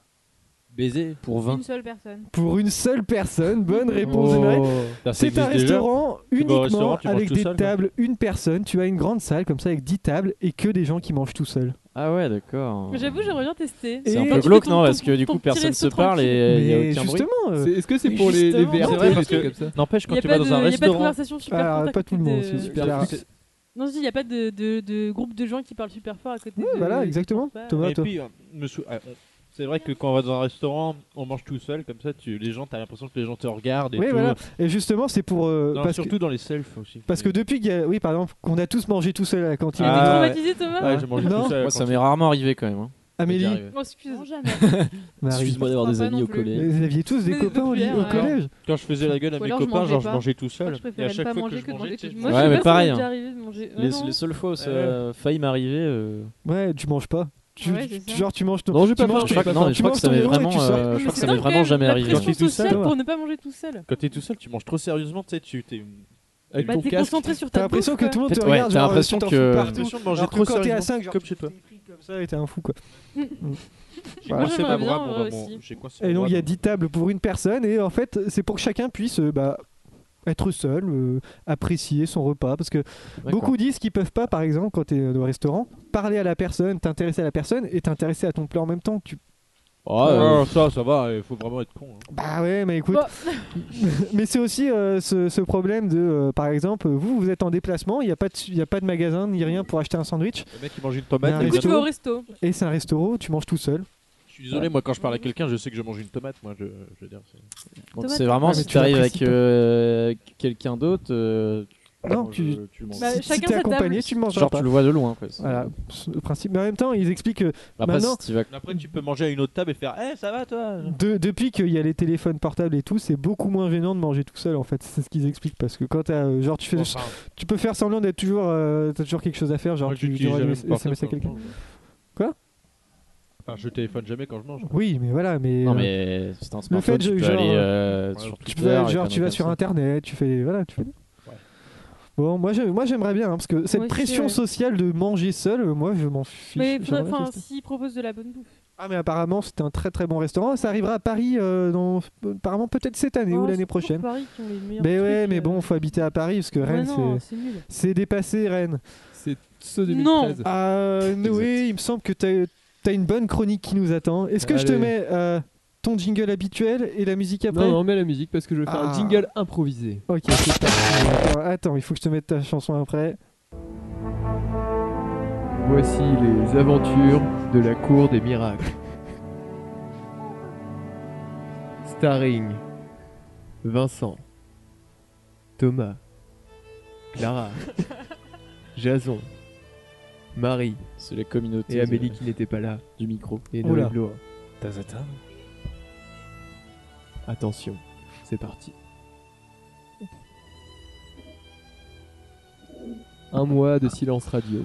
I: Baiser.
D: Pour 20.
E: Une seule personne.
C: Pour une seule personne, bonne réponse de Noël.
I: Ça
C: C'est un
I: existe déjà
C: restaurant
I: Tu vas
C: uniquement
I: au restaurant, tu manges
C: avec
I: tout
C: des
I: seul, quoi.
C: tables, une personne. Tu as une grande salle comme ça avec 10 tables et que des gens qui mangent tout seuls.
D: Ah ouais, d'accord.
G: mais J'avoue, j'aimerais bien tester.
C: C'est
D: C'est un
C: Et-
D: peu
C: tu
D: glauque, non Parce que du coup, personne se parle et il n'y a
C: Mais
D: aucun bruit.
C: justement, euh,
F: C'est- Est-ce que c'est
D: Mais
F: pour les, les
D: justement,
F: verres
D: c'est
F: des
D: vrai,
F: trucs
D: parce que-
F: comme ça
I: N'empêche,
G: Il
I: quand
G: n'y a,
I: tu
G: pas
I: vas
G: de- euh,
I: dans un
G: y a pas de
I: restaurant.
G: conversation super
C: Alors,
G: forte. à
C: pas tout le
G: côté
C: monde,
G: de-
C: c'est super
I: Super
C: rare.
I: fort.
G: Non, je dis, il n'y a pas de, de, de groupe de gens qui parlent super fort à côté
C: Ouais,
G: de.
C: voilà, exactement.
G: pas-
C: Thomas,
I: Et
C: toi.
I: puis, euh, me sou- ah, on- c'est vrai que quand on va dans un restaurant, on mange tout seul, comme ça, tu... les gens, t'as l'impression que les gens te regardent et
C: Oui,
I: tout.
C: voilà. Et justement, c'est pour. euh,
I: Non,
C: parce, que,
I: surtout dans les selfs aussi.
C: parce que depuis qu'il y a- Oui, par exemple, qu'on a tous mangé tout seul à la
G: Tu
C: cantine.
G: as été
I: Ah, ouais.
G: traumatisé, Thomas
I: Ouais, j'ai mangé
C: Non.
I: tout seul.
D: Moi, ça m'est rarement arrivé euh, quand même. hein.
C: Amélie,
I: J'y arrive.
G: Oh, excuse.
E: Non, jamais.
C: Marie,
D: Excuse-moi d'avoir
E: Je
D: des
E: crois pas
D: amis
E: non
D: au
E: plus.
D: collège.
C: vous aviez tous des
G: Mais
C: copains au,
G: populaire,
C: au
G: ouais.
C: collège.
I: Quand je faisais la gueule à
E: Ou
I: mes
E: alors, je
I: copains,
E: mangeais
I: genre je
E: pas.
I: mangeais tout
E: Moi,
I: seul.
E: je
I: Et à
E: préférais ne
I: chaque
E: pas
I: fois
E: manger
I: que
E: que
I: je
E: de manger
I: mangeais,
E: tout
I: tu-
E: seul. Moi,
D: Ouais,
E: je
D: mais
E: sais pas
D: pareil,
E: si ça m'est
D: hein.
E: déjà arrivé de manger. Ouais,
D: Les,
E: non.
D: les seules fois où ça a failli m'arriver. euh,
C: Ouais, tu manges pas. Tu,
E: Ouais, c'est
C: tu-
E: ça.
C: genre, tu manges ton.
F: Non, j'ai pas
C: tu manges
F: faim,
D: Je
F: j'ai
C: ton-
D: crois que,
F: pas
C: tu
D: non, mais
C: manges
D: je crois que ça
C: ton
D: m'est
C: euro et
D: vraiment,
C: tu sors.
D: euh, je
G: Mais
D: crois que
G: c'est
D: ça m'est
G: dingue,
D: vraiment
G: quand
D: jamais
G: même,
D: arrivé.
G: La
D: quoi.
C: Quand t'es
G: pression
C: tout seul,
G: sociale
C: ouais.
G: pour ne pas manger tout seul.
I: Quand t'es tout seul, tu manges trop sérieusement, tu sais, tu t'es. Avec
G: Bah,
I: ton
G: t'es
I: casque.
G: concentré sur
C: T'as
G: ta
C: l'impression que
G: bouffe,
C: tout le monde
D: En fait,
C: te
D: ouais,
C: regarde.
D: t'as
C: genre, euh,
D: l'impression
C: tu t'en
D: que-
C: fous
I: J'ai
C: partout.
I: l'impression de manger
C: Alors que
I: trop
C: quand t'es à
I: sérieusement,
C: 5, genre,
I: comme chez toi.
C: Comme ça, et t'es un fou quoi.
I: J'ai
C: Voilà.
I: coincé ma
G: Moi, j'aimerais
I: bras,
G: bien,
I: mon
G: moi
I: bras, mon-
G: aussi.
I: j'ai coincé
C: Et
I: mon
C: donc
I: bras
C: il y a
I: dans-
C: 10 tables pour une personne et en fait c'est pour que chacun puisse euh, bah, être seul, euh, apprécier son repas parce que
D: D'accord.
C: beaucoup disent qu'ils peuvent pas par exemple quand tu es au restaurant parler à la personne, t'intéresser à la personne et t'intéresser à ton plat en même temps. Tu...
I: Ah, euh, ça, ça va, il faut vraiment être con. hein.
C: Bah ouais mais écoute,
G: Bah.
C: mais c'est aussi euh, ce, ce problème de euh, par exemple vous vous êtes en déplacement, il n'y a, pas de- il y a pas de magasin ni rien pour acheter un sandwich
I: Le mec, il mange une tomate.
C: Mais un
G: Du
I: il est
G: coup, tu vas
I: vraiment-
G: au resto.
C: et c'est un restaurant, tu manges tout seul.
I: Je suis désolé, moi, quand je parle à quelqu'un, je sais que je mange une tomate. Moi, je, je veux dire, c'est-
D: Donc
G: Tomate.
D: c'est vraiment
C: Ouais, mais
D: si
C: tu
D: t'arrives
C: l'apprécies
D: avec euh, quelqu'un d'autre. euh,
C: Non,
D: manges-
C: tu-
D: tu manges.
G: Bah,
C: si si
G: chacun
C: t'es
G: sa table.
C: accompagné, tu manges
D: Genre
C: pas.
D: tu le vois de loin. Quoi.
C: Voilà, c'est le principe. Mais en même temps, ils expliquent que
D: Après,
C: Maintenant-
D: si tu vas.
I: Après, tu peux manger à une autre table et faire Eh, ça va toi
C: De- depuis qu'il y a les téléphones portables et tout, c'est beaucoup moins gênant de manger tout seul en fait. C'est ce qu'ils expliquent parce que quand t'as, euh, genre tu fais,
I: Enfin,
C: tu peux faire semblant d'être toujours, euh, t'as toujours quelque chose à faire, genre
I: moi,
C: tu
I: j'utilise
C: dois
I: jamais
C: aller
I: mon portable
C: SMS à
I: quand je
C: quelqu'un.
I: mange.
C: Quoi
I: Enfin, je téléphone jamais quand je mange.
C: Oui, mais voilà, mais,
D: Non
C: euh,
D: mais c'est un
C: le
D: smartphone.
C: fait de-
D: tu peux
C: genre,
D: aller euh,
I: ouais,
D: sur
C: tu
D: Twitter.
C: peux,
D: et
C: genre
D: plein
C: tu vas
D: d'autres
C: sur
D: comme ça.
C: internet, tu fais, voilà, tu fais. Bon, moi, je- moi j'aimerais bien hein, parce que cette
G: aussi,
C: pression
G: ouais.
C: sociale de manger seul, euh, moi je m'en fiche.
G: Mais
C: J'aimerais
G: enfin,
C: tester.
G: s'ils proposent de la bonne bouffe.
C: Ah mais apparemment c'était un très très bon restaurant. Ça arrivera à Paris, euh, dans, apparemment peut-être cette année ou
G: Oh,
C: l'année
G: c'est toujours
C: prochaine.
G: Paris qui ont les meilleurs
C: Mais
G: trucs,
C: ouais, mais
G: euh.
C: bon, faut habiter à Paris parce que
G: Ouais,
C: Rennes
G: non,
C: c'est.
G: c'est nul.
C: C'est dépassé, Rennes.
F: C'est ce
G: Non.
F: 2013.
C: Euh, Noé, il me semble que t'as as une bonne chronique qui nous attend. Est-ce que je te
F: Allez.
C: mets euh, ton jingle habituel et la musique après
F: Non, non, mets la musique parce que je vais faire
C: Ah.
F: un jingle improvisé.
C: Ok, c'est parti. Attends, attends, il faut que je te mette ta chanson après.
F: Voici les aventures de la cour des miracles. Starring Vincent, Thomas, Clara, Jason, Marie
D: C'est les communautés
F: et
D: de-
F: Amélie qui n'était pas là
D: du micro.
F: et
C: Oula.
F: Noël Blois. Attention, c'est parti. Un mois de silence radio.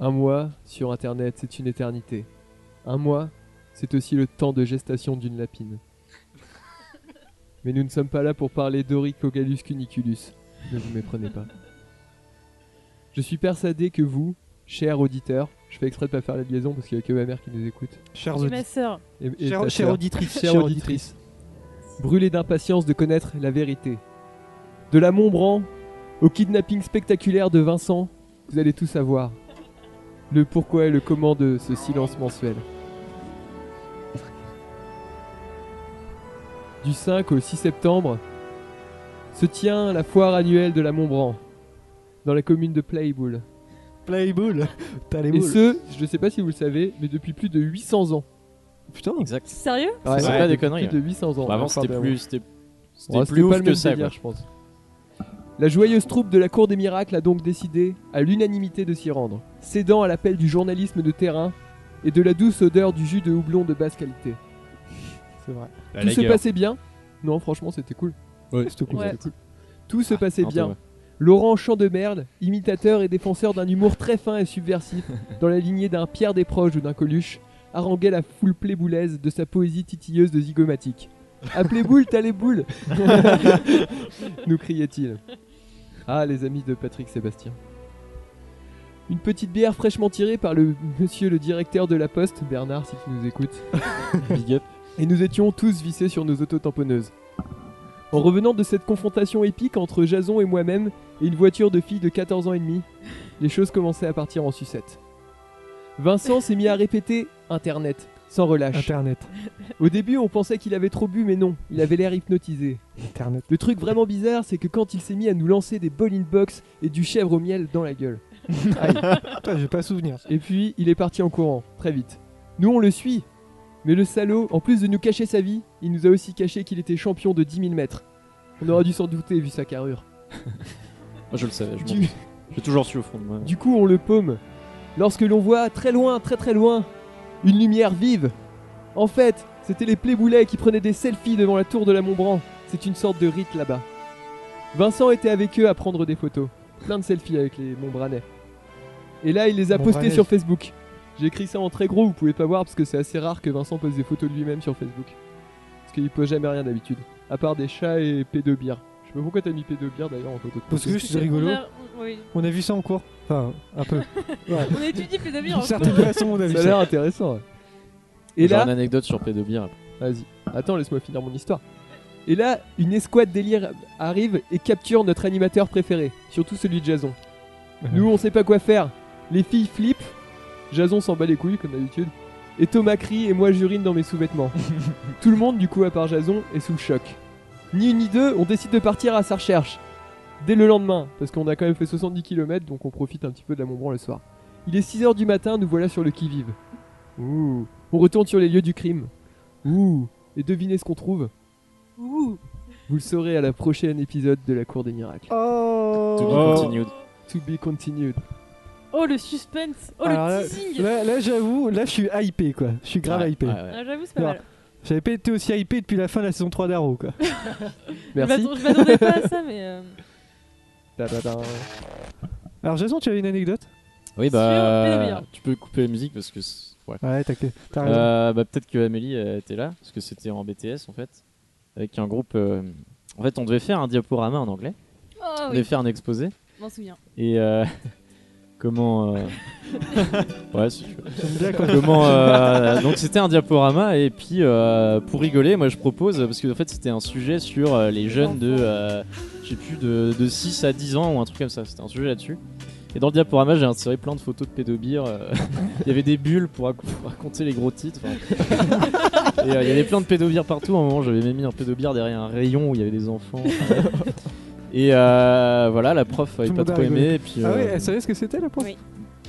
F: Un mois sur internet, c'est une éternité. Un mois, c'est aussi le temps de gestation d'une lapine. Mais nous ne sommes pas là pour parler d'Oricogalus cuniculus. Ne vous méprenez pas. Je suis persuadé que vous, chers auditeurs, je fais exprès de pas faire la liaison parce qu'il n'y a que ma mère qui nous écoute.
C: Chers
G: Et
C: audi-
G: ma sœur.
F: Et, et
C: chers-
F: ta
C: chères
F: sœur.
C: auditrices.
F: Chère auditrice, brûlée d'impatience de connaître la vérité. De la Montbran au kidnapping spectaculaire de Vincent, vous allez tout savoir. Le pourquoi et le comment de ce silence mensuel. Du 5 au 6 septembre se tient la foire annuelle de la Montbran, dans la commune de Playboul.
C: Playboy. T'as les
F: Et
C: boules.
F: ce, je sais pas si vous le savez, mais depuis plus de 800 ans.
C: Putain.
D: Exact.
G: Sérieux
D: Ouais, c'est pas des conneries.
F: Plus de 800 ans.
D: Bah, avant
F: Enfin,
D: c'était
F: ben,
D: plus c'était
F: Ouais,
D: c'était
F: Oh, c'était
D: plus
F: pas
D: ouf
F: le même
D: que ça.
F: délire,
D: quoi.
F: je pense. La joyeuse troupe de la Cour des Miracles a donc décidé, à l'unanimité, de s'y rendre, cédant à l'appel du journalisme de terrain et de la douce odeur du jus de houblon de basse qualité.
C: C'est vrai.
I: La
F: Tout se
I: lagueur.
F: passait bien. Non, franchement, c'était cool.
C: Ouais, c'était cool, Ouais. c'était cool.
F: Tout se passait
C: non, c'est
F: bien.
C: vrai.
F: Laurent Chandemerde, imitateur et défenseur d'un humour très fin et subversif, dans la lignée d'un Pierre Desproges ou d'un Coluche, haranguait la foule pléboulaise de sa poésie titilleuse de zygomatique. Appelez boule, t'as les boules nous criait-il. Ah, les amis de Patrick Sébastien. Une petite bière fraîchement tirée par le monsieur le directeur de la poste, Bernard, si tu nous écoutes. Big up. Et nous étions tous vissés sur nos autotamponneuses. En revenant de cette confrontation épique entre Jason et moi-même et une voiture de fille de 14 ans et demi, les choses commençaient à partir en sucette. Vincent s'est mis à répéter Internet, sans relâche.
C: Internet.
F: Au début, on pensait qu'il avait trop bu, mais non, il avait l'air hypnotisé.
C: Internet.
F: Le truc vraiment bizarre, c'est que quand il s'est mis à nous lancer des ball in box et du chèvre au miel dans la gueule. Aïe.
C: j'ai pas souvenir.
F: Et puis, il est parti en courant, très vite. Nous, on le suit. Mais le salaud, en plus de nous cacher sa vie, il nous a aussi caché qu'il était champion de 10 000 mètres. On aurait dû s'en douter vu sa carrure.
D: Moi, je le savais, je m'en
F: Du-
D: doute. J'ai toujours su au fond de moi.
F: Du coup, on le paume. Lorsque l'on voit très loin, très très loin, une lumière vive. En fait, c'était les pléboulets qui prenaient des selfies devant la tour de la Montbran. C'est une sorte de rite là-bas. Vincent était avec eux à prendre des photos. Plein de selfies avec les Montbranais. Et là, il les a postés
C: Montbranais.
F: sur Facebook. J'ai écrit ça en très gros, vous pouvez pas voir parce que c'est assez rare que Vincent poste des photos de lui-même sur Facebook. Parce qu'il poste jamais rien d'habitude. À part des chats et pédobières. Je sais pas pourquoi t'as mis pédobières d'ailleurs en photo de
C: Parce que
F: profil.
C: c'est rigolo.
G: On a- on- oui.
C: On a vu ça en cours. Enfin, un peu. Ouais.
G: On étudie les amis
C: D'une
G: en
C: certaine façon, on a vu
F: Ça a l'air intéressant. ouais. Et
D: J'ai
F: là,
D: une anecdote sur Pédobir.
F: Vas-y. Attends, laisse-moi finir mon histoire. Et là, une escouade délire arrive et capture notre animateur préféré, surtout celui de Jason. Nous, on sait pas quoi faire. Les filles flippent. Jason s'en bat les couilles, comme d'habitude. Et Thomas crie et moi j'urine dans mes sous-vêtements. Tout le monde, du coup, à part Jason, est sous le choc. Ni une ni deux, on décide de partir à sa recherche. Dès le lendemain, parce qu'on a quand même fait 70 km, donc on profite un petit peu de la Montbran le soir. Il est 6h du matin, nous voilà sur le qui-vive. Ouh. On retourne sur les lieux du crime. Ouh. Et devinez ce qu'on trouve
G: Ouh.
F: Vous le saurez à la prochaine épisode de la Cour des Miracles.
C: Oh
D: To be continued.
F: To be continued.
G: Oh le suspense, oh
C: Alors là,
G: le teasing.
C: là, là, j'avoue, là je suis hypé quoi. Je suis grave
D: Ouais,
C: hypé.
D: ouais, ouais.
G: Ah, J'avoue c'est pas
C: Alors,
G: mal.
C: J'avais pas été aussi hypé depuis la fin de la saison 3 d'Arrow quoi.
G: Je
F: Merci.
G: m'attend- Je m'attendais pas à ça mais. euh,
F: Ta-da-da.
C: Alors Jason, tu avais une anecdote
D: Oui,
G: Sur
D: bah.
G: Pédobir.
D: Tu peux couper la musique parce que. c'est- Ouais.
C: Ouais, t'as que- t'as raison.
D: Euh, bah, peut-être que Amélie euh, était là, parce que c'était en BTS en fait, avec un groupe. euh, En fait, on devait faire un diaporama en anglais,
E: Oh
D: on devait
E: oui,
D: faire un exposé,
E: je m'en souviens.
D: et euh, comment. euh, ouais, si tu veux.
C: J'aime bien quand-
D: Comment. euh, Donc, c'était un diaporama, et puis euh, pour rigoler, moi je propose, parce que en fait, c'était un sujet sur euh, les jeunes de. euh, Je sais plus, de, de 6 à 10 ans ou un truc comme ça, c'était un sujet là-dessus. Et dans le diaporama, j'ai inséré plein de photos de pédobires. euh, Il y avait des bulles pour, rac- pour raconter les gros titres. enfin, et, euh, il y avait plein de pédobires partout. À un moment, j'avais même mis un pédobire derrière un rayon où il y avait des enfants. et euh, voilà, la prof avait
C: Tout le
D: pas
C: monde a
D: trop
C: rigolé.
D: aimé. Et puis,
C: Ah
D: euh,
C: ouais, elle savait ce que c'était la prof
E: Oui.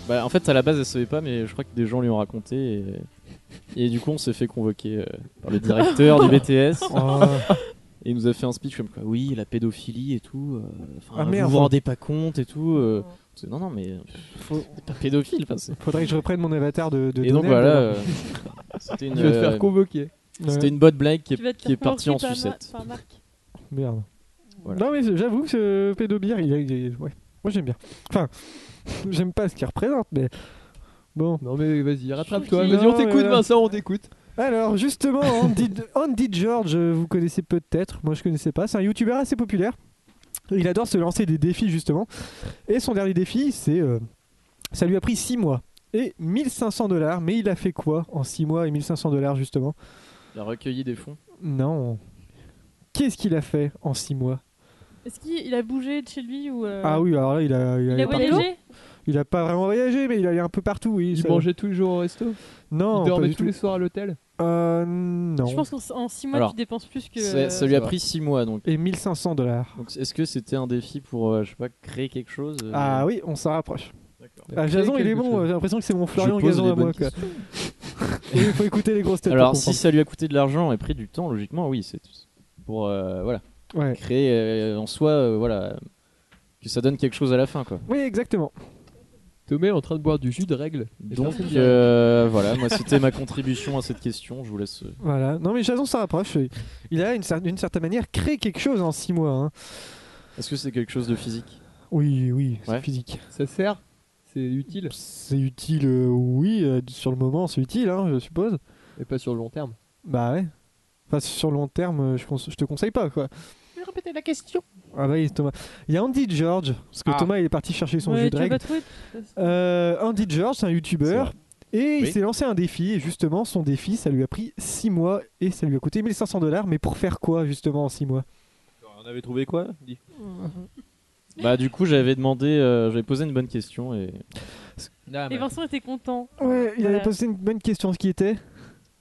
D: bah, en fait, à la base, elle savait pas, mais je crois que des gens lui ont raconté. Et, et du coup, on s'est fait convoquer euh, par le directeur du BTS.
C: Oh,
D: Et il nous a fait un speech comme quoi, oui, la pédophilie et tout. euh, Enfin,
C: Ah,
D: vous
C: merde.
D: vous rendez pas compte et tout. euh. On s'est dit, non, non, mais faut... pas pédophile. enfin, c'est-
C: faudrait que je reprenne mon avatar de. de
D: Et donc
C: Donald,
D: voilà,
C: alors.
D: euh, c'était une,
F: Je vais te
D: euh,
F: faire convoquer.
C: Ouais.
D: c'était une bonne blague qui
G: Tu vas
D: est,
G: te
D: qui est
G: faire
D: partie en
G: remarquer par
D: sucette.
G: Ma- par Marc.
C: Merde.
D: Voilà.
C: Non mais j'avoue que ce pédobir, il, a- il est- ouais. Moi j'aime bien. Enfin, j'aime pas ce qu'il représente, mais bon.
F: Non mais vas-y, rattrape-toi.
G: Je trouve
F: Vas-y,
C: qu'il-
F: on t'écoute
C: Non, mais-
F: Vincent, on t'écoute.
C: Alors justement, Andy, Andy George, euh, vous connaissez peut-être, moi je connaissais pas, c'est un youtubeur assez populaire. Il adore se lancer des défis justement. Et son dernier défi, c'est... euh, ça lui a pris 6 mois et 1500 dollars. Mais il a fait quoi en 6 mois et 1500 dollars justement
D: Il a recueilli des fonds.
C: Non. Qu'est-ce qu'il a fait en 6 mois
G: Est-ce qu'il il a bougé de chez lui ou euh,
C: Ah oui, alors là, il a, il
G: Il
C: allait
G: a
C: partout.
G: voyagé
C: Il a pas vraiment voyagé, mais il allait un peu partout, oui.
F: Il
C: ça-
F: mangeait tous les jours au resto.
C: Non,
F: il
C: pas
F: dormait
C: du
F: tous les soirs à l'hôtel.
C: tout. Euh, non.
G: Je pense qu'en en 6 mois
D: Alors,
G: tu dépenses plus que.
D: Ça,
G: euh,
D: ça lui a
F: va.
D: pris 6 mois donc.
C: Et 1500 dollars.
D: Donc, Est-ce que c'était un défi pour, euh, je sais pas, créer quelque chose euh,
C: Ah oui, on s'en rapproche.
F: Il a
C: Ah,
F: créé
C: Jason, il est
F: quelque
C: bon,
F: chose.
C: j'ai l'impression que c'est mon Florian
D: Je pose
C: Gazon
D: les
C: à moi.
D: bonnes
C: Quoi. il faut écouter les grosses têtes. pour
D: Alors si
C: comprendre.
D: ça lui a coûté de l'argent et pris du temps, logiquement, oui, c'est pour euh, voilà
C: Ouais.
D: créer euh, en soi, euh, voilà, que ça donne quelque chose à la fin quoi.
C: Oui, exactement.
F: Tomé est en train de boire du jus de règle. Et
D: Donc
F: personne ne
D: euh, voilà, moi c'était ma contribution à cette question. Je vous laisse. euh,
C: Voilà. Non, mais Jason s'en rapproche. Il a, une cer- d'une certaine manière, créé quelque chose en 6 mois. hein.
D: Est-ce que c'est quelque chose de physique
C: Oui, oui, c'est
D: Ouais.
C: physique.
F: Ça sert C'est utile
C: C'est utile, euh, oui, euh, sur le moment, c'est utile, hein, je suppose.
F: Et pas sur le long terme.
C: Bah ouais. Enfin, sur le long terme, euh, je, conse- je te conseille pas, quoi.
I: répéter la question.
C: Ah bah oui, Thomas. Il y a Andy George, parce que
I: Ah.
C: Thomas, il est parti chercher son
G: Ouais,
C: jeu de
G: tu vas
C: règles.
G: trouver. de toute façon.
C: Euh, Andy George, c'est un youtubeur. Et il
D: Oui.
C: s'est lancé un défi, et justement, son défi, ça lui a pris 6 mois, et ça lui a coûté 1500 dollars, mais pour faire quoi, justement, en 6 mois
I: On avait trouvé quoi Dis.
D: Bah du coup j'avais demandé, euh, j'avais posé une bonne question et Ah,
G: Et Vincent était content.
C: Ouais, il
G: Voilà.
C: avait posé une bonne question, ce qui était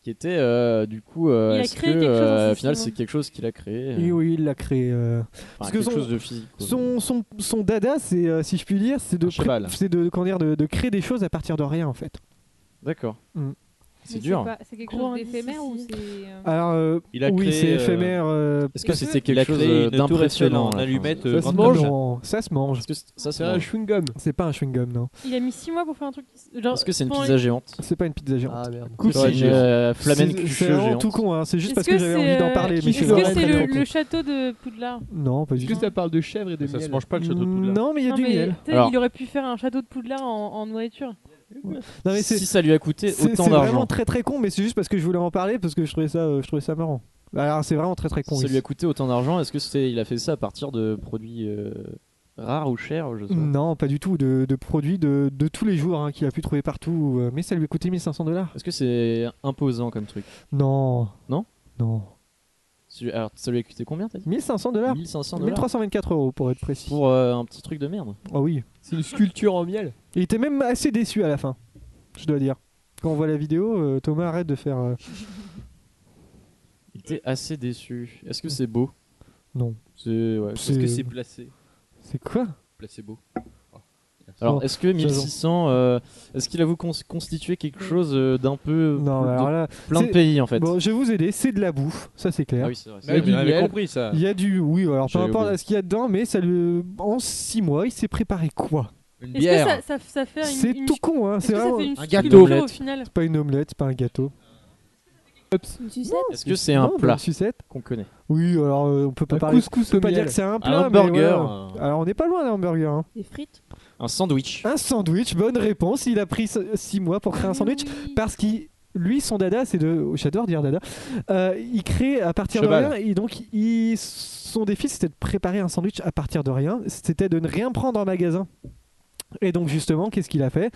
D: qui était euh, du coup euh,
G: Il a
D: est-ce que
G: créé quelque chose hein en
D: euh,
G: six
D: au final
G: semaines.
D: c'est quelque chose qu'il a créé euh,
C: Et oui, il l'a créé. euh,
D: enfin,
C: parce que
D: quelque
C: son-
D: chose de physique. quoi.
C: Son, son, son dada, c'est, euh, si je puis dire, c'est de,
D: Un cheval.
C: pré- c'est de, comment dire, de, de créer des choses à partir de rien, en fait.
D: D'accord.
C: Mm.
E: Mais
D: C'est dur.
E: pas- C'est quelque
G: Gros
E: chose
G: indice
E: d'éphémère ou
G: ici.
E: c'est. euh,
C: Alors, euh,
I: Il a
C: oui,
I: créé,
C: c'est
I: euh,
C: éphémère. euh,
D: Est-ce que
E: Est-ce que-
D: c'était
I: Il a
D: quelque chose
I: créé
D: euh,
I: une tour Eiffel
D: d'impressionnant
I: en
D: là,
I: allumette.
D: enfin,
I: euh,
F: Ça se
I: grande
F: mange.
I: comme ça.
C: non, ça se mange.
D: Est-ce que c'est- ça c'est
F: C'est un chewing-gum.
C: C'est pas un chewing-gum, non.
G: Il a mis 6 mois pour faire un truc. Genre,
D: Est-ce que c'est une
G: pendant-
D: pizza géante
C: C'est pas une pizza géante.
F: Ah merde.
C: Coup,
D: C'est une euh, flamen
C: c'est,
D: cucheux
C: c'est vraiment
D: géante.
C: tout con, hein. c'est juste
G: Est-ce
C: parce que, j'avais
G: c'est,
C: envie d'en
G: euh,
C: parler. mais
G: Est-ce
C: je
G: que
C: l'aurais
G: c'est
C: très
G: le,
C: longtemps.
G: le château de Poudlard
C: Non, pas du
F: Est-ce
C: tout.
F: que ça parle de chèvre et de
I: Ça se
F: miel Mmh.
I: mange pas le château de Poudlard.
C: Non, mais il y a
G: Non,
C: du
G: mais
C: miel.
G: peut-être
D: Alors-
G: Il aurait pu faire un château de Poudlard en, en nourriture.
C: Non, mais c'est,
D: Si ça lui a coûté
C: c'est-
D: autant
C: c'est
D: d'argent,
C: vraiment très très con, mais c'est juste parce que je voulais en parler parce que je trouvais ça, euh, je trouvais ça marrant. Alors, c'est vraiment très très con.
D: si ça
C: oui.
D: lui a coûté autant d'argent, est-ce que c'est il a fait ça à partir de produits euh, rares ou chers je sais pas.
C: Non, pas du tout, de, de produits de, de tous les jours hein, qu'il a pu trouver partout, euh, mais ça lui a coûté 1500 dollars.
D: Est-ce que c'est imposant comme truc
C: Non.
D: Non
C: Non.
D: Celui- Alors ça lui a coûté combien t'as dit
C: 1500 dollars
D: 1500 dollars
C: 1324 euros pour être précis.
D: pour euh, un petit truc de merde.
C: Ah oui.
F: C'est une sculpture en miel.
C: Il était même assez déçu à la fin, je dois dire. Quand on voit la vidéo, euh, Thomas arrête de faire. euh,
D: Il était assez déçu. Est-ce que c'est beau
C: Non.
D: C'est ouais.
I: Est-ce que c'est placé
C: C'est quoi
I: Placebo.
C: Ah.
D: Alors,
C: Non,
D: est-ce que 1600, euh, est-ce qu'il a vous cons- constitué quelque chose euh, d'un peu
C: Non,
D: de
C: alors là.
D: plein de
C: c'est-
D: pays en fait
C: Bon, je vais vous aider, c'est de la bouffe, ça c'est clair.
D: Ah oui, c'est vrai. c'est
F: Mais
D: vrai.
F: du miel.
I: compris ça.
C: Il y a du. Oui, alors
D: J'ai
C: peu importe
D: oublié.
C: ce qu'il y a dedans, mais ça le... en 6 mois, il s'est préparé quoi
I: Une
G: Est-ce que ça, ça, ça fait une.
C: C'est
G: une-
C: tout con, hein.
G: Est-ce
C: C'est
G: que ça
C: vraiment.
G: fait une
D: Un gâteau.
G: sculpture au
D: Omelette.
G: final
C: C'est pas une omelette, c'est pas un gâteau.
E: Une sucette
D: Est-ce que c'est un
C: Non,
D: plat
C: une sucette.
D: qu'on connaît
C: Oui, alors euh, on peut pas
F: Un
C: parler.
F: couscous
C: on
F: au
C: peut pas
F: miel.
C: dire que c'est un plat,
I: Un
C: mais
I: hamburger.
C: voilà.
I: un-
C: Alors on n'est pas loin d'un hamburger. hein.
E: Des frites
D: Un sandwich
C: Un sandwich, bonne réponse. Il a pris 6 mois pour créer un sandwich parce qu'il lui son dada c'est de j'adore dire dada Euh, il crée à partir
I: Cheval.
C: de rien et donc il- son défi c'était de préparer un sandwich à partir de rien c'était de ne rien prendre en magasin et donc justement qu'est-ce qu'il a fait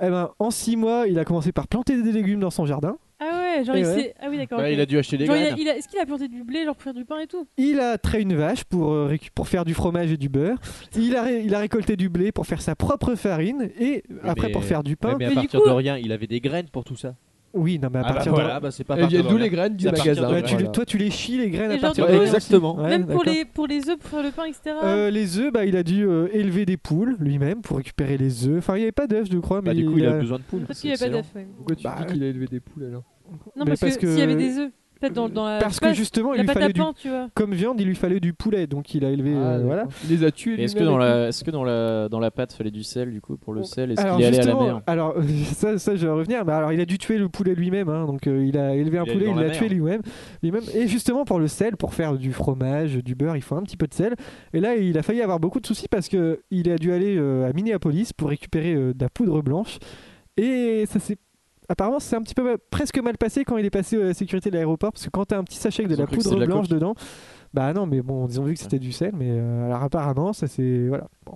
C: eh ben, en 6 mois il a commencé par planter des légumes dans son jardin
G: Ah ouais, genre
C: Et
G: il
C: ouais.
G: s'est- Ah oui, d'accord.
I: Ouais,
G: ok.
I: Il a dû acheter des
G: Genre, il a-
I: graines.
G: il a- Est-ce qu'il a planté du blé genre pour faire du pain et tout
C: Il a traité une vache pour, euh, récu- pour faire du fromage et du beurre. Il a, ré- il a récolté du blé pour faire sa propre farine et après
I: mais-
C: pour faire du pain.
I: mais
G: Mais
I: à
G: du
I: partir
G: coup-
I: de rien, il avait des graines pour tout ça.
C: Oui, non mais à
I: Eh Ah bah
C: partir de
I: voilà, bah c'est pas à
F: Elles
I: partir
F: viennent
I: de
F: Eh d'où
I: rien.
F: les graines du
I: C'est à partir
F: magasin
I: de
C: Ouais, tu
I: rien.
C: le-
F: Voilà.
C: toi tu les chies les graines
G: Et
C: à
G: genre,
C: partir
G: tu
C: de
I: Ouais,
G: peux-
C: rien.
I: exactement.
C: Ouais,
G: Même pour
C: d'accord.
G: les, pour les œufs, pour faire le pain, etc.
C: Euh, les œufs, bah, il a dû euh, élever des poules lui-même pour récupérer les œufs. Enfin, il n'y avait pas d'œufs, je crois, mais
I: Bah, du coup, il
C: a-
I: a besoin de poules.
G: parce qu'il n'y avait pas d'œufs. ouais.
F: Pourquoi tu
C: Bah,
F: dis qu'il a élevé des poules alors
G: Non,
C: Mais
G: parce,
C: parce
G: que,
C: que-
G: s'il y avait des œufs, peut-être dans, dans la.
C: parce
G: je sais
C: que
G: pas,
C: justement, il
G: la
C: lui
G: pâte
C: fallait
G: à
C: du
G: pain, tu vois.
C: comme viande, il lui fallait du poulet, donc il a élevé
F: Ah,
C: euh,
F: d'accord.
C: voilà.
F: Il les a tués.
D: Et Est-ce que
F: lui-même,
D: dans
F: et
D: la, est-ce que dans la, dans la pâte fallait du sel du coup pour le sel Est-ce
C: Alors
D: qu'il est allé à la
C: justement,
D: mer hein.
C: alors euh, ça, ça je vais revenir. Bah, alors il a dû tuer le poulet lui-même, hein. donc euh, il a élevé un
I: Il est allé
C: poulet,
I: dans
C: il
I: la
C: l'a
I: mer.
C: tué lui-même, lui-même. Et justement pour le sel, pour faire du fromage, du beurre, il faut un petit peu de sel. Et là il a failli avoir beaucoup de soucis parce que il a dû aller euh, à Minneapolis pour récupérer euh, de la poudre blanche. Et ça s'est apparemment c'est un petit peu mal- presque mal passé quand il est passé à la sécurité de l'aéroport parce que quand t'as un petit sachet avec de
D: Ils ont
C: la
D: cru que
C: poudre
D: c'était de la
C: blanche dedans, bah non mais bon ils ont vu que c'était du sel, mais euh, alors apparemment ça c'est voilà. Bon.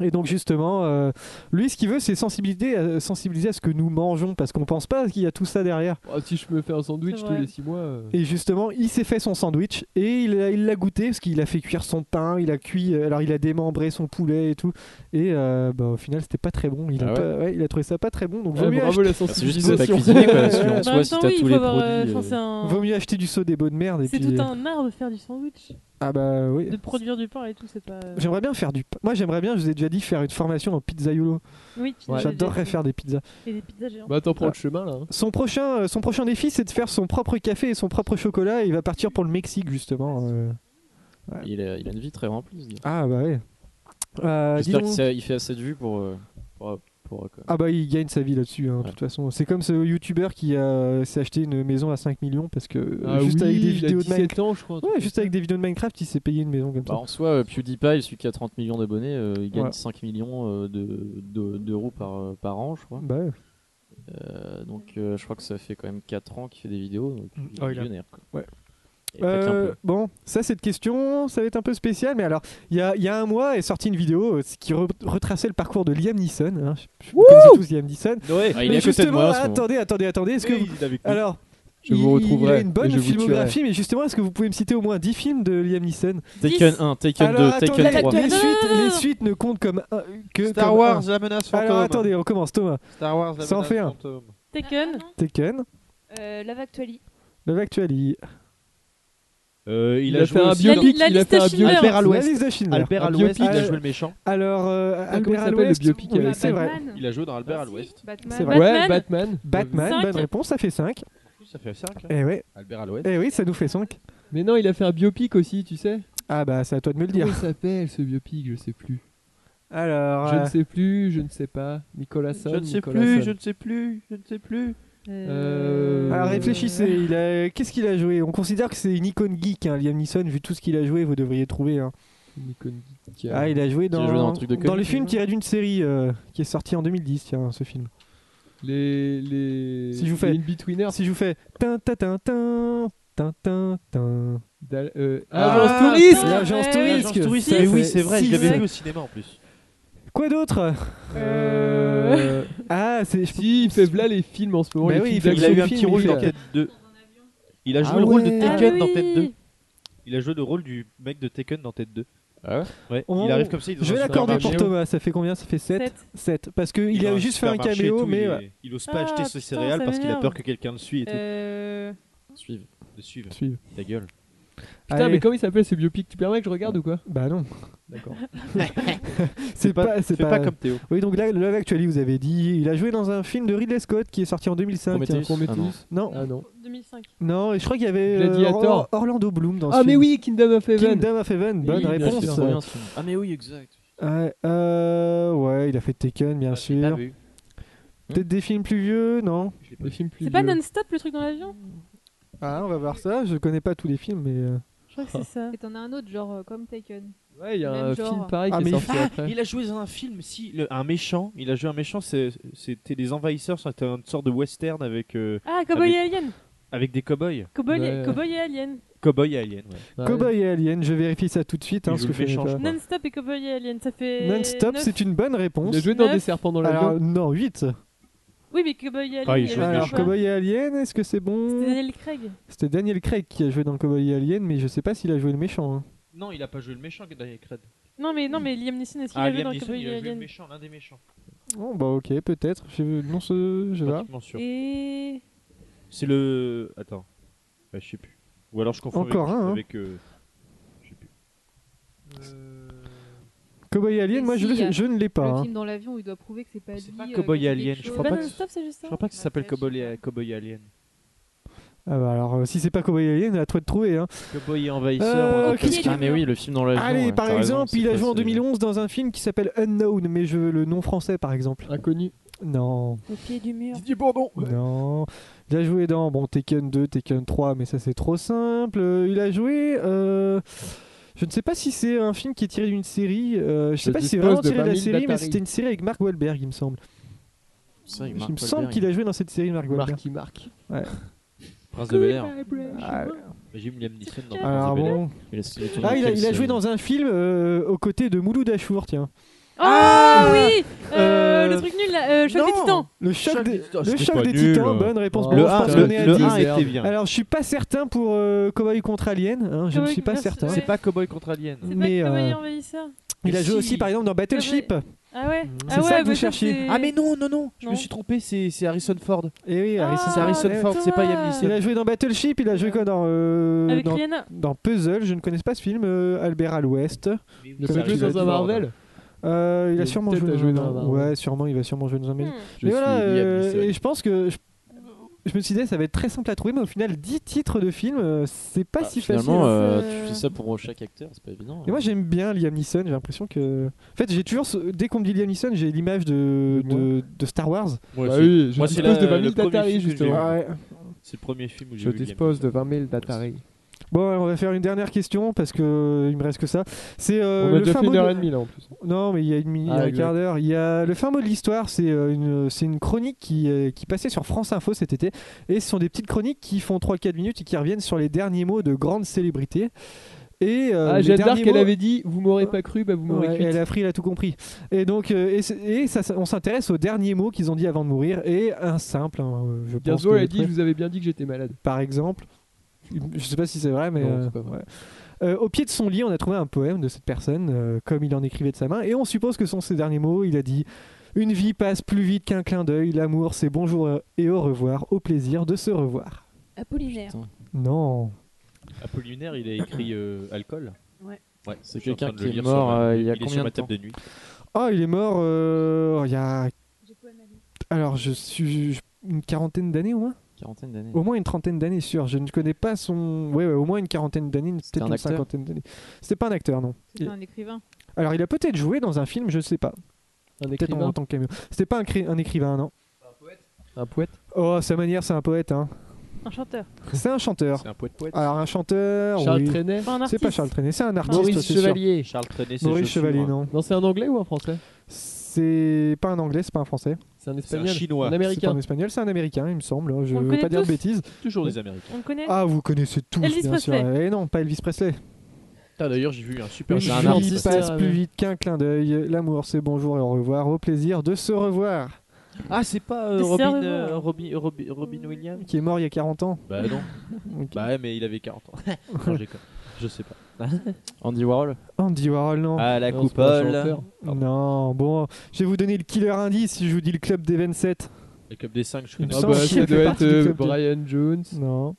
C: Et donc justement, euh, lui, ce qu'il veut, c'est sensibiliser, à- sensibiliser à ce que nous mangeons, parce qu'on pense pas qu'il y a tout ça derrière.
F: tout. Oh, si je me fais un sandwich
G: C'est
F: tous
G: vrai.
F: les 6 mois. euh,
C: Et justement, il s'est fait son sandwich et il a- il l'a goûté parce qu'il a fait cuire son pain, il a cuit, euh, alors il a démembré son poulet et tout. Et euh, bah, au final, c'était pas très bon. Il, a
D: Ah ouais
C: pas- ouais, il a trouvé ça pas très bon. Donc
F: ah,
C: vaut, mieux
F: bravo la
D: Bah, C'est juste que c'est pas
F: sensibilisation.
D: cuisiné quoi. parce qu'en
C: Bah, en
G: Bah, en
D: soi,
G: même
D: si
G: temps,
D: t'as
G: oui, il
D: tous
G: faut
D: les
G: avoir, euh,
D: produits,
G: je pense que c'est
D: euh,
G: un-
C: acheter- vaut mieux acheter du saut des bonnes merdes. Et
G: C'est
C: puis...
G: tout un art de faire du sandwich,
C: Ah bah oui.
G: de produire du pain et tout, c'est pas.
C: J'aimerais bien faire du. pa- Moi, j'aimerais bien, je vous ai déjà dit, faire une formation en pizzaiolo.
G: Oui, tu l'avais
C: J'adorerais
G: dit.
C: faire des pizzas.
G: Et des pizzas géantes.
F: Bah attends, prends le chemin là. hein.
C: Son prochain, euh, son prochain défi, c'est de faire son propre café et son propre chocolat. Et il va partir pour le Mexique, justement. euh.
D: il a, il a une vie très remplie. ce gars.
C: Ah, bah ouais. Euh, dis
D: J'espère
C: donc,
D: qu'il s'est- il fait assez de vues pour, euh, pour, pour. quoi.
C: Ah bah il gagne sa vie là-dessus, hein, de toute façon. C'est comme ce youtubeur qui a- s'est acheté une maison à 5 millions parce que euh,
F: Ah
C: juste
F: oui,
C: avec des
F: il a
C: vidéos de
F: 17
C: Minecraft.
F: ans, je crois, un truc
C: Ouais,
F: comme
C: juste avec des vidéos de Minecraft, il s'est payé une maison comme
D: Bah,
C: ça.
D: en soi, euh, PewDiePie, celui qui a 30 millions d'abonnés, euh, il gagne
C: Ouais.
D: 5 millions euh, de- de- d'euros par, euh, par an, je crois.
C: Bah ouais.
D: Euh, donc euh, je crois que ça fait quand même 4 ans qu'il fait des vidéos, donc il est
C: Ah, il a-
D: millionnaire. Quoi.
C: Ouais.
D: Et pas qu'un
C: Euh,
D: peu.
C: bon, ça cette question, ça va être un peu spécial, mais alors, il y a, il y a un mois est sortie une vidéo euh, qui re- retraçait le parcours de Liam Neeson. hein. Je- je- Vous connaissez tous Liam Neeson.
I: Ouais.
D: Ah, il est à côté
C: Mais
D: de
C: justement,
D: moi en ce moment.
C: attendez, attendez, attendez. Est-ce que
I: Oui,
C: vous-
I: il est avec nous.
C: alors,
F: Je vous
C: il- Il a
F: retrouverai
C: une
F: et
C: bonne
F: je vous
C: filmographie, mais justement, est-ce que vous pouvez me citer au moins 10 films de Liam Neeson
D: Taken 1, Taken
C: Alors,
D: 2, Taken
C: attendez,
D: 3.
C: Les suites, les suites ne comptent comme un- que
I: Star
C: comme
I: Wars,
C: un.
I: la menace fantôme.
C: Alors attendez, on commence Thomas.
I: Star Wars, la
C: Ça en
I: menace
C: fait un.
I: fantôme.
G: Taken,
C: Ah Taken,
E: Euh, Love Actually.
C: Love Actually,
I: Euh, il,
F: Il
I: a,
F: a
I: joué
F: fait un
I: aussi
G: La-
F: biopic,
G: la
F: il a
G: liste
F: fait un
G: Schindler.
F: biopic.
I: Albert à
C: la
I: l'ouest.
C: list de Schindler.
I: Albert à
F: Un
I: l'ouest, il
F: biopic.
C: euh,
I: a joué le méchant.
C: Alors, euh,
F: Ah, comment il
C: Albert à
F: s'appelle, le
C: l'Ouest,
F: biopic
C: oui,
F: avec-
C: Euh, c'est vrai.
I: Il a joué dans Albert à l'ouest.
C: C'est
E: Batman.
C: vrai.
F: Ouais,
G: Batman.
F: Batman.
C: Batman,
G: Cinq.
C: bonne réponse, ça fait 5.
I: Ça fait 5.
C: Eh ouais,
I: Albert à l'ouest.
C: eh oui, ça nous fait 5.
F: Mais non, il a fait un biopic aussi, tu sais.
C: Ah bah, c'est à toi de me le
F: Comment il
C: dire.
F: s'appelle ce biopic Je sais plus.
C: Alors,
F: Je
C: euh,
F: ne sais plus, je ne sais pas. Nicolas
I: Je ne sais plus, je ne sais plus, je ne sais plus.
F: Euh,
C: alors réfléchissez, il a- qu'est-ce qu'il a joué On considère que c'est une icône geek, hein, Liam Neeson, vu tout ce qu'il a joué, vous devriez trouver. hein. Ah, il a joué dans,
D: joué dans un truc de hein.
C: dans le
D: comics,
C: film
D: non
C: tiré d'une série euh, qui est sortie en 2010, tiens, ce film.
F: Les, les...
C: Si je vous fais-
F: les In-Betweeners.
C: Si je vous fais... tin, tin, tin, tin, tin, tin, tin.
F: d'Al- euh,
I: Ah,
F: Agence Touriste
G: putain.
C: L'agence Eh
G: ouais,
C: touriste.
G: l'agence touriste,
C: Ça
G: Et
I: Mais Ah Eh oui,
C: fait
I: c'est vrai, je
C: six.
I: l'avais vu au cinéma en plus.
C: Quoi d'autre
G: Euh,
C: Ah, c'est... je-
F: Si, il fait là les films en ce moment.
C: Bah
F: les
C: oui,
F: films
C: il fait-
I: Il a
C: Action
I: eu un
F: d'action.
I: petit
C: film,
I: rôle
C: il
I: dans
C: fait-
I: Ted 2. Il a joué
C: Ah
I: le rôle de
C: ouais.
G: Ah
I: Tekken dans
G: oui.
I: Ted 2. Il a joué le rôle du mec de Tekken dans Ted 2.
D: Ah ouais
I: Ouais,
C: Oh.
I: il arrive comme ça, il est dans
C: Je vais
I: un
C: l'accorder pour
I: supermarché.
C: Thomas, ça fait combien Ça fait 7
G: Sept.
C: 7, parce qu'il
I: est
C: a
I: dans
C: juste fait un
I: supermarché et
C: caméo,
I: tout,
C: mais... euh,
I: il,
C: ouais.
I: est- il ose pas
G: Ah,
I: acheter ses
G: putain,
I: céréales
G: ça
I: parce qu'il a
G: m'énerve.
I: peur que quelqu'un le suive et tout.
G: Euh,
D: Suivre.
I: Le suive,
C: Suivre.
I: ta gueule.
F: Putain,
C: Allez.
F: mais comment il s'appelle ce biopic Tu permets que je regarde ou quoi
C: Bah non.
F: D'accord.
C: C'est pas, c'est
I: Fais pas comme Théo.
C: Oui, donc là, Love Actually, vous avez dit, il a joué dans un film de Ridley Scott qui est sorti en 2005.
D: Prometheus. Ah non.
C: tiens.
F: Prometheus.
C: Non,
F: Ah non.
G: 2005.
C: non, et je crois qu'il y avait euh,
F: Gladiator.
C: Or- Orlando Bloom dans ce
F: Ah mais
C: film.
F: oui, Kingdom of Heaven.
C: Kingdom of Heaven, bonne
F: oui, bien
C: réponse.
F: sûr.
D: C'est trop bien, ce film. Ah mais oui, exact.
C: Ouais, euh, ouais, il a fait Taken,
F: Ah,
C: bien sûr. Peut-être des films plus vieux, non
F: Le film plus
G: C'est pas
F: vieux.
G: non-stop le truc dans l'avion
C: Ah, on va voir ça. Je connais pas tous les films, mais. euh,
G: Je crois que c'est ça.
E: Et t'en as un autre, genre euh, comme Taken.
F: Ouais, il y a
E: Même
F: un
E: genre.
F: film pareil
C: Ah,
F: qui
C: mais
F: est
C: il-
F: sorti après.
I: Il a joué dans un film, si, le- un méchant. Il a joué un méchant, c'est- c'était des envahisseurs, c'était une sorte de western avec, euh,
G: Ah, Cowboy et Alien
I: avec des cow-boys.
G: Cowboy,
F: Ouais.
G: Cowboy et Alien
I: Cowboy et alien, ouais.
F: Ouais.
C: Cowboy et Alien, je vérifie ça tout de suite.
I: Il
C: hein,
I: joue
C: ce que
I: le
C: je
I: méchant,
C: fais
I: je
C: pas.
I: crois.
G: Non-stop et Cowboy et Alien, ça fait.
C: Non-stop,
G: neuf.
C: c'est une bonne réponse.
F: Il a joué dans
G: Neuf.
F: des serpents dans l'avion.
C: Alors, non, 8.
G: Oui, mais Cowboy et Alien.
I: Ah, il
G: y a
I: joue
G: eu
C: Alors,
G: un choix.
C: Cowboy et Alien, est-ce que c'est
G: C'était
C: bon
G: Daniel Craig.
C: C'était Daniel Craig qui a joué dans Cowboy et Alien, mais je sais pas s'il a joué le méchant. hein.
I: Non, il a pas joué le méchant, Daniel Craig.
G: Non, mais, non, mais Liam Neeson, est-ce qu'il
I: Ah,
G: a joué
I: Liam
G: dans
I: Neeson,
G: Cowboy et
I: il a joué le
G: Alien
I: méchant, l'un des méchants.
C: Bon, bah, ok, peut-être. Je... Non, ce... je vais voir.
I: Pratiquement sûr.
G: Et.
I: C'est le. Attends. Bah, je sais plus. Ou alors je confonds
C: Encore
I: avec.
C: un, hein.
I: avec, euh, Je sais plus.
C: Cowboy et Alien,
E: Mais
C: moi, je,
E: si,
C: le-
E: euh,
C: je ne l'ai pas.
E: le
C: hein.
E: film dans l'avion où il doit prouver que c'est pas
I: C'est
E: lui,
I: pas
E: euh,
I: Cowboy
E: qui a fait
I: Alien,
E: quelque
I: je
G: C'est
I: crois
G: pas
E: chose.
I: que c'est-
G: non-stop, c'est juste
I: Je
G: ça
I: crois pas que ça s'appelle
E: Après, je
I: Cowboy,
E: sais
I: et- Cowboy et Alien.
C: Ah bah, alors, euh, si c'est pas Cowboy et Alien, à toi de trouver. hein.
I: Cowboy et envahisseur.
C: Euh,
I: un truc
C: qu'est-ce
I: comme
C: qu'il-
D: Ah mais oui, le film dans l'avion.
C: Allez,
D: ouais,
C: par
D: t'as raison,
C: exemple,
D: c'est
C: il a
D: pas
C: joué en
D: ce-
C: 2011 dans un film qui s'appelle Unknown, mais je veux le nom français, par exemple.
F: Inconnu.
C: Non,
G: Au pied du mur.
I: Didier Bourdon.
C: non. Il a joué dans bon Tekken 2, Tekken 3, mais ça c'est trop simple. Euh, Il a joué. euh, Je ne sais pas si c'est un film qui est tiré d'une série. euh, je sais
F: Je
C: pas si c'est
F: dispose
C: vraiment
F: de
C: tiré de la
F: 20 000
C: série, mais
F: Atari.
C: c'était une série avec Mark Wahlberg, il me semble.
D: Ça,
C: il
D: avec Mark
C: me semble
D: Wahlberg.
C: qu'il a joué dans cette série Mark Wahlberg.
F: Marky Mark.
I: Prince de Bel Air.
C: Ah,
I: Jim Liam Neeson dans
C: alors
I: Prince de Bel-Air.
C: bon.
D: Il a- il
C: Ah, il a, il a
D: quel,
C: joué
D: euh,
C: dans un film euh, aux côtés de Mouloud Achour, tiens.
G: Ah oui
C: Euh,
G: Euh, Le truc nul là, euh, Choc des
I: non.
G: Titans
C: Le choc,
I: Choc
C: des,
I: des Titans,
C: le
I: c'était
C: choc
I: pas
C: des
I: nul.
C: titans, bonne réponse.
F: Oh,
C: Bon,
I: Le
C: je pense
I: 1,
F: un,
C: qu'on
I: le,
C: est à
I: le
C: 10.
I: un
F: Merde.
I: était bien.
C: Alors, je suis pas certain pour euh, Cowboy contre Alien. hein, je ne
G: Cowboy
C: suis pas
G: versus-
C: certain.
G: ouais.
I: c'est pas Cowboy contre Alien.
G: C'est pas
C: Mais,
G: Cowboy et
C: euh,
G: Envahisseur
C: Il a joué
I: Si.
C: aussi, par exemple, dans Battleship.
G: Ah ouais
C: C'est
G: ah
C: ça
G: ouais,
C: que vous
G: bah
C: cherchiez.
G: c'est-
I: Ah mais non, non, non, je
G: Non.
I: me suis trompé, c'est c'est Harrison Ford.
C: Et oui, Harrison
G: Ah,
I: c'est Harrison
C: eh,
I: Ford, c'est pas Liam
G: Thomas.
C: Il
I: Neeson.
C: a joué dans Battleship, il a joué quoi dans, euh,
G: Avec
C: dans,
G: Rihanna
C: dans Puzzle, je ne connais pas ce film, euh, Albert à l'Ouest.
F: Il a
C: Comme
F: pas joué
C: tu l'as
F: dans un
C: dit,
F: Marvel.
C: Euh, il a
F: Il
C: sûrement
F: peut-être
C: joué
F: a
C: dans,
F: joué
C: un-
F: dans un Marvel.
C: Ouais, sûrement, il va sûrement jouer dans un
G: Hmm.
C: Mais voilà,
I: suis Liam
C: euh,
I: Neeson.
C: et je pense que. je- je me suis dit, ça va être très simple à trouver, mais au final, 10 titres de films, euh, c'est pas
F: Ah,
C: si facile. hein.
D: Finalement, euh, tu fais ça pour chaque acteur, c'est pas
F: euh,
D: évident.
C: Et moi j'aime bien Liam Neeson, j'ai l'impression que. En fait, j'ai toujours. ce- Dès qu'on me dit Liam Neeson, j'ai l'image de, de, de Star Wars.
I: Moi
F: Bah
I: aussi.
F: oui, je
I: Moi, c'est
F: dispose
I: la-
F: de 20
I: le
F: 000
I: premier
F: d'Atari,
I: film que j'ai
F: justement.
I: vu.
C: Ah ouais.
I: C'est le premier film où j'ai
F: Je
I: vu Liam
F: dispose de 20 000 d'Atari.
C: Bon, alors, on va faire une dernière question parce que euh, il me reste que ça. C'est euh,
F: On a
C: le
F: déjà
C: fin
F: fait une
C: mot.
F: heure
C: de-
F: et demie là en plus.
C: Non, mais il y a une mini-
F: Ah,
C: un
F: exact.
C: quart d'heure. Il y a le fin mot de l'histoire. C'est euh, une, c'est une chronique qui, euh, qui passait sur France Info cet été. Et ce sont des petites chroniques qui font 3-4 minutes et qui reviennent sur les derniers mots de grandes célébrités. Et euh,
F: ah,
C: les
F: Jeanne d'Arc,
C: derniers
F: elle
C: mots-
F: avait dit Vous m'aurez pas cru, bah vous m'aurez
C: Ouais,
F: cuite.
C: elle a pris, elle a tout compris. Et donc, euh, et, c'est- et ça, ça- on s'intéresse aux derniers mots qu'ils ont dit avant de mourir. Et un simple, hein, euh, je pense.
F: Gainsbourg,
C: que
F: elle a
C: le
F: dit
C: truc-
F: Je vous avais bien dit que j'étais malade.
C: par exemple. Je sais pas si c'est vrai, mais.
F: Non,
C: euh,
F: c'est pas vrai.
C: ouais. Euh, au pied de son lit, on a trouvé un poème de cette personne, euh, comme il en écrivait de sa main, et on suppose que ce sont ses derniers mots. Il a dit Une vie passe plus vite qu'un clin d'œil, l'amour c'est bonjour et au revoir, au plaisir de se revoir.
E: Apollinaire.
C: Non.
I: Apollinaire, il a écrit euh, Alcool.
G: Ouais.
D: C'est
I: je suis en
D: quelqu'un
I: train de
D: qui
I: le
D: est
I: lire
D: mort
I: sur ma-
D: euh, il y a
I: est sur
D: combien
I: ma
D: de
I: table
D: temps
I: de nuit.
C: Ah, il est mort euh, il y a. Alors, je suis. je- Une quarantaine d'années au moins
D: Quarantaine d'années.
C: Au moins une trentaine d'années, sûr. Je ne connais pas son. Ouais, ouais, au moins une quarantaine d'années,
D: un
C: peut-être une
D: acteur
C: cinquantaine d'années. C'était pas un acteur, non.
E: C'était un écrivain.
C: Alors, il a peut-être joué dans un film, je sais pas.
F: Un
C: Peut-être en,
F: écrivain,
C: en tant que caméo. C'était pas un, cré- un écrivain, non
F: un poète.
C: Oh, à sa manière, c'est un poète. Hein.
G: Un chanteur.
C: C'est un chanteur.
I: C'est un poète poète.
C: Alors, un chanteur.
F: Charles
C: oui.
F: Trenet.
G: Enfin, un
C: C'est
G: artiste.
C: pas Charles Trenet, c'est un artiste.
F: Maurice
C: c'est sûr.
F: Chevalier.
I: Charles Trenet, c'est
C: Maurice
I: chaussure,
C: Chevalier,
I: hein.
C: non.
F: Non, c'est un anglais ou un français
C: C'est pas un anglais, c'est pas un français.
F: C'est un
I: C'est un
F: espagnol.
I: chinois.
C: C'est
F: Un
C: pas
F: américain.
C: un espagnol, c'est un américain, il me semble. hein. Je
G: On le
C: veux
G: connaît
C: pas dire de
G: tous.
C: bêtises.
I: Toujours des américains.
G: On le connaît
C: Ah, vous connaissez tous,
G: Elvis
C: bien sûr.
G: Presley.
C: Et non, pas Elvis Presley.
I: D'ailleurs, j'ai vu un super
C: Une
D: c'est un
C: vie
D: artiste.
C: passe
F: Ouais.
C: plus vite qu'un clin d'œil. L'amour, c'est bonjour et au revoir. Au plaisir de se revoir.
I: Ah, c'est pas
G: Des
I: Robin,
G: cerveaux.
I: euh, Robin, Robin, Robin Williams
C: Qui est mort il y a 40 ans.
I: Bah non.
C: Ok.
I: Bah ouais, mais il avait 40 ans. Non, je déconne. Je sais pas.
D: Andy Warhol.
C: Andy Warhol, non.
I: Ah, la
F: Non, c'est pas un chanteur.
C: Non, bon. Je vais vous donner le killer indice si je vous dis le club des 27.
I: Le Cup des 5, je
C: Il me
I: connais.
F: Ah
C: semble
F: bah,
C: qu'il
F: ça
C: a fait
F: doit être
C: partie du
F: euh,
C: club de-
F: Brian Jones.
C: Non.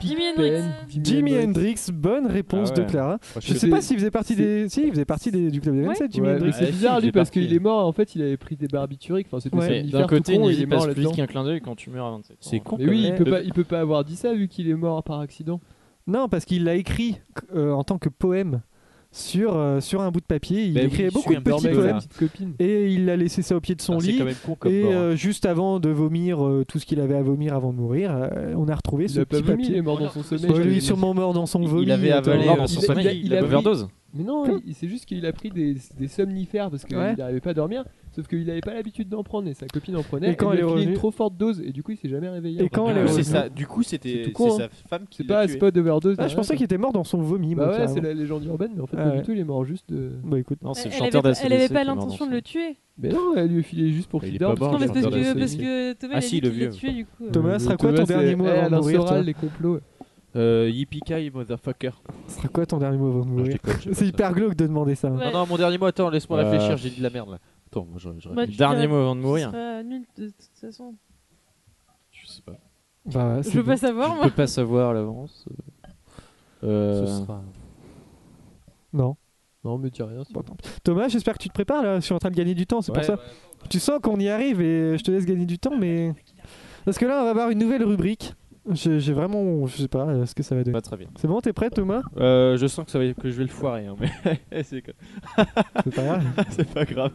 G: Jimi Hendrix.
F: Pippen,
C: Jimi Hendrix, bonne réponse
I: Ah ouais.
C: de Clara.
I: Moi,
C: Je
F: C'est-
C: sais pas s'il faisait partie des. Si, il faisait partie des- du club des
G: Ouais.
C: 27, Jimi
F: Ouais, mais
C: Hendrix.
I: Ah,
F: c'est
I: si,
F: bizarre
I: il
F: lui
I: est
F: parce
I: parti.
F: qu'il est mort en fait il avait pris des barbituriques enfin c'était
C: Ouais.
F: des
D: Mais
F: somnifères
D: D'un côté,
F: tout
D: une
F: con, il est
D: vie
F: mort
D: passe plus
F: là-dedans.
D: vite qu'un clin d'œil quand tu meurs à 27 ans.
I: C'est con.
F: Mais oui,
C: Ouais.
F: il peut, pas, il peut pas avoir dit ça vu qu'il est mort par accident.
C: Non, parce qu'il l'a écrit euh, en tant que poème sur, euh, sur un bout de papier. Il
I: Bah oui,
C: écrivait
I: je
C: beaucoup
I: suis
C: de
I: un peu
C: petits
I: emmerdé,
F: Avec
I: Nicolas.
F: sa
C: poèmes.
F: petite copine.
C: Et il a laissé ça au pied de son
I: Ah, C'est
C: lit.
I: quand même con comme
C: Et
I: mort, hein.
C: euh, juste avant de vomir euh, tout ce qu'il avait à vomir avant de mourir, euh, on a retrouvé
F: Il
C: ce
F: a pas
C: petit
F: vomi, il
C: papier.
F: est mort dans son sommeil.
C: Ouais,
F: j'avais
C: lui est
F: dit.
C: sûrement mort dans son
I: Il- il
C: vomi.
I: avait
C: attends.
I: avalé,
D: Non,
I: euh,
D: dans
F: il
D: son
F: a- il a-
D: sommeil,
F: il
D: il
F: a
D: a
F: pris-
D: overdose.
F: Mais non, il- c'est juste qu'il a pris des, des somnifères parce qu'il
C: Ouais.
F: n'arrivait pas à dormir. Sauf qu'il n'avait pas l'habitude d'en prendre et sa copine en prenait.
C: Et quand
F: lui
C: elle
F: a
C: est
F: filé une
C: revenue-
F: trop forte dose et du coup il s'est jamais réveillé.
C: Et quand
I: Du
C: elle est
I: coup,
C: revenue-
I: Ah, c'est ça. Du coup, c'était
F: C'est tout
I: c'est
F: con,
I: sa femme qui
F: C'est
I: l'a
F: pas
I: tué.
F: spot d'overdose.
C: Ah, je pensais qu'il était mort dans son vomi.
F: Bah
C: moi,
F: ouais,
C: carrément.
F: c'est la légende urbaine, mais en fait
C: Ah
F: pas
C: ouais.
F: du tout, il est mort juste de.
C: Bah écoute.
D: Non, c'est le
G: Elle
D: chanteur
G: avait, pas- elle avait
D: d'ACDC qui
G: pas
D: est mort dans
G: l'intention
D: son-
G: de le tuer.
F: Mais non, elle lui a filé juste pour
I: Il
F: qu'il
I: est pas
F: dorme.
I: mort,
F: parce
G: Non,
I: le
G: mais
F: qu'il
G: c'est
I: chanteur
G: parce que,
F: dormait.
I: d'ACDC.
G: parce que Thomas il
I: Ah
G: a
I: si,
G: dit
I: le
G: qu'il l'a
I: vieux.
G: tué du coup. euh.
C: Thomas,
F: Le
C: sera quoi ton
F: Thomas,
C: dernier
F: c'est-
C: mot
F: eh,
C: avant de
F: Alain
C: mourir,
F: Soral,
C: toi
F: les complots.
I: Euh, yippee motherfucker.
C: Ce sera quoi ton dernier mot avant de
I: Non, je
C: mourir
I: déconne, j'ai pas
C: C'est
I: ça.
C: hyper glauque de demander ça. hein.
G: Ouais.
I: Non, non, mon dernier mot, attends, laisse-moi
D: Euh,
I: réfléchir, j'ai dit de la merde là. Attends, moi je, je
G: Bah, tu
D: Dernier
G: seras-
D: mot avant de
G: tu
D: mourir.
G: seras nul de toute façon.
I: je sais pas.
C: Bah, ouais, c'est
G: Je veux
C: bon.
G: pas savoir
D: Je
G: moi.
D: peux pas savoir à l'avance. Euh,
I: Ce sera.
C: Non.
F: Non, mais dis rien. c'est
C: Bon, tant pis. Thomas, j'espère que tu te prépares là. Je suis en train de gagner du temps, c'est pour
I: Ouais,
C: ça. Tu sens qu'on y arrive et je te laisse gagner du temps, mais. Parce que là, on va avoir une nouvelle rubrique. J'ai j'ai vraiment. Je sais pas euh, ce que ça va donner.
D: Pas très bien.
C: C'est bon, t'es prêt, Thomas
I: Euh, je sens que, ça va, que je vais le foirer, hein, mais c'est quoi-
C: C'est pas grave.
I: c'est pas grave.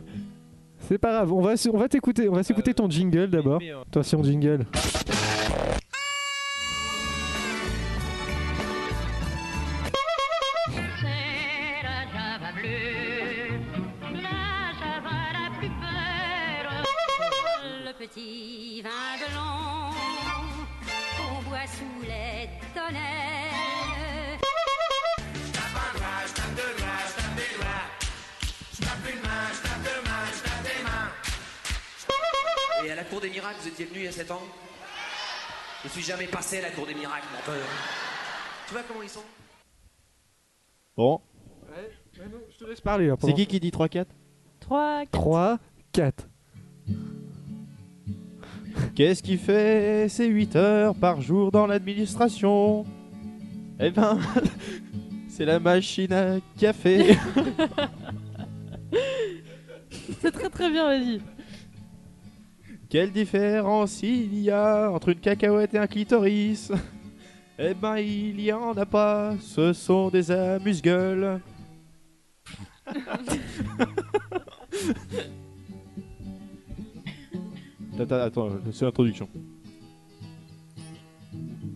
C: C'est pas grave. On va, s- on va t'écouter. On va s'écouter ton jingle d'abord.
I: Mais, euh,
C: Attention, jingle.
J: C'est la java bleue, la java la plus peur. Le petit vin blanc qu'on boit sous les tonnelles.
K: Et à la Cour des miracles, vous étiez venu il y a 7 ans Je suis jamais passé à la Cour des miracles, mon peur. Tu vois comment ils sont
I: Bon,
C: Je te laisse parler. là,
I: c'est
C: pendant-
I: qui qui dit 3-4
G: 3, 4.
C: 3, 4.
I: Qu'est-ce qu'il fait ces 8 heures par jour dans l'administration Eh ben, c'est la machine à café.
G: C'est très très bien, vas-y.
I: Quelle différence il y a entre une cacahuète et un clitoris Eh ben, il y en a pas. Ce sont des amuse-gueules. Attends, attends, c'est l'introduction.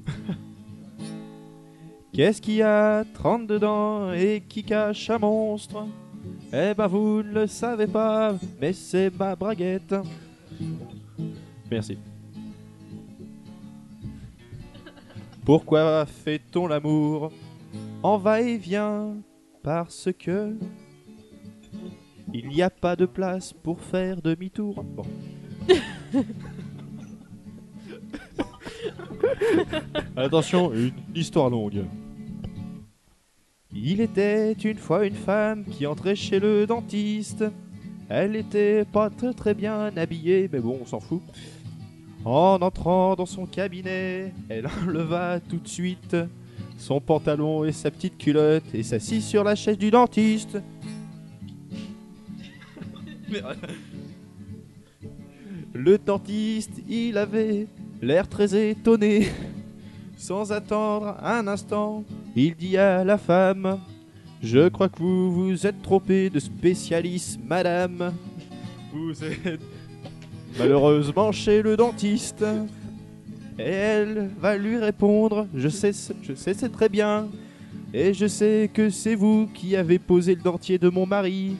I: Qu'est-ce qu'il y a 30 dedans et qui cache un monstre Eh ben vous ne le savez pas, mais c'est ma braguette. Merci. Pourquoi fait-on l'amour En va-et-vient Parce que. Il n'y a pas de place pour faire demi-tour. Bon. Attention, une histoire longue. Il était une fois une femme qui entrait chez le dentiste. Elle était pas très très bien habillée, mais bon, on s'en fout. En entrant dans son cabinet, elle enleva tout de suite son pantalon et sa petite culotte et s'assit sur la chaise du dentiste. Le dentiste, il avait l'air très étonné. Sans attendre un instant, il dit à la femme Je crois que vous vous êtes trompée de spécialiste, madame. Vous êtes malheureusement chez le dentiste. Et elle va lui répondre Je sais, je sais, c'est très bien. Et je sais que c'est vous qui avez posé le dentier de mon mari.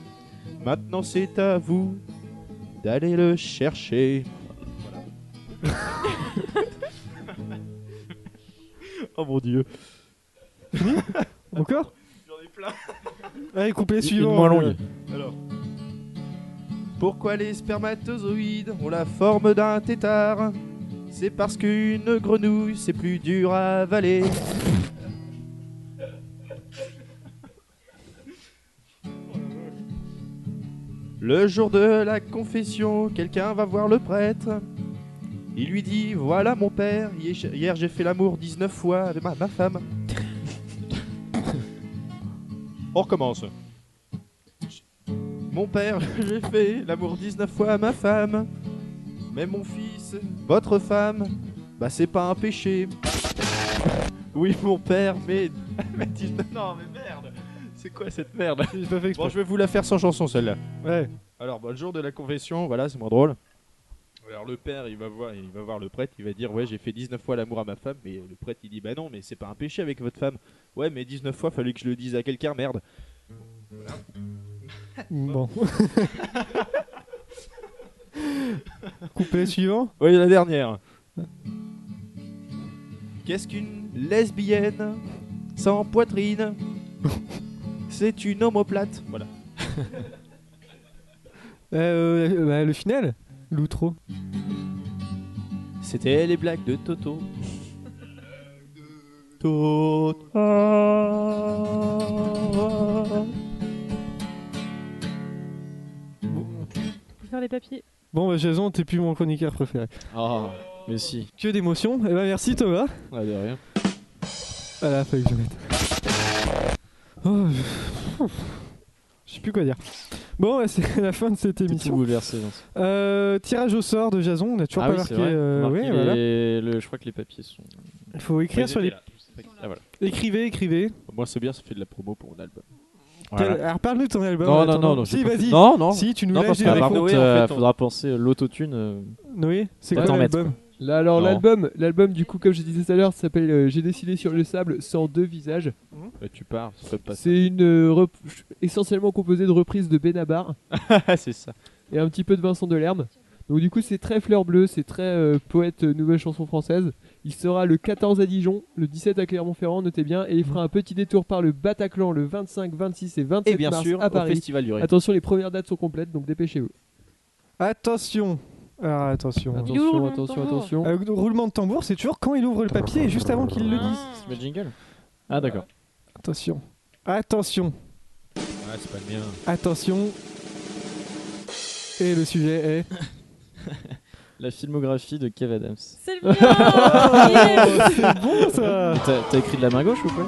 I: Maintenant, c'est à vous d'aller le chercher.
B: Oh mon dieu.
C: Encore
I: J'en ai plein.
C: Allez, couplet suivant. euh,
B: moins longue.
I: Alors. Pourquoi les spermatozoïdes ont la forme d'un tétard C'est parce qu'une grenouille, c'est plus dur à avaler. Le jour de la confession, quelqu'un va voir le prêtre. Il lui dit Voilà mon père, hi- hier j'ai fait l'amour 19 fois avec ma, ma femme. On recommence. Mon père, j'ai fait l'amour 19 fois à ma femme. Mais mon fils, votre femme, bah c'est pas un péché. Oui, mon père, mais. mais 19 Non, mais merde C'est quoi cette merde Bon, je vais vous la faire sans chanson celle-là.
C: Ouais.
I: Alors, bah, le jour de la confession, voilà, c'est moins drôle. Alors le père, il va voir, il va voir le prêtre, il va dire ouais j'ai fait 19 fois l'amour à ma femme, mais le prêtre il dit bah non mais c'est pas un péché avec votre femme. Ouais mais 19 fois fallu que je le dise à quelqu'un merde.
C: Bon. Couplet suivant.
I: Oui la dernière. Qu'est-ce qu'une lesbienne sans poitrine C'est une homoplate. Voilà.
C: Euh, euh, bah, le final L'outro.
I: C'était les blagues de Toto. Toto.
G: Je vais faire les papiers.
C: Bon, bah, Jason, t'es plus mon chroniqueur préféré.
D: Ah, mais si.
C: Que d'émotion. Eh ben, merci Thomas.
D: Ah, de rien.
C: Ah là, fallait que je mette. Oh, je... je sais plus quoi dire. Bon, bah, c'est la fin de cette émission.
D: bouleversé, non
C: Euh, tirage au sort de Jason, on n'a toujours
D: Ah
C: pas
D: oui,
C: marqué.
D: c'est vrai.
C: euh,
D: Marqué
C: ouais,
D: les-
C: voilà.
D: le- je crois que les papiers sont.
C: Il faut écrire sur les.
D: Ah, voilà.
C: Écrivez, écrivez.
H: Moi, c'est bien, ça fait de la promo pour mon album.
C: Quel- Alors parle-nous de ton album.
H: Non,
C: en
H: non,
C: attendant.
H: non, non,
C: Si,
H: j'ai pas
C: vas-y.
H: fait- Non, non.
C: Si, tu nous
H: Non,
C: lâches
H: parce
C: des
H: que- Ah,
D: Par
C: réponses.
D: contre,
H: Noé, en
D: euh,
H: fait, on-
D: faudra penser l'autotune. euh,
C: Noé, c'est
D: faut
C: quoi
D: t'en
C: ton
D: mettre,
C: album
D: quoi.
F: Là, alors,
D: Non.
F: l'album, l'album, du coup, comme je disais tout à l'heure, s'appelle euh, J'ai décidé sur le sable 102 visages.
H: Bah, tu pars, ça peut pas ça.
F: C'est une euh, rep- essentiellement composée de reprises de Benabar
I: Ah, c'est ça.
F: et un petit peu de Vincent Delerme. Donc du coup c'est très fleur bleue, c'est très euh, poète euh, nouvelle chanson française. Il sera le 14 à Dijon, le 17 à Clermont-Ferrand, notez bien, et il fera un petit détour par le Bataclan le 25, 26 et 27
I: Et bien
F: mars
I: sûr,
F: Eh à
I: au
F: Paris. Ah,
I: Festival du Rire.
F: Attention, les premières dates sont complètes, donc dépêchez-vous.
C: Attention. Alors attention.
F: Attention,
G: roulement de
F: attention,
G: tambour.
F: attention.
C: Euh, roulement de tambour, c'est toujours quand il ouvre le papier et juste avant qu'il
G: Ah.
C: le dise.
D: C'est le jingle Ah, d'accord.
C: Attention. Attention.
I: Ah c'est pas le mien.
C: Attention. Et le sujet est.
D: La filmographie de Kev Adams.
G: C'est le mien Yes
C: C'est bon ça
D: Mais T'as t'as écrit de la main gauche ou quoi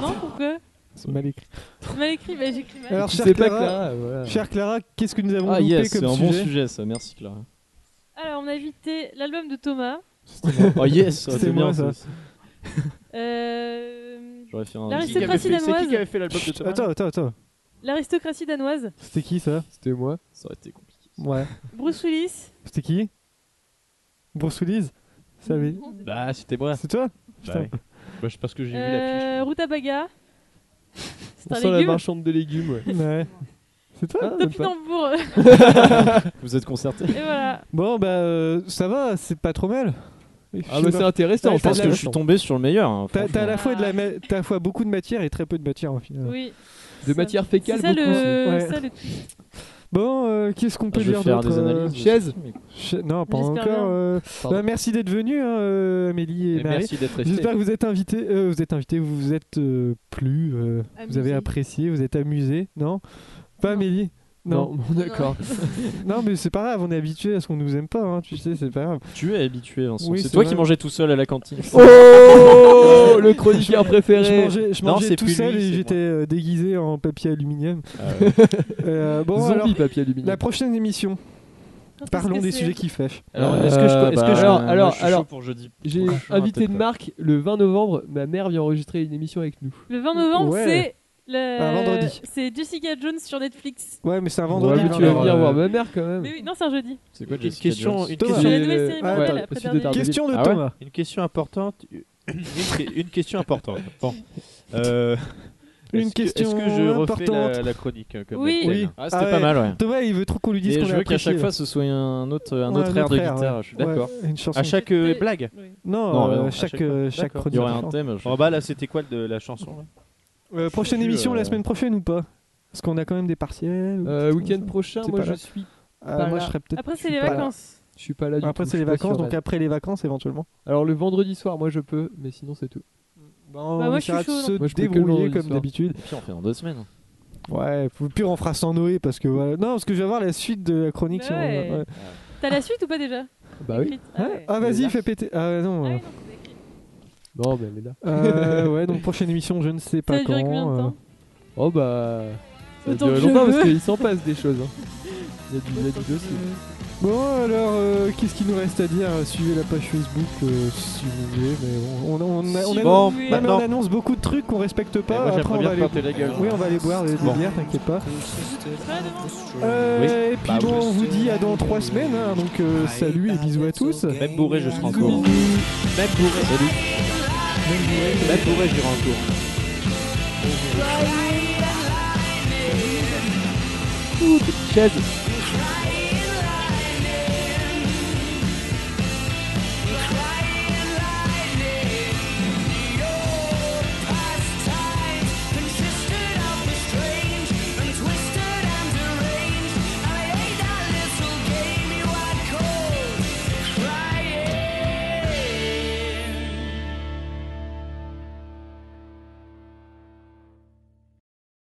G: Non, pourquoi
C: C'est mal écrit.
G: C'est mal écrit, bah j'écris mal.
C: Alors,
F: Tu
C: chère
F: sais pas
C: Clara,
F: Clara, voilà.
C: chère Clara, qu'est-ce que nous avons
D: Ah,
C: loupé
D: yes, c'est
C: comme
D: un
C: sujet
D: bon sujet ça, merci Clara.
G: Alors, on a invité l'album de Thomas.
D: Oh yes,
C: C'était
D: bien,
C: moi, ça.
G: Euh,
D: J'aurais fait un-
G: La
D: Qui- qui avait
G: L'aristocratie
D: fait- c'est qui
G: danoise.
D: qui avait fait l'album de
C: Chut, Attends, attends, attends.
G: L'aristocratie danoise.
C: C'était qui ça
F: C'était moi.
D: Ça aurait été compliqué.
C: Ouais.
G: Bruce Willis.
C: C'était qui Bruce Willis Ça avait-
H: Bah, c'était
I: Ah.
H: moi.
C: C'est toi
H: Bah,
C: Putain.
H: oui. bah, c'est parce que j'ai vu la
G: Euh, Rutabaga. C'est
F: On
G: un
F: sent la
G: légume.
F: marchande de légumes, ouais.
C: Ouais. C'est toi
F: Ah,
C: même hein, pas
G: Topinambour. euh,
D: Vous êtes concerté
G: Et voilà.
C: Bon, bah, euh, ça va, c'est pas trop mal.
F: Ah, bah, c'est intéressant,
C: Ouais,
F: je pense
C: t'as
F: que
C: la-
F: je suis
D: tombé sur le meilleur. hein,
C: T'as
D: franchement.
C: t'as à la fois de la ma- t'as à la fois beaucoup de matière et très peu de matière en final.
G: Oui.
F: De matière
G: C'est
F: fécale,
G: ça,
F: beaucoup.
G: le...
C: Ouais.
G: ça le
C: Bon, euh, qu'est-ce qu'on peut
D: je vais
C: dire
D: faire
C: d'autre
D: des
C: euh,
D: analyses.
F: Chaise
C: Cha- Non, pas
G: J'espère
C: encore.
G: bien.
C: euh,
F: Pardon.
C: bah, merci d'être venus, hein, euh, Amélie et,
H: Et
C: Marie.
H: merci d'être restés.
C: J'espère que vous êtes invités. euh, vous êtes invités, vous vous êtes euh, plu. euh, vous
E: Amusés.
C: avez apprécié, vous êtes amusés, non Pas Amélie Non.
F: Non, bon, d'accord.
C: Non, mais c'est pas grave, on est habitué à ce qu'on nous aime pas, hein, tu sais, c'est pas grave.
D: Tu es habitué,
I: hein.
D: Vincent.
C: Oui,
D: c'est
C: c'est
D: toi
C: vrai.
D: qui mangeais tout seul à la cantine.
F: Oh Le chroniqueur
C: Je
F: préféré
C: mangeais, je
D: Non,
C: mangeais
D: c'est
C: tout
D: plus
C: seul
D: lui,
C: et
D: c'est
C: j'étais euh, déguisé en papier aluminium.
D: Ah
C: Euh, bon, alors,
F: Zombie papier
C: la
F: aluminium.
C: prochaine émission,
G: Qu'est-ce
C: parlons
G: que
C: des
G: c'est
C: sujets qui fâchent.
D: Alors, est-ce que je.
F: Euh,
D: est-ce que
F: bah,
D: je-
F: alors,
D: moi,
F: alors,
D: je suis
F: alors,
D: chaud pour jeudi.
F: J'ai
D: prochain,
F: invité
D: peut-être
F: de
D: pas.
F: marque le 20 novembre. Ma mère vient enregistrer une émission avec nous.
G: Le 20 novembre,
C: Ouais.
G: c'est le...
C: Un vendredi.
G: C'est Jessica Jones sur Netflix.
C: Ouais, mais c'est un
F: Ouais,
C: vendredi.
F: mais tu vas
C: alors,
F: venir
C: euh,
F: voir ma mère quand
G: Mais
F: même.
G: oui, non, c'est un jeudi.
D: C'est quoi,
H: Une
D: Jessica
H: question,
D: Jones
H: une
C: Thomas.
G: Sur la
H: question,
G: nouvelle
F: euh,
G: série
C: ah,
G: Marvel,
F: attends,
G: après
F: suite de
G: dernière.
F: Tardelli.
C: Question de
F: Ah ouais
C: Thomas.
H: une question importante. Une, une question importante. Bon. Euh,
C: Une
H: est-ce que-
C: question
H: Est-ce que je refais
C: importante.
H: la, la chronique euh, comme
G: Oui.
H: d'habitude
C: Oui.
D: Ah, c'était
C: Ah
D: pas
C: ouais.
D: mal, ouais.
C: Thomas, il veut trop qu'on lui dise
D: Et
C: qu'on
D: je
C: a
D: veux qu'à
C: apprécié.
D: chaque fois ce soit un autre, un
C: Ouais,
D: autre air de
C: air,
D: guitare,
C: ouais.
D: je suis d'accord.
C: Ouais, une chanson.
H: À chaque euh,
G: Oui.
H: blague.
G: Oui.
C: Non,
D: Non, mais non,
C: euh,
D: à
C: chaque,
H: chaque
C: euh, chaque
H: D'accord.
D: Il y
C: chronique.
D: aurait un thème. je-
C: Ah,
H: En bas Oh, bah là, c'était quoi de la chanson là
C: Euh, prochaine
H: Je sais plus,
C: émission la
H: euh,
C: semaine prochaine ou pas Parce qu'on a quand même des partiels. ou
F: Euh,
C: des trucs
F: Week-end
C: comme ça.
F: prochain,
C: C'est
F: moi
C: pas
F: je
C: là.
F: suis,
C: Ah,
F: pas
C: moi,
F: là.
C: je serais peut-être.
G: Après,
C: je
G: c'est
C: suis
G: les
C: pas là.
G: vacances.
F: je suis pas là du
C: Après,
F: tout,
C: c'est
F: je
C: les
F: suis pas
C: vacances,
F: sur
C: donc
F: la-
C: après les vacances éventuellement.
F: Alors le vendredi soir, moi je peux, mais sinon c'est tout.
C: Bon,
G: Bah,
C: on
G: moi, je suis
C: essaiera de
G: chaud,
C: se
G: non.
F: Moi, je hein. peux que le
C: débrouiller
F: vendredi
C: comme
F: soir.
C: d'habitude.
D: Puis on fait en deux
C: hein.
D: semaines.
C: Ouais, puis pire on fera sans Noé parce que voilà. Non, parce que je vais avoir la suite de la chronique. sur-
G: Bah Ouais.
C: ouais.
G: T'as la suite ou pas déjà
F: Bah oui.
G: Écrite Ah ouais.
C: Ah, vas-y, fais péter. Ah, non.
G: Ah
C: euh,
G: oui, non, c'est écrit.
F: Non, mais elle est là.
C: euh, ouais, donc prochaine émission, je ne sais
G: Ça
C: pas
G: a
C: quand.
G: duré combien de
C: euh,
G: temps
F: Oh bah. Ça va
G: Autant
F: durer
G: que je
F: longtemps parce
G: veux.
F: qu'il s'en passe des choses. hein. Il y a du, il y a du dossier.
C: Bon alors, euh, qu'est-ce qu'il nous reste à dire Suivez la page Facebook euh, si vous voulez, mais bon, on, on, on- on-
G: Si
C: on-
G: vous voulez.
C: non, mais on
H: maintenant.
C: annonce beaucoup de trucs qu'on respecte
H: Eh,
C: pas.
H: Moi,
C: Après,
H: j'aimerais
C: on
H: bien
C: va
H: te
C: aller...
H: planter la gueule.
C: Oui, on va aller boire des, des
H: Bon.
C: bières, t'inquiète pas.
G: Voilà, devant.
C: Euh, Et puis
H: Bah,
C: bon,
H: oui.
C: on vous dit à dans 3 semaines, hein, donc euh, salut et bisous à tous.
H: Même bourré, je serai en
C: Bisous,
H: cours. Même
C: bisous.
H: bourré, Même bourré, je serai en cours.
F: Chaise.